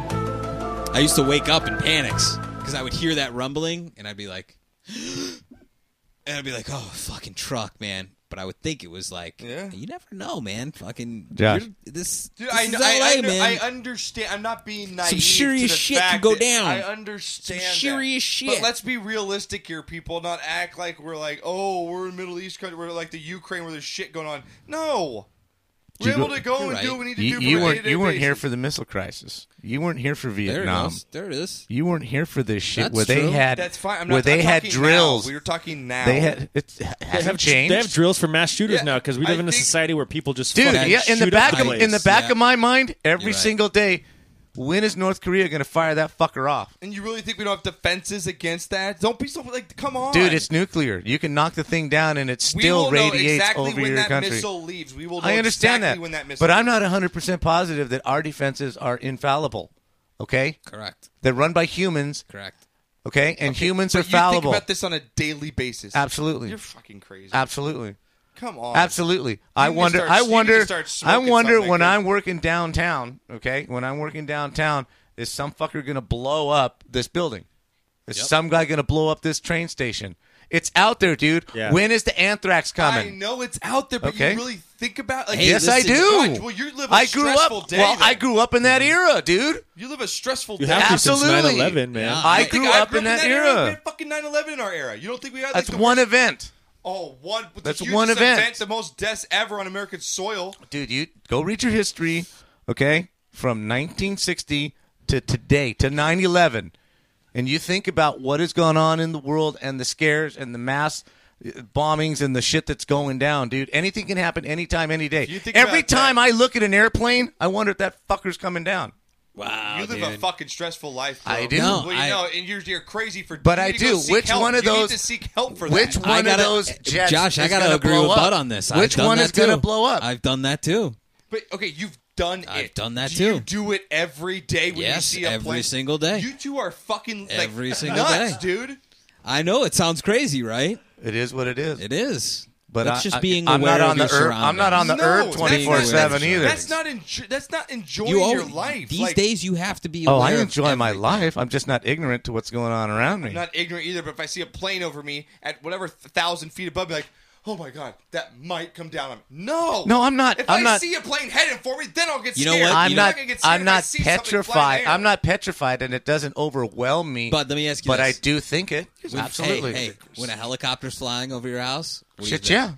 [SPEAKER 1] I used to wake up in panics because I would hear that rumbling and I'd be like, and I'd be like, oh fucking truck, man. But I would think it was like,
[SPEAKER 3] Yeah.
[SPEAKER 1] you never know, man. Fucking,
[SPEAKER 5] Josh.
[SPEAKER 1] you're- this,
[SPEAKER 3] Dude,
[SPEAKER 1] this
[SPEAKER 3] I,
[SPEAKER 1] is
[SPEAKER 3] know-
[SPEAKER 1] LA,
[SPEAKER 3] I, under-
[SPEAKER 1] man.
[SPEAKER 3] I understand. I'm not being naive.
[SPEAKER 1] serious
[SPEAKER 3] to the
[SPEAKER 1] shit
[SPEAKER 3] fact
[SPEAKER 1] can go
[SPEAKER 3] that-
[SPEAKER 1] down.
[SPEAKER 3] I understand.
[SPEAKER 1] Some
[SPEAKER 3] that.
[SPEAKER 1] serious shit.
[SPEAKER 3] But let's be realistic here, people. Not act like we're like, oh, we're in Middle East country. We're like the Ukraine where there's shit going on. No. We're
[SPEAKER 2] You go-
[SPEAKER 3] able to go and
[SPEAKER 1] You're
[SPEAKER 3] do
[SPEAKER 1] right.
[SPEAKER 3] what we need to
[SPEAKER 2] You,
[SPEAKER 3] do.
[SPEAKER 2] you
[SPEAKER 3] from a
[SPEAKER 2] weren't
[SPEAKER 3] day-to-day
[SPEAKER 2] you weren't here
[SPEAKER 3] basis.
[SPEAKER 2] for the missile crisis. You weren't here for
[SPEAKER 1] there it
[SPEAKER 2] Vietnam.
[SPEAKER 1] is. There it is.
[SPEAKER 2] You weren't here for this shit
[SPEAKER 1] That's
[SPEAKER 2] where they
[SPEAKER 1] true.
[SPEAKER 2] had
[SPEAKER 3] That's fine. I'm not,
[SPEAKER 2] where they
[SPEAKER 3] I'm
[SPEAKER 2] had
[SPEAKER 3] talking now.
[SPEAKER 2] drills.
[SPEAKER 3] We were talking now.
[SPEAKER 2] They had it hasn't changed.
[SPEAKER 4] They have drills for mass shooters
[SPEAKER 3] Yeah,
[SPEAKER 4] now because we
[SPEAKER 3] I
[SPEAKER 4] live in a
[SPEAKER 3] think-
[SPEAKER 4] society where people just
[SPEAKER 2] Dude,
[SPEAKER 4] fucking
[SPEAKER 2] yeah, in the
[SPEAKER 4] shoot
[SPEAKER 2] back
[SPEAKER 4] up
[SPEAKER 2] of,
[SPEAKER 4] place.
[SPEAKER 2] in the back
[SPEAKER 1] Yeah.
[SPEAKER 2] of my mind, every
[SPEAKER 1] You're right.
[SPEAKER 2] single day, when is North Korea going to fire that fucker off?
[SPEAKER 3] And you really think we don't have defenses against that? Don't be so like. Come on,
[SPEAKER 2] Dude, it's nuclear. You can knock the thing down and it
[SPEAKER 3] we
[SPEAKER 2] still
[SPEAKER 3] will
[SPEAKER 2] radiates
[SPEAKER 3] know exactly
[SPEAKER 2] over
[SPEAKER 3] when
[SPEAKER 2] your
[SPEAKER 3] that
[SPEAKER 2] country.
[SPEAKER 3] missile leaves. We will. Know
[SPEAKER 2] I understand
[SPEAKER 3] exactly
[SPEAKER 2] that,
[SPEAKER 3] when that missile.
[SPEAKER 2] but I'm not 100% positive that our defenses are infallible. Okay?
[SPEAKER 1] Correct.
[SPEAKER 2] They're run by humans,
[SPEAKER 1] Correct.
[SPEAKER 2] okay? And humans
[SPEAKER 3] But
[SPEAKER 2] are
[SPEAKER 3] you
[SPEAKER 2] fallible.
[SPEAKER 3] Think about this on a daily basis.
[SPEAKER 2] Absolutely.
[SPEAKER 3] You're fucking crazy.
[SPEAKER 2] Absolutely.
[SPEAKER 3] Come on.
[SPEAKER 2] Absolutely. I
[SPEAKER 3] need to
[SPEAKER 2] wonder.
[SPEAKER 3] start-
[SPEAKER 2] I
[SPEAKER 3] you need to
[SPEAKER 2] wonder.
[SPEAKER 3] start
[SPEAKER 2] I
[SPEAKER 3] smoking
[SPEAKER 2] wonder
[SPEAKER 3] something,
[SPEAKER 2] when
[SPEAKER 3] dude.
[SPEAKER 2] I'm working downtown. Okay, when I'm working downtown, is some fucker gonna blow up this building? Is some guy gonna blow up this train station? It's out there, dude.
[SPEAKER 4] Yeah.
[SPEAKER 2] When is the anthrax
[SPEAKER 3] I
[SPEAKER 2] coming?
[SPEAKER 3] know it's out there, but
[SPEAKER 2] Okay.
[SPEAKER 3] you really think about. Like,
[SPEAKER 1] Hey,
[SPEAKER 2] yes, I
[SPEAKER 1] listen,
[SPEAKER 2] do.
[SPEAKER 3] God, well, you live a
[SPEAKER 2] I grew
[SPEAKER 3] stressful
[SPEAKER 2] up.
[SPEAKER 3] day.
[SPEAKER 2] well, I
[SPEAKER 3] then. Mm-hmm.
[SPEAKER 2] grew up in that era, dude.
[SPEAKER 3] You live a stressful
[SPEAKER 4] You
[SPEAKER 3] day.
[SPEAKER 4] have to since
[SPEAKER 2] Absolutely.
[SPEAKER 4] 9/11, man.
[SPEAKER 1] Yeah.
[SPEAKER 2] I
[SPEAKER 3] You think
[SPEAKER 2] grew
[SPEAKER 3] I
[SPEAKER 2] up in that
[SPEAKER 3] era. We
[SPEAKER 2] era.
[SPEAKER 3] had fucking 9/11 in our era. You don't think we had? Like,
[SPEAKER 2] That's
[SPEAKER 3] the
[SPEAKER 2] one
[SPEAKER 3] worst-
[SPEAKER 2] event,
[SPEAKER 3] Oh, one. the
[SPEAKER 2] That's
[SPEAKER 3] hugest
[SPEAKER 2] one event.
[SPEAKER 3] The most deaths ever on American soil.
[SPEAKER 2] dude. You go read your history, okay? From 1960 to today to 9/11. and you think about what has gone on in the world and the scares and the mass uh, bombings and the shit that's going down, dude. Anything can happen anytime, any day.
[SPEAKER 3] You think
[SPEAKER 2] Every
[SPEAKER 3] about that-
[SPEAKER 2] time I look at an airplane, I wonder if that fucker's coming down.
[SPEAKER 1] Wow.
[SPEAKER 3] You live a
[SPEAKER 1] Ah, Oh, dude.
[SPEAKER 3] fucking stressful life. Bro.
[SPEAKER 2] I do.
[SPEAKER 1] No,
[SPEAKER 3] Well, you
[SPEAKER 1] I-
[SPEAKER 3] know, and you're you're crazy for.
[SPEAKER 2] But
[SPEAKER 3] you
[SPEAKER 2] I
[SPEAKER 3] need to go
[SPEAKER 2] do.
[SPEAKER 3] seek
[SPEAKER 2] Which
[SPEAKER 3] help.
[SPEAKER 2] one of
[SPEAKER 3] You need
[SPEAKER 2] those-
[SPEAKER 3] to seek help for
[SPEAKER 2] Which
[SPEAKER 3] that.
[SPEAKER 2] one
[SPEAKER 1] I gotta-
[SPEAKER 2] of those jets?
[SPEAKER 1] Josh, I
[SPEAKER 2] is
[SPEAKER 1] gotta
[SPEAKER 2] gonna
[SPEAKER 1] agree
[SPEAKER 2] blow
[SPEAKER 1] with
[SPEAKER 2] up?
[SPEAKER 1] Bud on this.
[SPEAKER 2] Which
[SPEAKER 1] I've done
[SPEAKER 2] one
[SPEAKER 1] that
[SPEAKER 2] is gonna
[SPEAKER 1] too.
[SPEAKER 2] blow up?
[SPEAKER 1] I've done that too.
[SPEAKER 3] But okay, you've done it.
[SPEAKER 1] I've done that
[SPEAKER 3] do
[SPEAKER 1] too.
[SPEAKER 3] You do it every day when
[SPEAKER 1] Yes,
[SPEAKER 3] you see a
[SPEAKER 1] every
[SPEAKER 3] plane.
[SPEAKER 1] single day.
[SPEAKER 3] You two are fucking like,
[SPEAKER 1] Every single day.
[SPEAKER 3] nuts, dude.
[SPEAKER 1] I know it sounds crazy, right?
[SPEAKER 2] It is what it is.
[SPEAKER 1] It is.
[SPEAKER 2] but
[SPEAKER 1] that's
[SPEAKER 2] I-
[SPEAKER 1] just
[SPEAKER 2] I-
[SPEAKER 1] being
[SPEAKER 2] I'm
[SPEAKER 1] aware
[SPEAKER 2] not on
[SPEAKER 1] of
[SPEAKER 2] the
[SPEAKER 1] your
[SPEAKER 2] herb. I'm not on the
[SPEAKER 3] No,
[SPEAKER 2] herb
[SPEAKER 3] that's not-
[SPEAKER 2] 24 7
[SPEAKER 1] that's-
[SPEAKER 2] either.
[SPEAKER 3] That's not enjo- That's not enjoying
[SPEAKER 1] surroundings. al-
[SPEAKER 3] your life.
[SPEAKER 1] These
[SPEAKER 3] Like,
[SPEAKER 1] days, you have to be. Aware
[SPEAKER 2] oh, I
[SPEAKER 1] of
[SPEAKER 2] enjoy my
[SPEAKER 1] everything.
[SPEAKER 2] life. I'm just not ignorant to what's going on around me.
[SPEAKER 3] I'm not ignorant either. But if I see a plane over me at whatever th- thousand feet above me, like. Oh my God! That might come down on me. No,
[SPEAKER 2] No, I'm not-
[SPEAKER 3] If
[SPEAKER 2] I'm
[SPEAKER 3] I
[SPEAKER 2] not-
[SPEAKER 3] see a plane heading for me, then I'll get
[SPEAKER 1] You know
[SPEAKER 3] scared.
[SPEAKER 1] what?
[SPEAKER 2] I'm
[SPEAKER 1] You know-
[SPEAKER 2] not.
[SPEAKER 3] gonna get scared
[SPEAKER 2] I'm
[SPEAKER 3] if I
[SPEAKER 2] not
[SPEAKER 3] see something flying
[SPEAKER 2] petrified.
[SPEAKER 3] in the air.
[SPEAKER 2] I'm not petrified, and it doesn't overwhelm me.
[SPEAKER 1] But let me ask you
[SPEAKER 2] But
[SPEAKER 1] this.
[SPEAKER 2] I do think it.
[SPEAKER 1] When-
[SPEAKER 2] Absolutely.
[SPEAKER 1] Hey, hey, when a helicopter's flying over your house, what do you
[SPEAKER 2] Shit,
[SPEAKER 1] think?
[SPEAKER 2] yeah.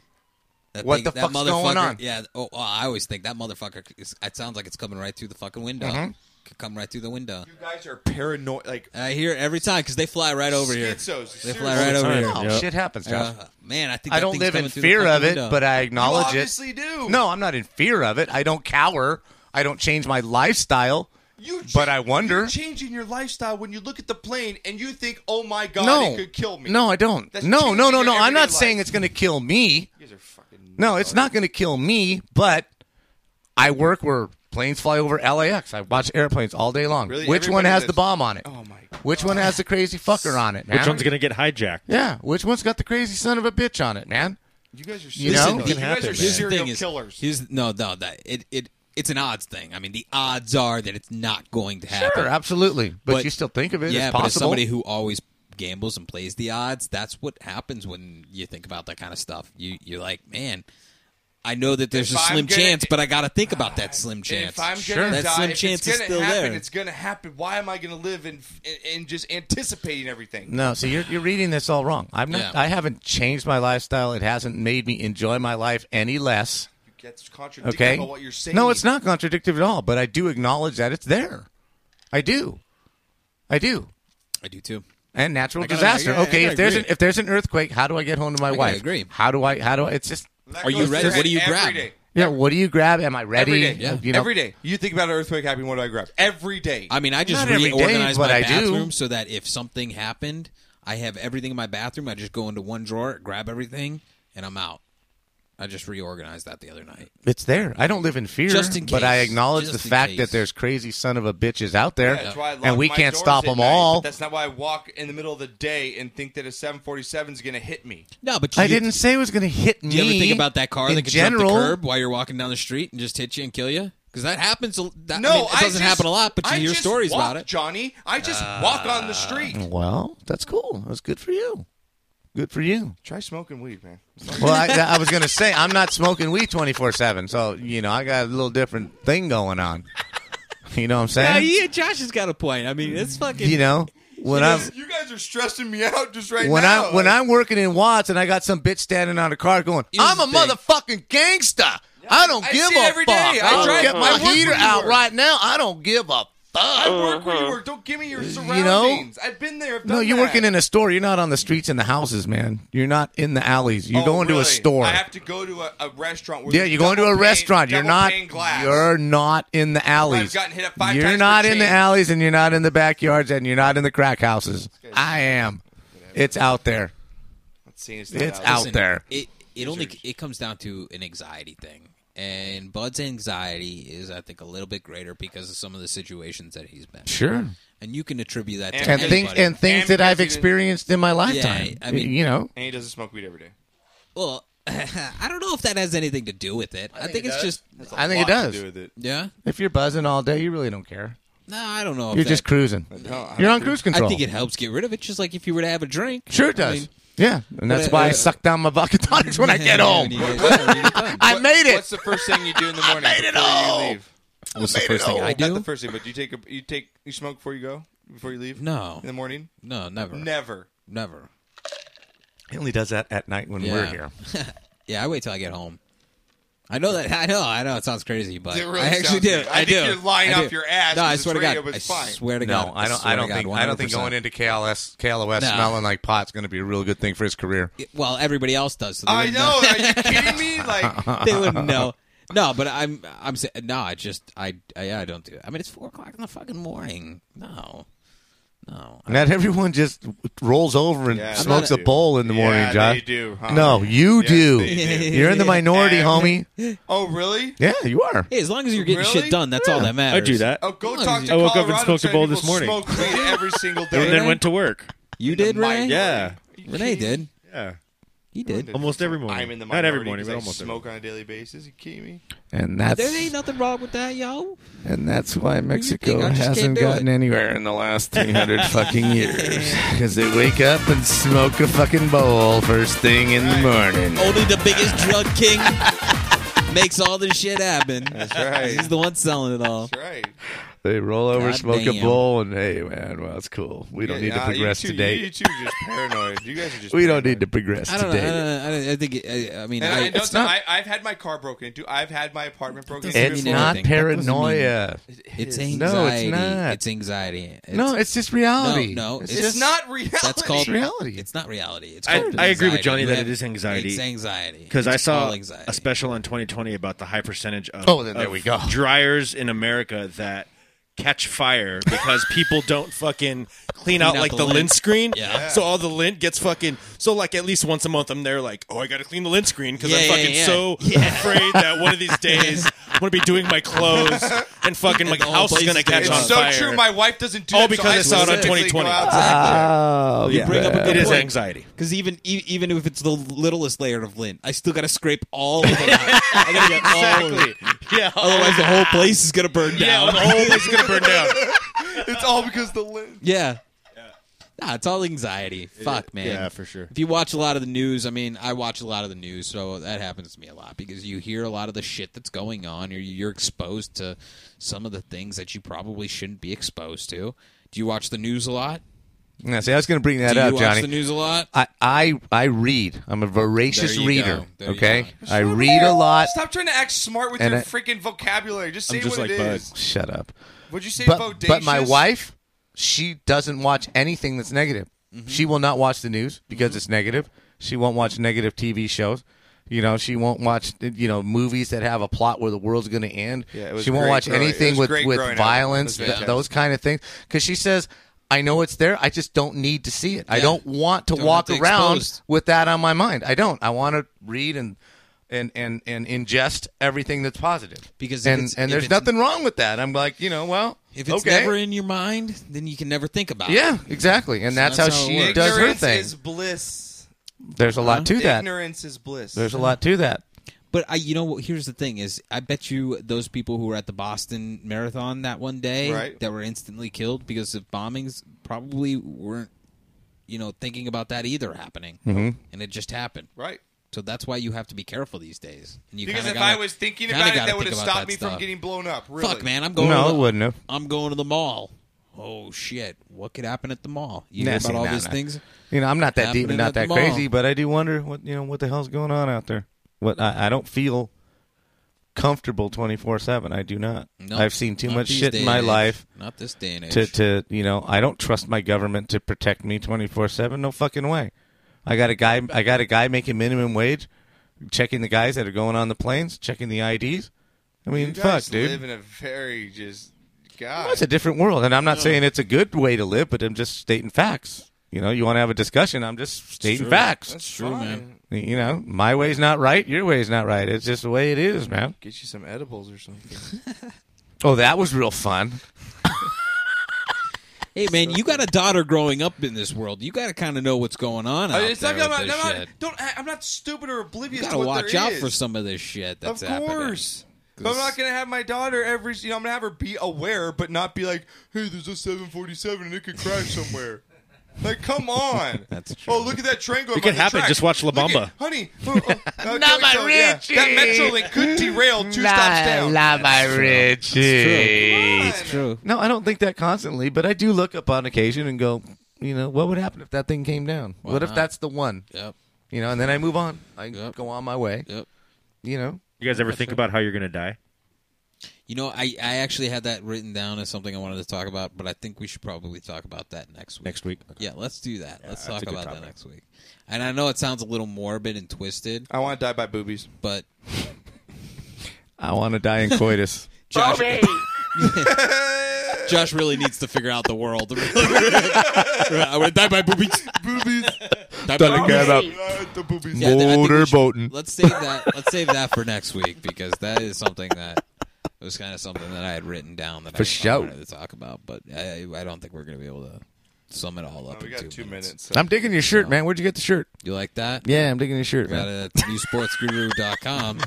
[SPEAKER 1] That
[SPEAKER 2] What
[SPEAKER 1] thing-
[SPEAKER 2] the
[SPEAKER 1] that
[SPEAKER 2] fuck's
[SPEAKER 1] motherfucker-
[SPEAKER 2] going on?
[SPEAKER 1] Yeah. Oh, oh, I always think that motherfucker. Is, it sounds like it's coming right through the fucking window.
[SPEAKER 2] Mm-hmm.
[SPEAKER 1] Could come right through the window.
[SPEAKER 3] You guys are paranoid. Like
[SPEAKER 1] And I hear it every time because they fly right over here.
[SPEAKER 3] Schizos,
[SPEAKER 1] They
[SPEAKER 3] seriously.
[SPEAKER 1] fly right over here.
[SPEAKER 2] Oh,
[SPEAKER 4] Yep.
[SPEAKER 2] shit happens, Josh.
[SPEAKER 1] Uh, man, I think
[SPEAKER 2] I
[SPEAKER 1] that
[SPEAKER 2] don't
[SPEAKER 1] thing's
[SPEAKER 2] live in
[SPEAKER 1] coming through the
[SPEAKER 2] fear of
[SPEAKER 1] fucking
[SPEAKER 2] it,
[SPEAKER 1] window.
[SPEAKER 2] but I
[SPEAKER 3] you
[SPEAKER 2] acknowledge it.
[SPEAKER 3] obviously do.
[SPEAKER 2] No, I'm not in fear of it. I don't cower. I don't change my lifestyle.
[SPEAKER 3] You ch-
[SPEAKER 2] But I wonder-
[SPEAKER 3] You're changing your lifestyle when you look at the plane and you think, "Oh my god,
[SPEAKER 2] no,
[SPEAKER 3] it could kill me."
[SPEAKER 2] No, I don't.
[SPEAKER 3] That's
[SPEAKER 2] no, no, no,
[SPEAKER 3] changing
[SPEAKER 2] no.
[SPEAKER 3] your
[SPEAKER 2] I'm not
[SPEAKER 3] everyday
[SPEAKER 2] saying
[SPEAKER 3] life.
[SPEAKER 2] it's going to kill me.
[SPEAKER 3] You guys are fucking.
[SPEAKER 2] No, it's not going to kill me. But I work where planes fly over LAX. I watch airplanes all day long.
[SPEAKER 3] Really?
[SPEAKER 2] Which one
[SPEAKER 3] Everybody
[SPEAKER 2] has the
[SPEAKER 3] does.
[SPEAKER 2] bomb on it?
[SPEAKER 3] Oh my. God.
[SPEAKER 2] Which one has the crazy fucker on it? Man?
[SPEAKER 4] Which one's gonna get hijacked?
[SPEAKER 2] Yeah, which one's got the crazy son of a bitch on it, man?
[SPEAKER 3] You guys are.
[SPEAKER 2] You
[SPEAKER 3] You,
[SPEAKER 2] know?
[SPEAKER 3] you
[SPEAKER 2] It can
[SPEAKER 3] guys are
[SPEAKER 4] happen, man.
[SPEAKER 1] Here's the
[SPEAKER 3] serial
[SPEAKER 1] thing is,
[SPEAKER 3] killers.
[SPEAKER 1] here's- no, no, that it it it's an odds thing. I mean, the odds are that it's not going to happen.
[SPEAKER 2] Sure, absolutely. But,
[SPEAKER 1] But-
[SPEAKER 2] you still think of it
[SPEAKER 1] yeah,
[SPEAKER 2] as
[SPEAKER 1] but as
[SPEAKER 2] possible.
[SPEAKER 1] somebody who always gambles and plays the odds, that's what happens when you think about that kind of stuff. You you're like, man, I know that there's
[SPEAKER 3] If
[SPEAKER 1] a
[SPEAKER 3] I'm
[SPEAKER 1] slim
[SPEAKER 3] gonna-
[SPEAKER 1] chance, but I got to think about that slim chance.
[SPEAKER 3] If I'm gonna
[SPEAKER 2] Sure.
[SPEAKER 3] die,
[SPEAKER 1] that slim
[SPEAKER 3] if
[SPEAKER 1] chance
[SPEAKER 3] it's
[SPEAKER 1] is
[SPEAKER 3] gonna
[SPEAKER 1] still
[SPEAKER 3] happen,
[SPEAKER 1] there.
[SPEAKER 3] it's gonna happen. Why am I gonna live in in, in just anticipating everything?
[SPEAKER 2] no, so you're, you're reading this all wrong. I'm not.
[SPEAKER 1] Yeah.
[SPEAKER 2] I haven't changed my lifestyle. It hasn't made me enjoy my life any less.
[SPEAKER 3] That's contradictory
[SPEAKER 2] Okay.
[SPEAKER 3] by what you're saying.
[SPEAKER 2] No, it's not contradictory at all. But I do acknowledge that it's there. I do. I do.
[SPEAKER 1] I do too.
[SPEAKER 2] and natural
[SPEAKER 1] gotta-
[SPEAKER 2] disaster.
[SPEAKER 1] I gotta- I
[SPEAKER 2] okay,
[SPEAKER 1] gotta
[SPEAKER 2] if there's
[SPEAKER 1] agree.
[SPEAKER 2] an if there's an earthquake, how do I get home to my
[SPEAKER 1] gotta
[SPEAKER 2] wife?
[SPEAKER 1] agree.
[SPEAKER 2] How do I? How do I? It's just
[SPEAKER 3] That
[SPEAKER 1] Are you
[SPEAKER 3] goes
[SPEAKER 1] ready?
[SPEAKER 3] to
[SPEAKER 1] What do you
[SPEAKER 3] every
[SPEAKER 1] grab?
[SPEAKER 3] day.
[SPEAKER 2] yeah. What do you grab? Am I ready?
[SPEAKER 3] Every day,
[SPEAKER 1] Yeah.
[SPEAKER 2] You know,
[SPEAKER 3] every day. You think about an earthquake happening. What do I grab? Every day.
[SPEAKER 1] I mean, I just
[SPEAKER 2] Not every day,
[SPEAKER 1] reorganize
[SPEAKER 2] but
[SPEAKER 1] my
[SPEAKER 2] I do.
[SPEAKER 1] bathroom so that if something happened, I have everything in my bathroom. I just go into one drawer, grab everything, and I'm out. I just reorganized that the other night.
[SPEAKER 2] It's there. I don't live in fear,
[SPEAKER 1] Just in
[SPEAKER 2] but I
[SPEAKER 1] case.
[SPEAKER 2] acknowledge
[SPEAKER 1] Just
[SPEAKER 2] the
[SPEAKER 1] in
[SPEAKER 2] fact
[SPEAKER 1] case.
[SPEAKER 2] that there's crazy son of a bitches out there,
[SPEAKER 3] Yeah, that's why I lock
[SPEAKER 2] and we
[SPEAKER 3] my
[SPEAKER 2] can't
[SPEAKER 3] doors
[SPEAKER 2] stop
[SPEAKER 3] at
[SPEAKER 2] them
[SPEAKER 3] night,
[SPEAKER 2] all.
[SPEAKER 3] but That's not why I walk in the middle of the day and think that a 747 is going to hit me.
[SPEAKER 1] No, but you,
[SPEAKER 2] I didn't say it was going to hit me.
[SPEAKER 1] Do you ever think about that car
[SPEAKER 2] in
[SPEAKER 1] that could
[SPEAKER 2] general?
[SPEAKER 1] jump the curb while you're walking down the street and just hit you and kill you? Because that happens. a- That,
[SPEAKER 3] No,
[SPEAKER 1] I mean, it
[SPEAKER 3] I
[SPEAKER 1] doesn't
[SPEAKER 3] just-
[SPEAKER 1] happen a lot, but you
[SPEAKER 3] I
[SPEAKER 1] hear
[SPEAKER 3] just
[SPEAKER 1] stories
[SPEAKER 3] walk,
[SPEAKER 1] about it.
[SPEAKER 3] Johnny, I just
[SPEAKER 2] Uh,
[SPEAKER 3] walk on the street.
[SPEAKER 2] Well, that's cool. That's good for you. Good for you.
[SPEAKER 3] Try smoking weed, man.
[SPEAKER 2] Well, I, I was going to say I'm not smoking weed 24 seven, so you know I got a little different thing going on. You know what I'm saying?
[SPEAKER 1] Yeah, yeah, Josh has got a point. I mean, it's fucking.
[SPEAKER 2] you know when I'm
[SPEAKER 3] you guys are stressing me out just right
[SPEAKER 2] when
[SPEAKER 3] now.
[SPEAKER 2] I when I'm working in Watts and I got some bitch standing on a car going, I'm a
[SPEAKER 1] the thing.
[SPEAKER 2] motherfucking gangster. I don't
[SPEAKER 3] I
[SPEAKER 2] give
[SPEAKER 3] see
[SPEAKER 2] a
[SPEAKER 3] it every
[SPEAKER 2] fuck.
[SPEAKER 3] day. I
[SPEAKER 2] I'll
[SPEAKER 3] drive-
[SPEAKER 2] get
[SPEAKER 3] I
[SPEAKER 2] my
[SPEAKER 3] work where
[SPEAKER 2] heater
[SPEAKER 3] you
[SPEAKER 2] out
[SPEAKER 3] work.
[SPEAKER 2] right now. I don't give a
[SPEAKER 3] I
[SPEAKER 2] fuck.
[SPEAKER 3] work where you work. Don't give me your surroundings. I've been there. I've
[SPEAKER 2] No,
[SPEAKER 3] done
[SPEAKER 2] you're
[SPEAKER 3] that.
[SPEAKER 2] working in a store. You're not on the streets and the houses, man. You're not in the alleys. You're
[SPEAKER 3] Oh,
[SPEAKER 2] going to
[SPEAKER 3] really?
[SPEAKER 2] a store.
[SPEAKER 3] I have to go to a, a restaurant. Where
[SPEAKER 2] yeah,
[SPEAKER 3] there's
[SPEAKER 2] you're going to a
[SPEAKER 3] double pane-
[SPEAKER 2] restaurant. You're
[SPEAKER 3] double
[SPEAKER 2] not.
[SPEAKER 3] pane glass.
[SPEAKER 2] You're not in the alleys.
[SPEAKER 3] gotten hit up five
[SPEAKER 2] you're
[SPEAKER 3] times for
[SPEAKER 2] not in the
[SPEAKER 3] change.
[SPEAKER 2] alleys, and you're not in the backyards, and you're not in the crack houses. I am. It's out there.
[SPEAKER 3] Let's see, it's
[SPEAKER 2] It's
[SPEAKER 3] not
[SPEAKER 2] out
[SPEAKER 1] Listen,
[SPEAKER 2] there.
[SPEAKER 1] It it only it comes down to an anxiety thing, and Bud's anxiety is, I think, a little bit greater because of some of the situations that he's been. in.
[SPEAKER 2] Sure.
[SPEAKER 1] And you can attribute that to
[SPEAKER 3] And
[SPEAKER 2] and
[SPEAKER 1] anybody.
[SPEAKER 2] things and things that I've
[SPEAKER 3] Ambiguity.
[SPEAKER 2] experienced in my lifetime.
[SPEAKER 1] I mean-
[SPEAKER 2] you know,
[SPEAKER 3] And he doesn't smoke weed every day.
[SPEAKER 1] well, I don't know if that has anything to do with it. I, think, it's just
[SPEAKER 3] That's a
[SPEAKER 2] I think it
[SPEAKER 3] lot
[SPEAKER 2] does.
[SPEAKER 3] To do with it.
[SPEAKER 1] yeah.
[SPEAKER 2] If you're buzzing all day, you really don't care.
[SPEAKER 1] No, I don't know. if
[SPEAKER 2] You're
[SPEAKER 1] that-
[SPEAKER 2] just cruising.
[SPEAKER 3] No, I
[SPEAKER 2] You're on cruise control.
[SPEAKER 1] I think it helps get rid of it, just like if you were to have a drink.
[SPEAKER 2] sure it
[SPEAKER 1] I
[SPEAKER 2] does.
[SPEAKER 1] mean,
[SPEAKER 2] yeah, and that's
[SPEAKER 1] but,
[SPEAKER 2] why I
[SPEAKER 1] uh,
[SPEAKER 2] suck down my vodka tonics when I get
[SPEAKER 1] when
[SPEAKER 2] home.
[SPEAKER 1] you get- yeah, when you get done.
[SPEAKER 2] I made
[SPEAKER 3] What's
[SPEAKER 2] it.
[SPEAKER 3] the first thing you do in the morning
[SPEAKER 2] made it
[SPEAKER 3] before
[SPEAKER 2] all.
[SPEAKER 3] you leave?
[SPEAKER 1] What's "Oh, the first thing I
[SPEAKER 3] Oh, Not the
[SPEAKER 1] do?
[SPEAKER 3] first thing, but do you take a, you take you smoke before you go before you leave?
[SPEAKER 1] No.
[SPEAKER 3] In the morning?
[SPEAKER 1] No, never,
[SPEAKER 3] Never.
[SPEAKER 1] never.
[SPEAKER 2] He only does that at night when
[SPEAKER 1] Yeah. Yeah, I wait till I get home. I know that. I know. I know. It sounds crazy, but
[SPEAKER 3] It really
[SPEAKER 1] I actually
[SPEAKER 3] sounds
[SPEAKER 1] do.
[SPEAKER 3] good. I
[SPEAKER 1] I,
[SPEAKER 3] think
[SPEAKER 1] do.
[SPEAKER 3] you're lying
[SPEAKER 1] I do.
[SPEAKER 3] off your ass
[SPEAKER 1] No, I
[SPEAKER 3] 'cause
[SPEAKER 1] swear to
[SPEAKER 3] it's
[SPEAKER 1] God.
[SPEAKER 3] radio, but it's
[SPEAKER 1] I
[SPEAKER 3] fine.
[SPEAKER 1] swear to God.
[SPEAKER 2] No, I don't.
[SPEAKER 1] swear
[SPEAKER 2] I
[SPEAKER 1] to
[SPEAKER 2] don't
[SPEAKER 1] God,
[SPEAKER 2] think. I don't think
[SPEAKER 1] 100%.
[SPEAKER 2] going into KLS, KLOS
[SPEAKER 1] No.
[SPEAKER 2] smelling like pot's going to be a real good thing for his career.
[SPEAKER 1] Well, everybody else does. So they
[SPEAKER 3] I
[SPEAKER 1] wouldn't
[SPEAKER 3] know. Are you kidding me? Like,
[SPEAKER 1] they wouldn't know. No, but I'm I'm saying no. I just I I, I don't do it. I mean, it's four o'clock in the fucking morning. No, no.
[SPEAKER 2] Not everyone just rolls over and
[SPEAKER 3] Yeah,
[SPEAKER 2] smokes
[SPEAKER 3] I'm
[SPEAKER 2] a
[SPEAKER 3] not a-
[SPEAKER 2] bowl in the morning,
[SPEAKER 3] yeah,
[SPEAKER 2] Josh.
[SPEAKER 3] they do. huh?
[SPEAKER 2] No, you
[SPEAKER 3] Yes,
[SPEAKER 2] do.
[SPEAKER 3] they do.
[SPEAKER 2] You're in the minority,
[SPEAKER 3] Yeah.
[SPEAKER 2] homie.
[SPEAKER 3] Oh, really?
[SPEAKER 2] Yeah, you are.
[SPEAKER 1] Hey, as long as you're getting
[SPEAKER 3] Really?
[SPEAKER 1] shit done, that's all that matters.
[SPEAKER 4] I do that.
[SPEAKER 3] Oh, go talk to
[SPEAKER 4] I woke up and
[SPEAKER 3] Colorado
[SPEAKER 4] smoked a
[SPEAKER 3] Trend.
[SPEAKER 4] bowl
[SPEAKER 3] People
[SPEAKER 4] this morning.
[SPEAKER 3] Smoke weed every single day.
[SPEAKER 4] and then went to work.
[SPEAKER 1] You did, Renee?
[SPEAKER 3] mic.
[SPEAKER 4] Yeah,
[SPEAKER 1] Renee did.
[SPEAKER 4] yeah.
[SPEAKER 1] He did.
[SPEAKER 4] Almost every morning.
[SPEAKER 3] I'm in the
[SPEAKER 4] Not
[SPEAKER 3] minority
[SPEAKER 4] every morning,
[SPEAKER 3] 'cause
[SPEAKER 4] but
[SPEAKER 3] I
[SPEAKER 4] almost every
[SPEAKER 3] smoke on a daily basis. You kidding me?
[SPEAKER 2] And that's
[SPEAKER 1] There ain't nothing wrong with that, yo.
[SPEAKER 2] and that's why
[SPEAKER 1] think? I
[SPEAKER 2] Mexico
[SPEAKER 1] just can't
[SPEAKER 2] hasn't
[SPEAKER 1] do
[SPEAKER 2] gotten
[SPEAKER 1] it.
[SPEAKER 2] anywhere in the last 300 fucking years because they wake up and smoke a fucking bowl first thing in the morning.
[SPEAKER 1] Only the biggest drug king makes all this shit happen. That's
[SPEAKER 3] right.
[SPEAKER 1] He's the one selling it all.
[SPEAKER 3] That's right.
[SPEAKER 2] They roll over,
[SPEAKER 1] God
[SPEAKER 2] smoke a
[SPEAKER 1] damn.
[SPEAKER 2] bowl, and hey, man, well, it's cool. We don't need to
[SPEAKER 3] Nah,
[SPEAKER 2] progress
[SPEAKER 3] you two,
[SPEAKER 2] today.
[SPEAKER 3] You two are just paranoid. You guys are just.
[SPEAKER 2] we don't
[SPEAKER 3] paranoid.
[SPEAKER 2] need to progress
[SPEAKER 1] I don't know. I,
[SPEAKER 2] today.
[SPEAKER 1] don't, I, don't, I think. it- I, I mean,
[SPEAKER 3] And I,
[SPEAKER 1] I,
[SPEAKER 3] don't,
[SPEAKER 2] it's not-
[SPEAKER 3] I, I've had my car broken into. I've had my apartment broken
[SPEAKER 1] doesn't
[SPEAKER 3] into.
[SPEAKER 2] It's
[SPEAKER 1] mean
[SPEAKER 3] before.
[SPEAKER 2] not
[SPEAKER 1] anything. That doesn't mean-
[SPEAKER 2] paranoia.
[SPEAKER 1] it's
[SPEAKER 2] it's
[SPEAKER 1] anxiety.
[SPEAKER 2] not.
[SPEAKER 1] It's anxiety. It's,
[SPEAKER 2] no, it's just reality.
[SPEAKER 1] No, no,
[SPEAKER 2] it's,
[SPEAKER 1] it's
[SPEAKER 3] It's
[SPEAKER 2] just
[SPEAKER 3] not reality.
[SPEAKER 1] That's called
[SPEAKER 2] It's reality.
[SPEAKER 1] It's not reality. It's
[SPEAKER 4] I-
[SPEAKER 1] called
[SPEAKER 4] I agree with
[SPEAKER 1] anxiety.
[SPEAKER 4] Johnny
[SPEAKER 1] You
[SPEAKER 4] that
[SPEAKER 1] have-
[SPEAKER 4] it is anxiety.
[SPEAKER 1] It's anxiety
[SPEAKER 4] Because I
[SPEAKER 1] It's
[SPEAKER 4] saw
[SPEAKER 1] all anxiety.
[SPEAKER 4] a special on 2020 about the high percentage of,
[SPEAKER 2] Oh, then there
[SPEAKER 4] of
[SPEAKER 2] we go.
[SPEAKER 4] dryers in America that catch fire because people don't fucking clean out
[SPEAKER 1] out
[SPEAKER 4] like
[SPEAKER 1] the
[SPEAKER 4] the lint,
[SPEAKER 1] lint.
[SPEAKER 4] screen.
[SPEAKER 1] Yeah.
[SPEAKER 4] So all the lint gets fucking. So like at least once a month, I'm there like, oh, I got to clean the lint screen because
[SPEAKER 1] Yeah,
[SPEAKER 4] I'm
[SPEAKER 1] yeah,
[SPEAKER 4] fucking
[SPEAKER 1] yeah.
[SPEAKER 4] so afraid that one of these days I'm gonna be doing my clothes and fucking my
[SPEAKER 1] the whole
[SPEAKER 4] house is
[SPEAKER 1] place
[SPEAKER 4] gonna
[SPEAKER 1] is
[SPEAKER 4] catch
[SPEAKER 1] It's
[SPEAKER 4] on
[SPEAKER 3] It's so
[SPEAKER 4] fire.
[SPEAKER 3] true. My wife doesn't do
[SPEAKER 4] All
[SPEAKER 3] that, so
[SPEAKER 4] because I saw it on
[SPEAKER 3] specifically go
[SPEAKER 4] 2020.
[SPEAKER 3] outside.
[SPEAKER 2] Oh,
[SPEAKER 4] Yeah.
[SPEAKER 1] bring up a good
[SPEAKER 4] it is
[SPEAKER 1] point.
[SPEAKER 4] anxiety.
[SPEAKER 1] Because even e- even if it's the littlest layer of lint, I still got to scrape all of it. out. I gotta get all of it.
[SPEAKER 4] yeah.
[SPEAKER 1] Otherwise, the whole place is gonna burn
[SPEAKER 4] Yeah,
[SPEAKER 1] down.
[SPEAKER 4] the whole place is gonna burn down.
[SPEAKER 3] It's all because the lens.
[SPEAKER 1] Yeah. Nah, it's all anxiety. Fuck, man.
[SPEAKER 4] yeah, for sure.
[SPEAKER 1] If you watch a lot of the news, I mean, I watch a lot of the news, so that happens to me a lot because you hear a lot of the shit that's going on. You're, you're exposed to some of the things that you probably shouldn't be exposed to. Do you watch the news a lot?
[SPEAKER 2] Now, see, I was going to bring that
[SPEAKER 1] Do you
[SPEAKER 2] up,
[SPEAKER 1] watch
[SPEAKER 2] Johnny.
[SPEAKER 1] the news a lot?
[SPEAKER 2] I, I I read. I'm a voracious
[SPEAKER 1] There you
[SPEAKER 2] reader.
[SPEAKER 1] go. There you
[SPEAKER 2] Okay,
[SPEAKER 1] go.
[SPEAKER 2] I read a lot.
[SPEAKER 3] Stop trying to act smart with
[SPEAKER 2] And
[SPEAKER 3] your
[SPEAKER 2] I-
[SPEAKER 3] freaking vocabulary. Just say
[SPEAKER 4] I'm just
[SPEAKER 3] what it
[SPEAKER 4] like Bud.
[SPEAKER 3] is.
[SPEAKER 2] Shut up.
[SPEAKER 3] Would you say
[SPEAKER 2] But
[SPEAKER 3] bodacious?
[SPEAKER 2] but my wife, she doesn't watch anything that's negative.
[SPEAKER 3] Mm-hmm.
[SPEAKER 2] She will not watch the news because it's negative. She won't watch negative TV shows. You know, she won't watch you know movies that have a plot where the world's going to end.
[SPEAKER 3] Yeah, it was
[SPEAKER 2] she won't
[SPEAKER 3] great
[SPEAKER 2] watch
[SPEAKER 3] growing- it
[SPEAKER 2] anything with
[SPEAKER 3] was great growing
[SPEAKER 2] with
[SPEAKER 3] up.
[SPEAKER 2] violence,
[SPEAKER 3] It was
[SPEAKER 2] th-
[SPEAKER 3] fantastic.
[SPEAKER 2] those kind of things. Because she says, "I know it's there. I just don't need to see it. I
[SPEAKER 1] Yeah.
[SPEAKER 2] don't want to
[SPEAKER 1] Don't
[SPEAKER 2] walk
[SPEAKER 1] have to
[SPEAKER 2] around
[SPEAKER 1] expose.
[SPEAKER 2] with that on my mind. I don't. I want to read and." And, and and ingest everything that's positive
[SPEAKER 1] Because if
[SPEAKER 2] and
[SPEAKER 1] it's- if
[SPEAKER 2] and there's
[SPEAKER 1] it's-
[SPEAKER 2] nothing wrong with that. I'm like you know well
[SPEAKER 1] If it's
[SPEAKER 2] okay.
[SPEAKER 1] never in your mind, then you can never think about it.
[SPEAKER 2] Yeah, exactly. And that's,
[SPEAKER 1] that's
[SPEAKER 2] how,
[SPEAKER 1] how it
[SPEAKER 2] she
[SPEAKER 1] works.
[SPEAKER 2] does her
[SPEAKER 3] Ignorance
[SPEAKER 2] thing.
[SPEAKER 3] is bliss.
[SPEAKER 2] There's a lot to that.
[SPEAKER 3] Ignorance is bliss.
[SPEAKER 2] There's a lot to that.
[SPEAKER 1] But I, you know, what? here's the thing: is I bet you those people who were at the Boston Marathon that one day
[SPEAKER 3] Right.
[SPEAKER 1] that were instantly killed because of bombings probably weren't, you know, thinking about that either happening, mm-hmm. and it just happened.
[SPEAKER 3] right.
[SPEAKER 1] So that's why you have to be careful these days. And you
[SPEAKER 3] Because
[SPEAKER 1] kinda
[SPEAKER 3] if
[SPEAKER 1] gotta-
[SPEAKER 3] I was thinking
[SPEAKER 1] kinda
[SPEAKER 3] about it,
[SPEAKER 1] gotta
[SPEAKER 3] that would
[SPEAKER 1] think
[SPEAKER 3] have
[SPEAKER 1] about that
[SPEAKER 3] stopped me from
[SPEAKER 1] stuff.
[SPEAKER 3] getting blown up. Really.
[SPEAKER 1] Fuck, man! I'm going.
[SPEAKER 2] No,
[SPEAKER 1] to
[SPEAKER 2] it
[SPEAKER 1] the,
[SPEAKER 2] wouldn't have.
[SPEAKER 1] I'm going to the mall. Oh shit! What could happen at the mall? You
[SPEAKER 2] Nah,
[SPEAKER 1] hear
[SPEAKER 2] see,
[SPEAKER 1] about all
[SPEAKER 2] nah,
[SPEAKER 1] these
[SPEAKER 2] nah.
[SPEAKER 1] things.
[SPEAKER 2] You know, I'm not that deep
[SPEAKER 1] Happening
[SPEAKER 2] and
[SPEAKER 1] at
[SPEAKER 2] not
[SPEAKER 1] the
[SPEAKER 2] that
[SPEAKER 1] mall.
[SPEAKER 2] crazy, but I do wonder what you know what the hell's going on out there. What I, I don't feel comfortable 24 seven. I do not.
[SPEAKER 1] No,
[SPEAKER 2] I've seen too
[SPEAKER 1] not
[SPEAKER 2] much
[SPEAKER 1] these
[SPEAKER 2] shit
[SPEAKER 1] day
[SPEAKER 2] in my
[SPEAKER 1] and age.
[SPEAKER 2] life
[SPEAKER 1] Not this day and age.
[SPEAKER 2] to to you know I don't trust my government to protect me 24/7 no fucking way. I got a guy I got a guy making minimum wage checking the guys that are going on the planes, checking the IDs. I mean,
[SPEAKER 3] You
[SPEAKER 2] fuck,
[SPEAKER 3] guys
[SPEAKER 2] dude.
[SPEAKER 3] live in a very just God.
[SPEAKER 2] Well, it's a different world, and I'm not saying it's a good way to live, but I'm just stating facts. You know, you want to have a discussion, I'm just stating
[SPEAKER 1] true.
[SPEAKER 2] facts.
[SPEAKER 3] That's
[SPEAKER 1] true,
[SPEAKER 3] fine.
[SPEAKER 1] man.
[SPEAKER 2] you know, my way's not right, your way's not right. It's just the way it is, man.
[SPEAKER 3] Get you some edibles or something.
[SPEAKER 2] Oh, that was real fun.
[SPEAKER 1] Hey man, you got a daughter growing up in this world. You got to kind of know what's going on. Out
[SPEAKER 3] I mean, Oh, it's
[SPEAKER 1] there
[SPEAKER 3] not,
[SPEAKER 1] with
[SPEAKER 3] I'm, not, I'm,
[SPEAKER 1] this
[SPEAKER 3] not,
[SPEAKER 1] shit.
[SPEAKER 3] don't, I'm not stupid or
[SPEAKER 1] You
[SPEAKER 3] oblivious
[SPEAKER 1] got
[SPEAKER 3] to
[SPEAKER 1] to
[SPEAKER 3] what
[SPEAKER 1] watch
[SPEAKER 3] there
[SPEAKER 1] out
[SPEAKER 3] is.
[SPEAKER 1] for some of this shit. That's
[SPEAKER 3] of
[SPEAKER 1] happening.
[SPEAKER 3] course. But I'm not gonna have my daughter every. You know, I'm gonna have her be aware, but not be like, "Hey, there's a 747 and it could crash somewhere." like, come on.
[SPEAKER 1] That's
[SPEAKER 3] Oh,
[SPEAKER 1] true.
[SPEAKER 3] look at that triangle.
[SPEAKER 4] It could happen. Just watch La
[SPEAKER 3] Look at-
[SPEAKER 4] Bamba.
[SPEAKER 3] honey. Oh, oh, uh,
[SPEAKER 7] Not my
[SPEAKER 3] so, yeah,
[SPEAKER 7] Richie.
[SPEAKER 3] That Metrolink could derail two stops down.
[SPEAKER 1] Richie.
[SPEAKER 3] Come on.
[SPEAKER 1] True.
[SPEAKER 2] No, I don't think that constantly, but I do look up on occasion and go, you know, what would happen if that thing came down? what if
[SPEAKER 1] not?
[SPEAKER 2] that's the one?
[SPEAKER 1] Yep.
[SPEAKER 2] You know, and then I move on. I
[SPEAKER 1] Yep.
[SPEAKER 2] go on my way.
[SPEAKER 1] Yep.
[SPEAKER 2] You know,
[SPEAKER 6] You guys ever think about how you're gonna die?
[SPEAKER 1] You know, I, I actually had that written down as something I wanted to talk about, but I think we should probably talk about that next week.
[SPEAKER 4] Next week.
[SPEAKER 1] Yeah, let's do that. let's
[SPEAKER 4] that's
[SPEAKER 1] talk
[SPEAKER 4] a good
[SPEAKER 1] about that
[SPEAKER 4] topic.
[SPEAKER 1] next week. And I know it sounds a little morbid and twisted,
[SPEAKER 3] I want to die by boobies.
[SPEAKER 1] but
[SPEAKER 2] I want to die in coitus.
[SPEAKER 1] Josh, Josh really needs to figure out the world. I would die by boobies.
[SPEAKER 3] Boobies.
[SPEAKER 1] Die by boobies.
[SPEAKER 2] about
[SPEAKER 3] Uh, the boobies.
[SPEAKER 1] Yeah, then I think we should-
[SPEAKER 2] motorboating.
[SPEAKER 1] Let's save that. Let's save that for next week because that is something that it was kind of something that I had written down that I, I
[SPEAKER 2] sure.
[SPEAKER 1] wanted to talk about, but I, I don't think we're going to be able to sum it all up.
[SPEAKER 3] Oh, we
[SPEAKER 1] in
[SPEAKER 3] got two minutes. so-
[SPEAKER 2] I'm digging your shirt, man. Where'd you get the shirt?
[SPEAKER 1] You like that?
[SPEAKER 2] Yeah, I'm digging your shirt,
[SPEAKER 1] Got
[SPEAKER 2] man.
[SPEAKER 1] it at newsportsguru.com.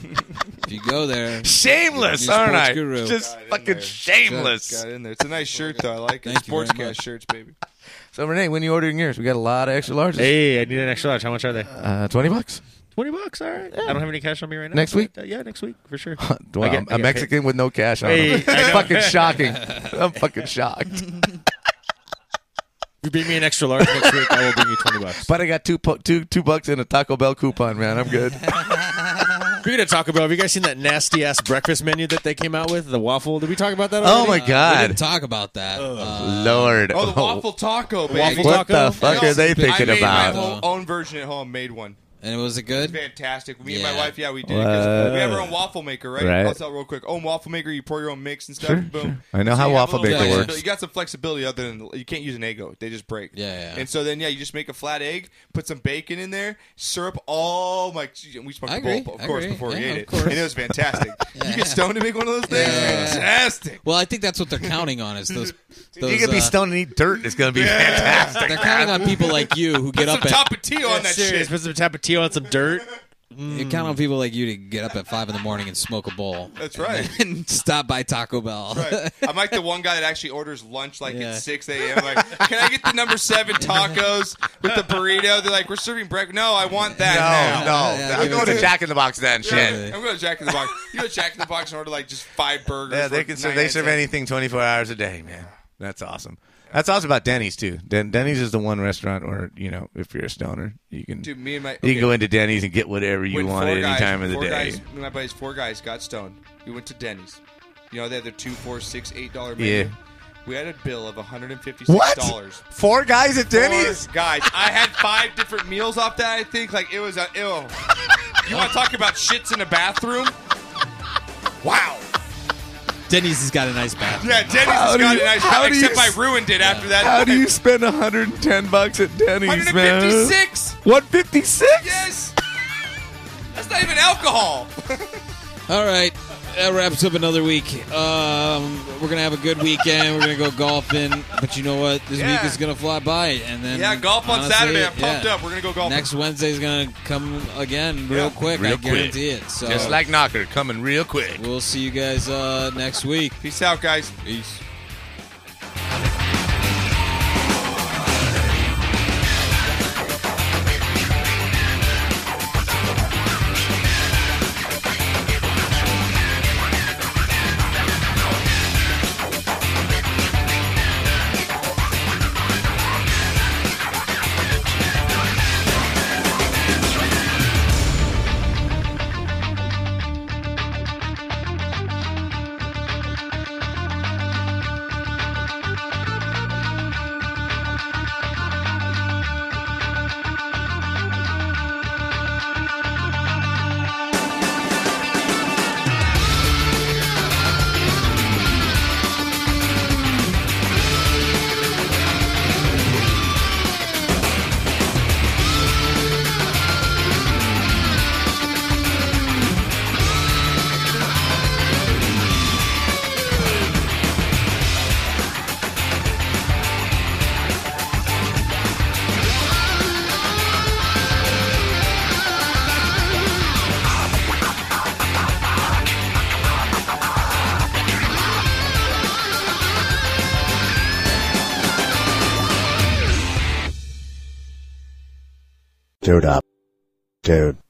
[SPEAKER 1] if you go there,
[SPEAKER 2] Shameless,
[SPEAKER 1] New
[SPEAKER 2] aren't
[SPEAKER 1] sports
[SPEAKER 2] I?
[SPEAKER 1] guru.
[SPEAKER 2] Just
[SPEAKER 3] in
[SPEAKER 2] fucking
[SPEAKER 3] there.
[SPEAKER 2] shameless.
[SPEAKER 3] Got in there. It's a nice shirt though. I like it.
[SPEAKER 1] Thank you very
[SPEAKER 3] Sports cast
[SPEAKER 1] much.
[SPEAKER 3] shirts, baby.
[SPEAKER 2] So Renee, when you ordering yours? We got a lot of extra larges.
[SPEAKER 6] Hey, I need an extra large. How much are they?
[SPEAKER 2] Uh, Twenty bucks.
[SPEAKER 6] Twenty bucks. All right. I don't have any cash on me right now.
[SPEAKER 2] Next
[SPEAKER 6] so
[SPEAKER 2] week?
[SPEAKER 6] I- yeah, next week for sure.
[SPEAKER 2] Wow,
[SPEAKER 6] I get- I
[SPEAKER 2] I'm
[SPEAKER 6] get
[SPEAKER 2] a
[SPEAKER 6] paid.
[SPEAKER 2] Mexican with no cash on him.
[SPEAKER 6] Hey, I know.
[SPEAKER 2] fucking shocking. I'm fucking shocked.
[SPEAKER 4] If you bring me an extra large next week, I will bring you twenty bucks.
[SPEAKER 2] But I got two pu- two two bucks and a Taco Bell coupon, man. I'm good.
[SPEAKER 4] Speaking of Taco Bell, have you guys seen that nasty ass breakfast menu that they came out with? The waffle? Did we talk about that?
[SPEAKER 2] oh
[SPEAKER 4] Already?
[SPEAKER 2] my
[SPEAKER 1] we
[SPEAKER 2] god,
[SPEAKER 1] didn't talk about that. Uh,
[SPEAKER 2] Lord!
[SPEAKER 3] Oh, the waffle taco, baby.
[SPEAKER 4] Waffle
[SPEAKER 2] What
[SPEAKER 4] taco?
[SPEAKER 2] the fuck are they thinking
[SPEAKER 3] I made
[SPEAKER 2] about?
[SPEAKER 3] my whole own version at home. Made one.
[SPEAKER 1] and was it good?
[SPEAKER 3] Fantastic. Me
[SPEAKER 1] Yeah.
[SPEAKER 3] and my wife, yeah, we did. 'cause
[SPEAKER 2] Wow.
[SPEAKER 3] We have our own waffle maker, right?
[SPEAKER 2] Right.
[SPEAKER 3] I'll tell real quick. Own waffle maker. You pour your own mix and stuff.
[SPEAKER 2] Sure,
[SPEAKER 3] boom.
[SPEAKER 2] sure. I know
[SPEAKER 3] So
[SPEAKER 2] how
[SPEAKER 3] you have
[SPEAKER 2] waffle
[SPEAKER 3] a little
[SPEAKER 1] maker works.
[SPEAKER 3] flexibility. You got some flexibility other than you can't use an eggo. They just break.
[SPEAKER 1] Yeah, yeah.
[SPEAKER 3] And so then yeah, you just make a flat egg, put some bacon in there, syrup all like we smoked
[SPEAKER 1] I
[SPEAKER 3] a bowl,
[SPEAKER 1] agree,
[SPEAKER 3] of
[SPEAKER 1] I
[SPEAKER 3] course,
[SPEAKER 1] agree.
[SPEAKER 3] before we
[SPEAKER 1] Yeah,
[SPEAKER 3] ate
[SPEAKER 1] of
[SPEAKER 3] it,
[SPEAKER 1] course.
[SPEAKER 3] and it was fantastic. You get stoned to make one of those things.
[SPEAKER 1] Yeah.
[SPEAKER 3] Fantastic.
[SPEAKER 1] Well, I think that's what they're counting on is those. those
[SPEAKER 2] You could be
[SPEAKER 1] uh,
[SPEAKER 2] stoned and eat dirt. It's gonna be fantastic.
[SPEAKER 1] They're counting on people like you who get
[SPEAKER 3] Put some
[SPEAKER 1] up at
[SPEAKER 3] tapatio on that shit.
[SPEAKER 4] Serious, put some tapatio on some dirt.
[SPEAKER 1] You count mm, on people like you to get up at five in the morning and smoke a bowl.
[SPEAKER 3] That's right.
[SPEAKER 1] and stop by Taco Bell.
[SPEAKER 3] Right. I'm like the one guy that actually orders lunch like
[SPEAKER 1] Yeah.
[SPEAKER 3] at 6 a.m. Like, can I get the number seven tacos with the burrito? They're like, we're serving breakfast. No, I want that. now.
[SPEAKER 2] no,
[SPEAKER 1] yeah,
[SPEAKER 2] no.
[SPEAKER 1] yeah,
[SPEAKER 2] I'm going
[SPEAKER 1] yeah.
[SPEAKER 2] to Jack in the Box then. Shit.
[SPEAKER 3] I'm going to Jack in the Box. You go to Jack in the Box and order like just five burgers.
[SPEAKER 2] Yeah, they
[SPEAKER 3] worth
[SPEAKER 2] can serve,
[SPEAKER 3] nine
[SPEAKER 2] they
[SPEAKER 3] and
[SPEAKER 2] serve
[SPEAKER 3] ten.
[SPEAKER 2] anything 24 hours a day, man. That's awesome. That's awesome about Denny's too. Den- Denny's is the one restaurant where you know if you're a stoner, you can
[SPEAKER 3] Dude, me and my
[SPEAKER 2] you
[SPEAKER 3] okay.
[SPEAKER 2] can go into Denny's and get whatever you
[SPEAKER 3] When
[SPEAKER 2] want
[SPEAKER 3] four
[SPEAKER 2] at any
[SPEAKER 3] guys-
[SPEAKER 2] time of the
[SPEAKER 3] four
[SPEAKER 2] day.
[SPEAKER 3] Guys, when my buddies, four guys got stoned. We went to Denny's. You know, they had their two, four, six, eight dollar menu.
[SPEAKER 2] Yeah.
[SPEAKER 3] We had a bill of 156
[SPEAKER 2] what?
[SPEAKER 3] dollars.
[SPEAKER 2] Four guys at Denny's?
[SPEAKER 3] Four guys. I had five different meals off that. I think like it was a ill. You want to talk about shits in a bathroom? Wow.
[SPEAKER 1] Denny's has got a nice bathroom.
[SPEAKER 3] Yeah, Denny's
[SPEAKER 2] How
[SPEAKER 3] has
[SPEAKER 2] do
[SPEAKER 3] got
[SPEAKER 2] you-
[SPEAKER 3] a nice.
[SPEAKER 2] how do you
[SPEAKER 3] Except I
[SPEAKER 2] s-
[SPEAKER 3] ruined it after that.
[SPEAKER 2] How do you spend 110 bucks at Denny's, man?
[SPEAKER 3] 156.
[SPEAKER 2] 156?
[SPEAKER 3] Yes. That's not even alcohol.
[SPEAKER 1] All right, that wraps up another week. Um, we're gonna have a good weekend. We're gonna go golfing, but you know what? This
[SPEAKER 3] Yeah.
[SPEAKER 1] week is gonna fly by, and then
[SPEAKER 3] Yeah, golf on
[SPEAKER 1] honestly,
[SPEAKER 3] Saturday. I'm pumped
[SPEAKER 1] yeah.
[SPEAKER 3] up. We're gonna go golfing.
[SPEAKER 1] Next Wednesday's gonna come again real
[SPEAKER 3] Yeah.
[SPEAKER 1] quick. I
[SPEAKER 2] Real quick.
[SPEAKER 1] guarantee it. So
[SPEAKER 2] Just like Knocker, coming real quick.
[SPEAKER 1] we'll see you guys uh, next week.
[SPEAKER 3] Peace out, guys.
[SPEAKER 1] Peace.
[SPEAKER 8] Dude up. Dude.